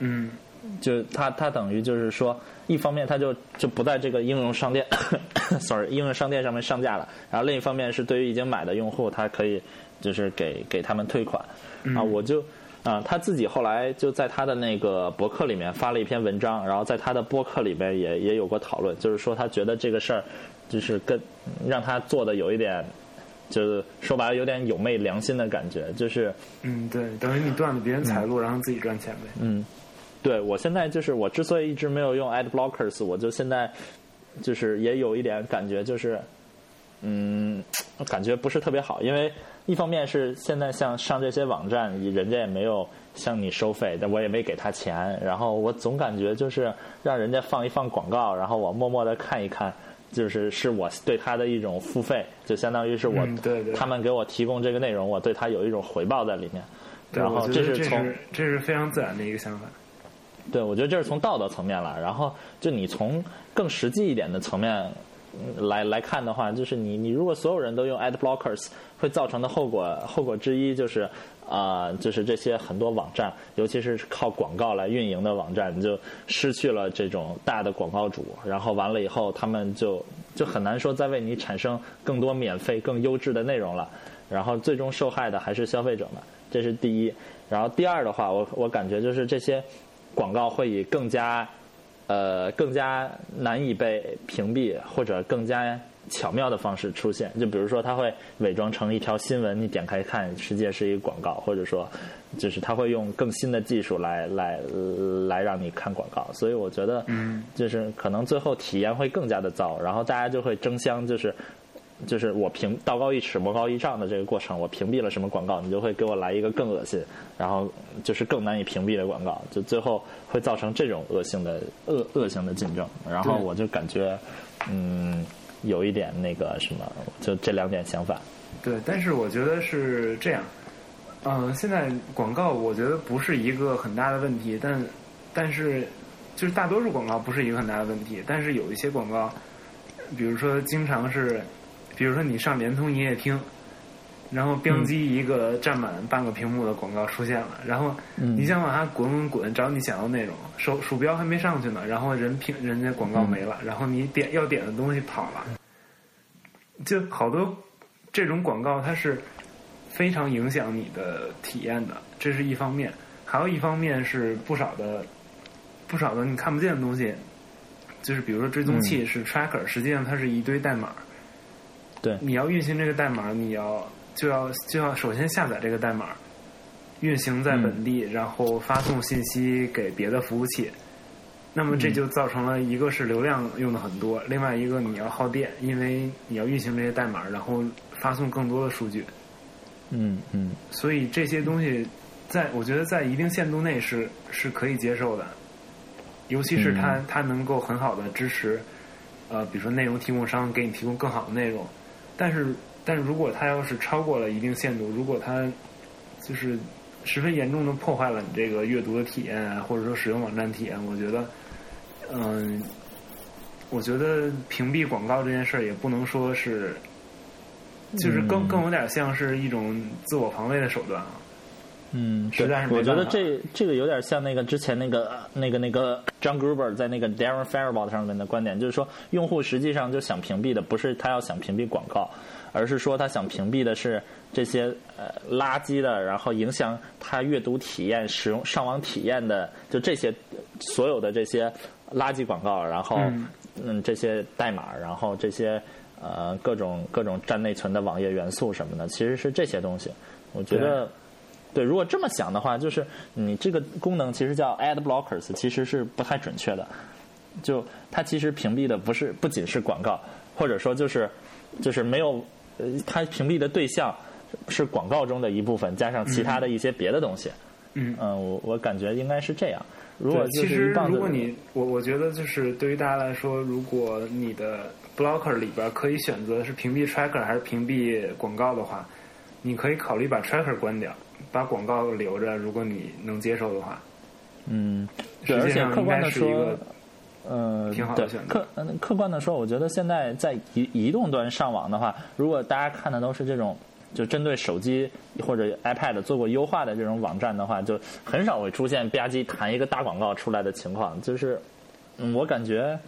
Speaker 2: 嗯，
Speaker 3: 就他他等于就是说，一方面他就就不在这个应用商店 ，sorry，应用商店上面上架了，然后另一方面是对于已经买的用户，他可以就是给给他们退款啊，我就。啊、他自己后来就在他的那个博客里面发了一篇文章，然后在他的播客里面也也有过讨论，就是说他觉得这个事儿，就是跟让他做的有一点，就是说白了有点有昧良心的感觉，就是
Speaker 2: 嗯，对，等于你断了别人财
Speaker 3: 嗯
Speaker 2: 路，然后自己赚钱呗。
Speaker 3: 对我现在就是我之所以一直没有用 ad blockers，我就现在就是也有一点感觉就是，嗯，感觉不是特别好，因为一方面是现在像上这些网站，人家也没有向你收费，但我也没给他钱，然后我总感觉就是让人家放一放广告，然后我默默的看一看。就是是我对他的一种付费，就相当于是我、
Speaker 2: 嗯对对
Speaker 3: 他们给我提供这个内容，我对他有一种回报在里面。
Speaker 2: 对，
Speaker 3: 然
Speaker 2: 我
Speaker 3: 后
Speaker 2: 觉得
Speaker 3: 是
Speaker 2: 这
Speaker 3: 从
Speaker 2: 是这是非常自然的一个想法。
Speaker 3: 对，我觉得这是从道德层面了。然后，就你从更实际一点的层面嗯来来看的话，就是你你如果所有人都用 ad blockers，会造成的后果后果之一就是啊、呃就是这些很多网站，尤其是靠广告来运营的网站，你就失去了这种大的广告主。然后完了以后，他们就就很难说再为你产生更多免费、更优质的内容了。然后最终受害的还是消费者们，这是第一。然后第二的话，我我感觉就是这些广告会以更加呃更加难以被屏蔽或者更加巧妙的方式出现。就比如说，它会伪装成一条新闻，你点开看，实际是一个广告，或者说就是它会用更新的技术来来来让你看广告。所以我觉得，就是可能最后体验会更加的糟，然后大家就会争相就是。就是我屏道高一尺，魔高一丈的这个过程，我屏蔽了什么广告，你就会给我来一个更恶心，然后就是更难以屏蔽的广告，就最后会造成这种恶性的恶恶性的竞争。然后
Speaker 2: 对
Speaker 3: 我就感觉，嗯，有一点那个什么，就这两点想法。
Speaker 2: 对，但是我觉得是这样，嗯、现在广告我觉得不是一个很大的问题，但但是就是大多数广告不是一个很大的问题，但是有一些广告，比如说经常是，比如说你上联通营业厅，然后标机一个占满半个屏幕的广告出现了，然后你想往下滚滚滚找你想要内容，手鼠标还没上去呢，然后人屏人家广告没了，然后你点要点的东西跑了。就好多这种广告它是非常影响你的体验的，这是一方面。还有一方面是不少的不少的你看不见的东西，就是比如说追踪器是 tracker，、实际上它是一堆代码。
Speaker 3: 对
Speaker 2: 你要运行这个代码，你要就要就要首先下载这个代码，运行在本地，然后发送信息给别的服务器。那么这就造成了一个是流量用的很多，另外一个你要耗电，因为你要运行这些代码，然后发送更多的数据。
Speaker 3: 嗯嗯
Speaker 2: 所以这些东西在，我觉得在一定限度内是是可以接受的，尤其是它、它能够很好的支持，呃，比如说内容提供商给你提供更好的内容，但是但是如果它要是超过了一定限度，如果它就是十分严重的破坏了你这个阅读的体验啊，或者说使用网站体验，我觉得，嗯、我觉得屏蔽广告这件事儿也不能说是。就是更更有点像是一种自我防卫的手段啊，
Speaker 3: 嗯，
Speaker 2: 实在是没
Speaker 3: 我觉
Speaker 2: 办
Speaker 3: 得
Speaker 2: 法
Speaker 3: 这这个有点像那个之前那个那个那个 John Gruber 在那个 Darren Faribault 上面的观点，就是说用户实际上就想屏蔽的不是他要想屏蔽广告，而是说他想屏蔽的是这些呃垃圾的，然后影响他阅读体验、使用上网体验的，就这些所有的这些垃圾广告，然后
Speaker 2: 嗯
Speaker 3: 嗯这些代码，然后这些呃各种各种占内存的网页元素什么的，其实是这些东西。我觉得。对，如果这么想的话，就是你这个功能其实叫 ad blockers，其实是不太准确的。就它其实屏蔽的不是不仅是广告，或者说就是就是没有呃，它屏蔽的对象是广告中的一部分，加上其他的一些别的东西。
Speaker 2: 嗯
Speaker 3: 嗯，我我感觉应该是这样。如
Speaker 2: 对，
Speaker 3: 果就
Speaker 2: 其实
Speaker 3: 是一棒子，
Speaker 2: 如果你我我觉得就是对于大家来说，如果你的 blocker 里边可以选择是屏蔽 tracker 还是屏蔽广告的话，你可以考虑把 tracker 关掉，把广告留着。如果你能接受的话，
Speaker 3: 嗯，
Speaker 2: 实
Speaker 3: 对，而
Speaker 2: 际
Speaker 3: 且
Speaker 2: 上
Speaker 3: 客
Speaker 2: 应
Speaker 3: 观
Speaker 2: 该
Speaker 3: 的
Speaker 2: 是一
Speaker 3: 说
Speaker 2: 个，
Speaker 3: 嗯，
Speaker 2: 挺好的
Speaker 3: 对
Speaker 2: 选择
Speaker 3: 客嗯客观的说，我觉得现在在移移动端上网的话，如果大家看的都是这种就针对手机或者 iPad 做过优化的这种网站的话，就很少会出现吧唧弹一个大广告出来的情况。就是，嗯，我感觉，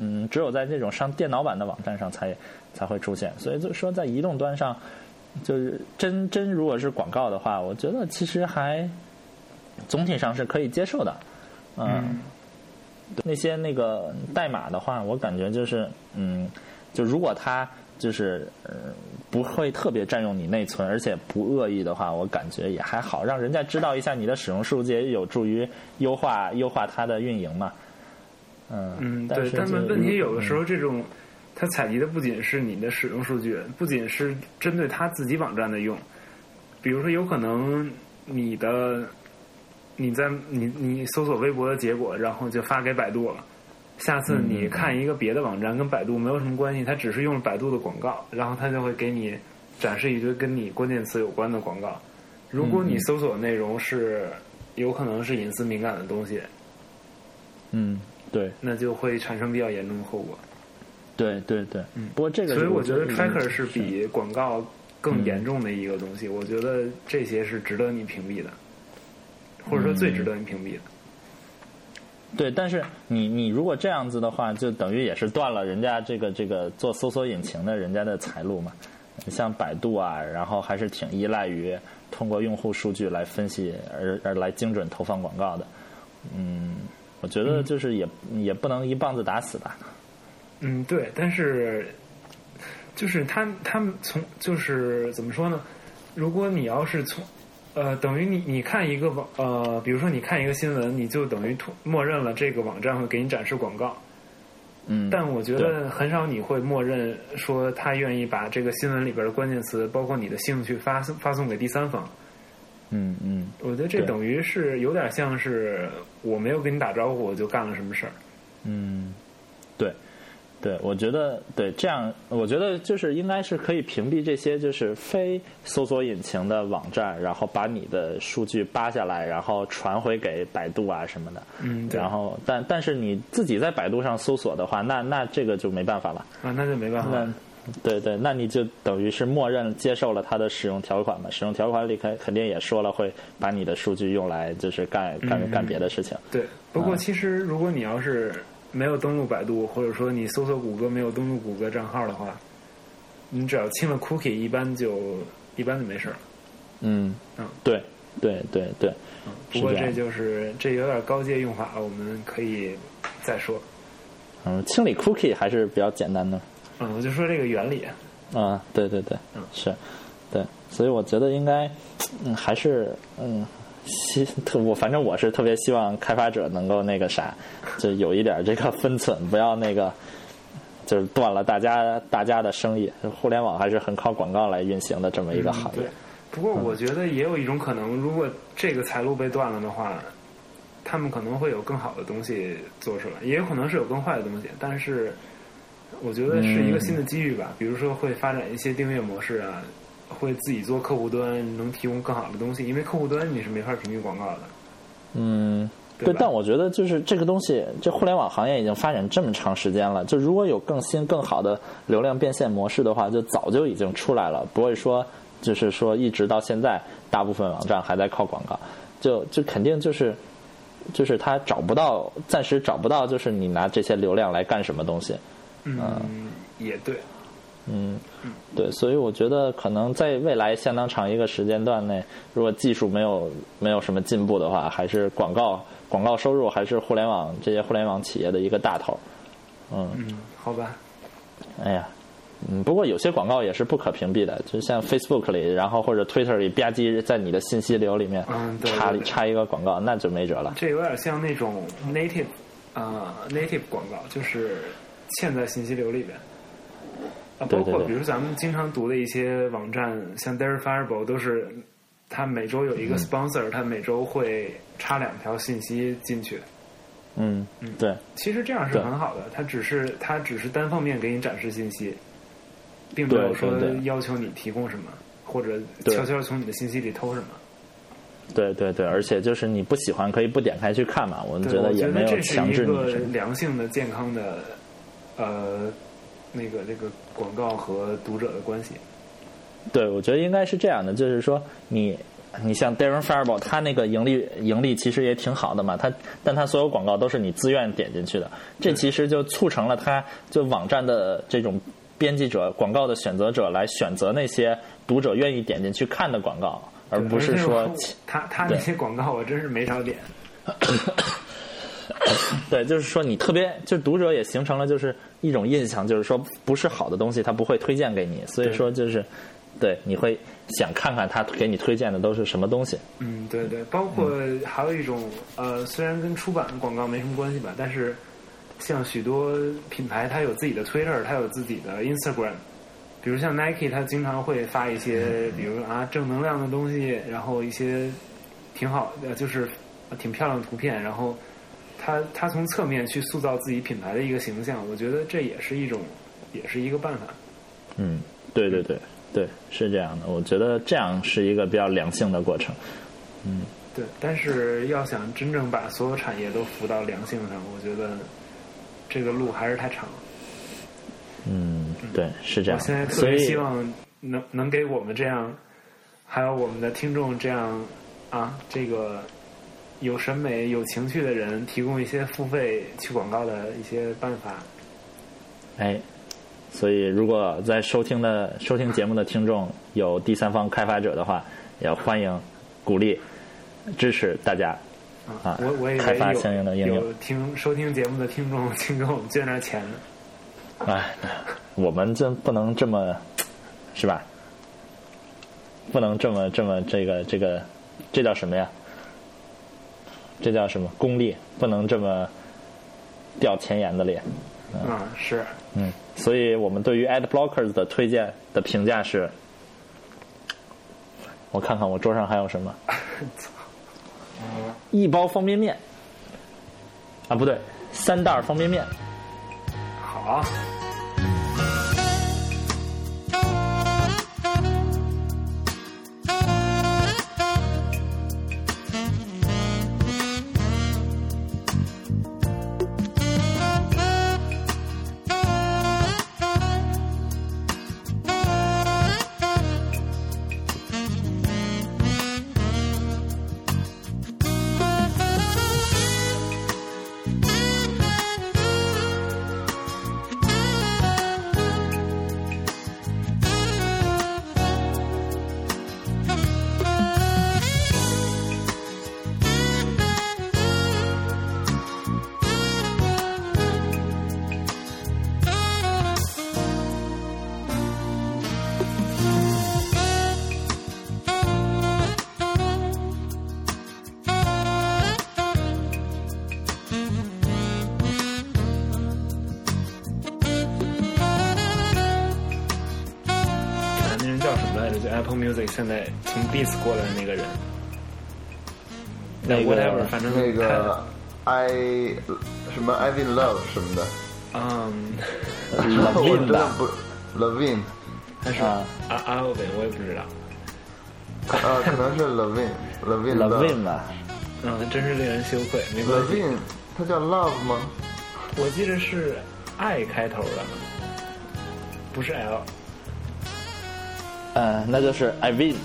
Speaker 3: 嗯，只有在这种上电脑版的网站上才才会出现。所以就说在移动端上，就是真真如果是广告的话，我觉得其实还总体上是可以接受的。嗯
Speaker 2: 嗯，
Speaker 3: 那些那个代码的话，我感觉就是，嗯，就如果它就是呃不会特别占用你内存，而且不恶意的话，我感觉也还好，让人家知道一下你的使用数据，也有助于优化优化它的运营嘛。嗯
Speaker 2: 嗯，
Speaker 3: 但
Speaker 2: 对
Speaker 3: 是，
Speaker 2: 但
Speaker 3: 就
Speaker 2: 问题有的时候这种。它采集的不仅是你的使用数据，不仅是针对它自己网站的用，比如说有可能你的你在你你搜索微博的结果，然后就发给百度了。下次你看一个别的网站跟百度没有什么关系，它只是用了百度的广告，然后它就会给你展示一堆跟你关键词有关的广告。如果你搜索的内容是有可能是隐私敏感的东西，
Speaker 3: 嗯，对
Speaker 2: 那就会产生比较严重的后果。
Speaker 3: 对对对，不过这个
Speaker 2: 所以
Speaker 3: 是
Speaker 2: 我觉得
Speaker 3: 嗯
Speaker 2: tracker 是比广告更严重的一个东西。我觉得这些是值得你屏蔽的，或者说最值得你屏蔽的。
Speaker 3: 对，但是你你如果这样子的话，就等于也是断了人家这个这个做搜索引擎的人家的财路嘛。像百度啊，然后还是挺依赖于通过用户数据来分析而而来精准投放广告的。嗯，我觉得就是也、也不能一棒子打死吧。
Speaker 2: 嗯，对，但是就是他他们从就是怎么说呢？如果你要是从呃，等于你你看一个网呃，比如说你看一个新闻，你就等于突默认了这个网站会给你展示广告。
Speaker 3: 嗯，
Speaker 2: 但我觉得很少你会默认说他愿意把这个新闻里边的关键词，包括你的兴趣发送发送给第三方。
Speaker 3: 嗯嗯，
Speaker 2: 我觉得这
Speaker 3: 对
Speaker 2: 等于是有点像是我没有跟你打招呼，我就干了什么事儿。
Speaker 3: 嗯，对，对，我觉得对这样，我觉得就是应该是可以屏蔽这些就是非搜索引擎的网站，然后把你的数据扒下来，然后传回给百度啊什么的。
Speaker 2: 嗯对
Speaker 3: 然后，但但是你自己在百度上搜索的话，那那这个就没办法了。
Speaker 2: 啊，那就没办法了
Speaker 3: 那。对对，那你就等于是默认接受了它的使用条款嘛？使用条款里肯肯定也说了，会把你的数据用来就是干
Speaker 2: 嗯
Speaker 3: 干干别的事情。
Speaker 2: 对，不
Speaker 3: 嗯
Speaker 2: 过其实如果你要是没有登录百度，或者说你搜索谷歌没有登录谷歌账号的话，你只要清了 cookie，一般就一般就没事儿。
Speaker 3: 嗯
Speaker 2: 嗯，
Speaker 3: 对对对对，
Speaker 2: 不过
Speaker 3: 是这
Speaker 2: 这
Speaker 3: 样
Speaker 2: 就是这有点高阶用法了，我们可以再说。
Speaker 3: 嗯，清理 cookie 还是比较简单的。
Speaker 2: 嗯，我就说这个原理。
Speaker 3: 啊，对对对
Speaker 2: 嗯，
Speaker 3: 是，对，所以我觉得应该，嗯，还是嗯，希特我反正我是特别希望开发者能够那个啥，就有一点这个分寸，不要那个就是断了大家大家的生意。互联网还是很靠广告来运行的这么一个行
Speaker 2: 嗯
Speaker 3: 业嗯
Speaker 2: 对。不过我觉得也有一种可能，如果这个财路被断了的话，他们可能会有更好的东西做出来，也有可能是有更坏的东西。但是我觉得是一个新
Speaker 3: 嗯
Speaker 2: 的机遇吧，比如说会发展一些订阅模式啊，会自己做客户端，能提供更好的东西，因为客户端你是没法屏蔽广告的。
Speaker 3: 嗯，
Speaker 2: 对
Speaker 3: 对，
Speaker 2: 吧
Speaker 3: 但我觉得就是这个东西，这互联网行业已经发展这么长时间了，就如果有更新更好的流量变现模式的话，就早就已经出来了，不会说就是说一直到现在，大部分网站还在靠广告，就就肯定就是就是他找不到，暂时找不到，就是你拿这些流量来干什么东西，啊
Speaker 2: 嗯，也对。
Speaker 3: 嗯，对，所以我觉得可能在未来相当长一个时间段内，如果技术没有没有什么进步的话，还是广告广告收入还是互联网这些互联网企业的一个大头。嗯，
Speaker 2: 嗯，好吧。
Speaker 3: 哎呀，嗯，不过有些广告也是不可屏蔽的，就像 Facebook 里，然后或者 Twitter 里吧唧在你的信息流里面
Speaker 2: 嗯对
Speaker 3: 插
Speaker 2: 对对
Speaker 3: 插一个广告，那就没辙了。
Speaker 2: 这有点像那种 native 啊、native 广告，就是嵌在信息流里边。啊，
Speaker 3: 对
Speaker 2: 包括
Speaker 3: 对对
Speaker 2: 比如咱们经常读的一些网站，像 Verifiable 都是，它每周有
Speaker 3: 嗯
Speaker 2: 一个 sponsor，、它每周会插两条信息进去。
Speaker 3: 嗯，对，
Speaker 2: 其实这样是
Speaker 3: 对
Speaker 2: 很好的，它只是它只是单方面给你展示信息，并没有
Speaker 3: 对
Speaker 2: 说
Speaker 3: 对对
Speaker 2: 要求你提供什么，或者
Speaker 3: 对
Speaker 2: 悄悄从你的信息里偷什么。
Speaker 3: 对对对，而且就是你不喜欢可以不点开去看嘛，我们
Speaker 2: 对，
Speaker 3: 觉
Speaker 2: 我
Speaker 3: 得也
Speaker 2: 觉
Speaker 3: 没
Speaker 2: 得这
Speaker 3: 有
Speaker 2: 是
Speaker 3: 强
Speaker 2: 一
Speaker 3: 制你
Speaker 2: 个
Speaker 3: 什么。
Speaker 2: 良性的、健康的，呃，那个那个广告和读者的关系。
Speaker 3: 对，我觉得应该是这样的，就是说你。你像 Darren Farber，他那个盈利盈利其实也挺好的嘛，他但他所有广告都是你自愿点进去的，这其实就促成了他就网站的这种编辑者、广告的选择者来选择那些读者愿意点进去看的广告，而
Speaker 2: 对
Speaker 3: 不是
Speaker 2: 而且
Speaker 3: 说
Speaker 2: 我他他那
Speaker 3: 对
Speaker 2: 些广告，我真是没少点。
Speaker 3: 对，就是说你特别，就读者也形成了就是一种印象，就是说不是好的东西，他不会推荐给你，所以
Speaker 2: 对
Speaker 3: 说就是对你会想看看他给你推荐的都是什么东西。
Speaker 2: 嗯，对对，包括还有一种呃，虽然跟出版广告没什么关系吧，但是像许多品牌，它有自己的 Twitter，它有自己的 Instagram。比如像 Nike，它经常会发一些，比如啊正能量的东西，然后一些挺好的，就是挺漂亮的图片，然后它它从侧面去塑造自己品牌的一个形象，我觉得这也是一种，也是一个办法。
Speaker 3: 嗯，对对对对，是这样的。我觉得这样是一个比较良性的过程。
Speaker 2: 对，但是要想真正把所有产业都扶到良性上，我觉得这个路还是太长了。
Speaker 3: 嗯，对，是这
Speaker 2: 我
Speaker 3: 样
Speaker 2: 现在
Speaker 3: 的。
Speaker 2: 特
Speaker 3: 所
Speaker 2: 别
Speaker 3: 以，
Speaker 2: 希望能能给我们这样，还有我们的听众这样啊，这个有审美、有情趣的人提供一些付费去广告的一些办法。
Speaker 3: 哎，所以如果在收听的收听节目的听众有第三方开发者的话，也欢迎鼓励支持大家。
Speaker 2: 啊
Speaker 3: 啊，
Speaker 2: 我我以
Speaker 3: 开
Speaker 2: 为
Speaker 3: 发相应的应
Speaker 2: 有
Speaker 3: 用
Speaker 2: 有听收听节目的听众， 请给我们捐点钱呢。
Speaker 3: 哎，我们这不能这么，是吧？不能这么这么这个这个，这叫什么呀？这叫什么功利？不能这么掉钱眼子里。
Speaker 2: 啊，是，
Speaker 3: 嗯，所以我们对于 ad blockers 的推荐的评价是，我看看我桌上还有什么， 一包方便面，啊不对，三袋儿方便面。
Speaker 2: 好，
Speaker 5: Thank you.
Speaker 2: Music 现在从 Beats 过来的那个人，
Speaker 3: 那个
Speaker 2: whatever，反正
Speaker 1: 那
Speaker 2: 他
Speaker 1: 个 I 什么 I v i n Love 什么的，
Speaker 2: 嗯，
Speaker 1: 我真
Speaker 3: Levine
Speaker 1: 的
Speaker 3: 吧，
Speaker 1: 不 Levine
Speaker 2: 还是
Speaker 3: 啊
Speaker 2: 阿阿奥本，我也不知道，
Speaker 1: 啊，可能是 Levine Levine
Speaker 3: ，Levine 吧，
Speaker 2: 嗯，真是令人羞愧，没关系，
Speaker 1: Love，Levine 他叫 Love 吗？
Speaker 2: 我记得是 I 开头的，不是 L，
Speaker 3: 嗯，那就是 Ivin，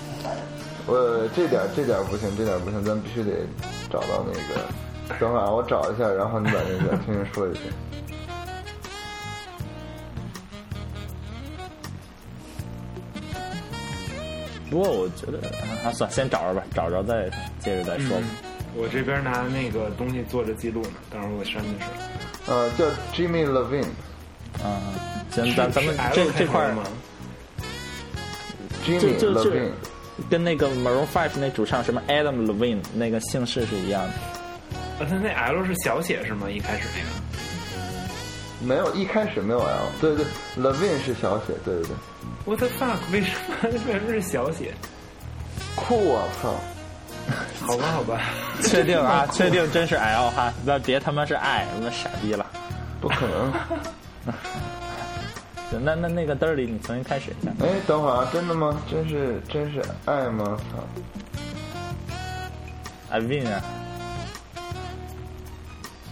Speaker 1: 我呃这点这点不行，这点不行，咱必须得找到那个。等会儿啊我找一下，然后你把那个听人说一下。
Speaker 3: 不过我觉得啊，算先找着吧，找着再接着再说吧。
Speaker 2: 我这边拿那个东西做着记录呢，等会儿我删就是了。
Speaker 1: 呃，叫 Jimmy Levine，
Speaker 3: 嗯，行，咱咱们
Speaker 2: 是是 L
Speaker 3: 这
Speaker 2: 开
Speaker 3: 这
Speaker 2: 头
Speaker 3: 块儿
Speaker 2: 吗？
Speaker 1: Jimmy
Speaker 3: 就就
Speaker 1: Levine，
Speaker 3: 跟那个 Maroon Five 那主唱什么 Adam Levine 那个姓氏是一样的。
Speaker 2: 啊，他那 L 是小写是吗？一开始那个。
Speaker 1: 没有一开始没有 L，对对，Levine 是小写，对对对，
Speaker 2: What the fuck？为什么为什么是小写？
Speaker 1: 酷啊，操！
Speaker 2: 好吧，好吧，
Speaker 3: 确定啊？确定真是 L 哈？那别他妈是 I，他妈傻逼了。
Speaker 1: 不可能！
Speaker 3: 行那那那个嘚儿里，你重新开始一下。
Speaker 1: 哎，等会儿啊，真的吗？真是真是爱吗？操！
Speaker 3: i v i n 啊，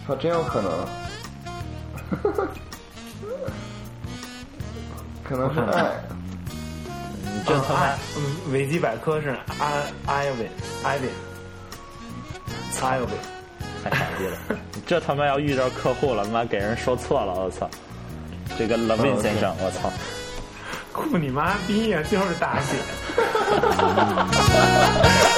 Speaker 1: 操，真有可能， 可能是爱。
Speaker 3: 你这他妈、
Speaker 2: 嗯，维基百科是 I Ivan Ivan Ivan，
Speaker 3: 太傻逼了！ 你这他妈要遇着客户了，妈给人说错了，我操！这个 Levin 先生，我操！
Speaker 2: 啊酷你妈逼呀、就是大写。哦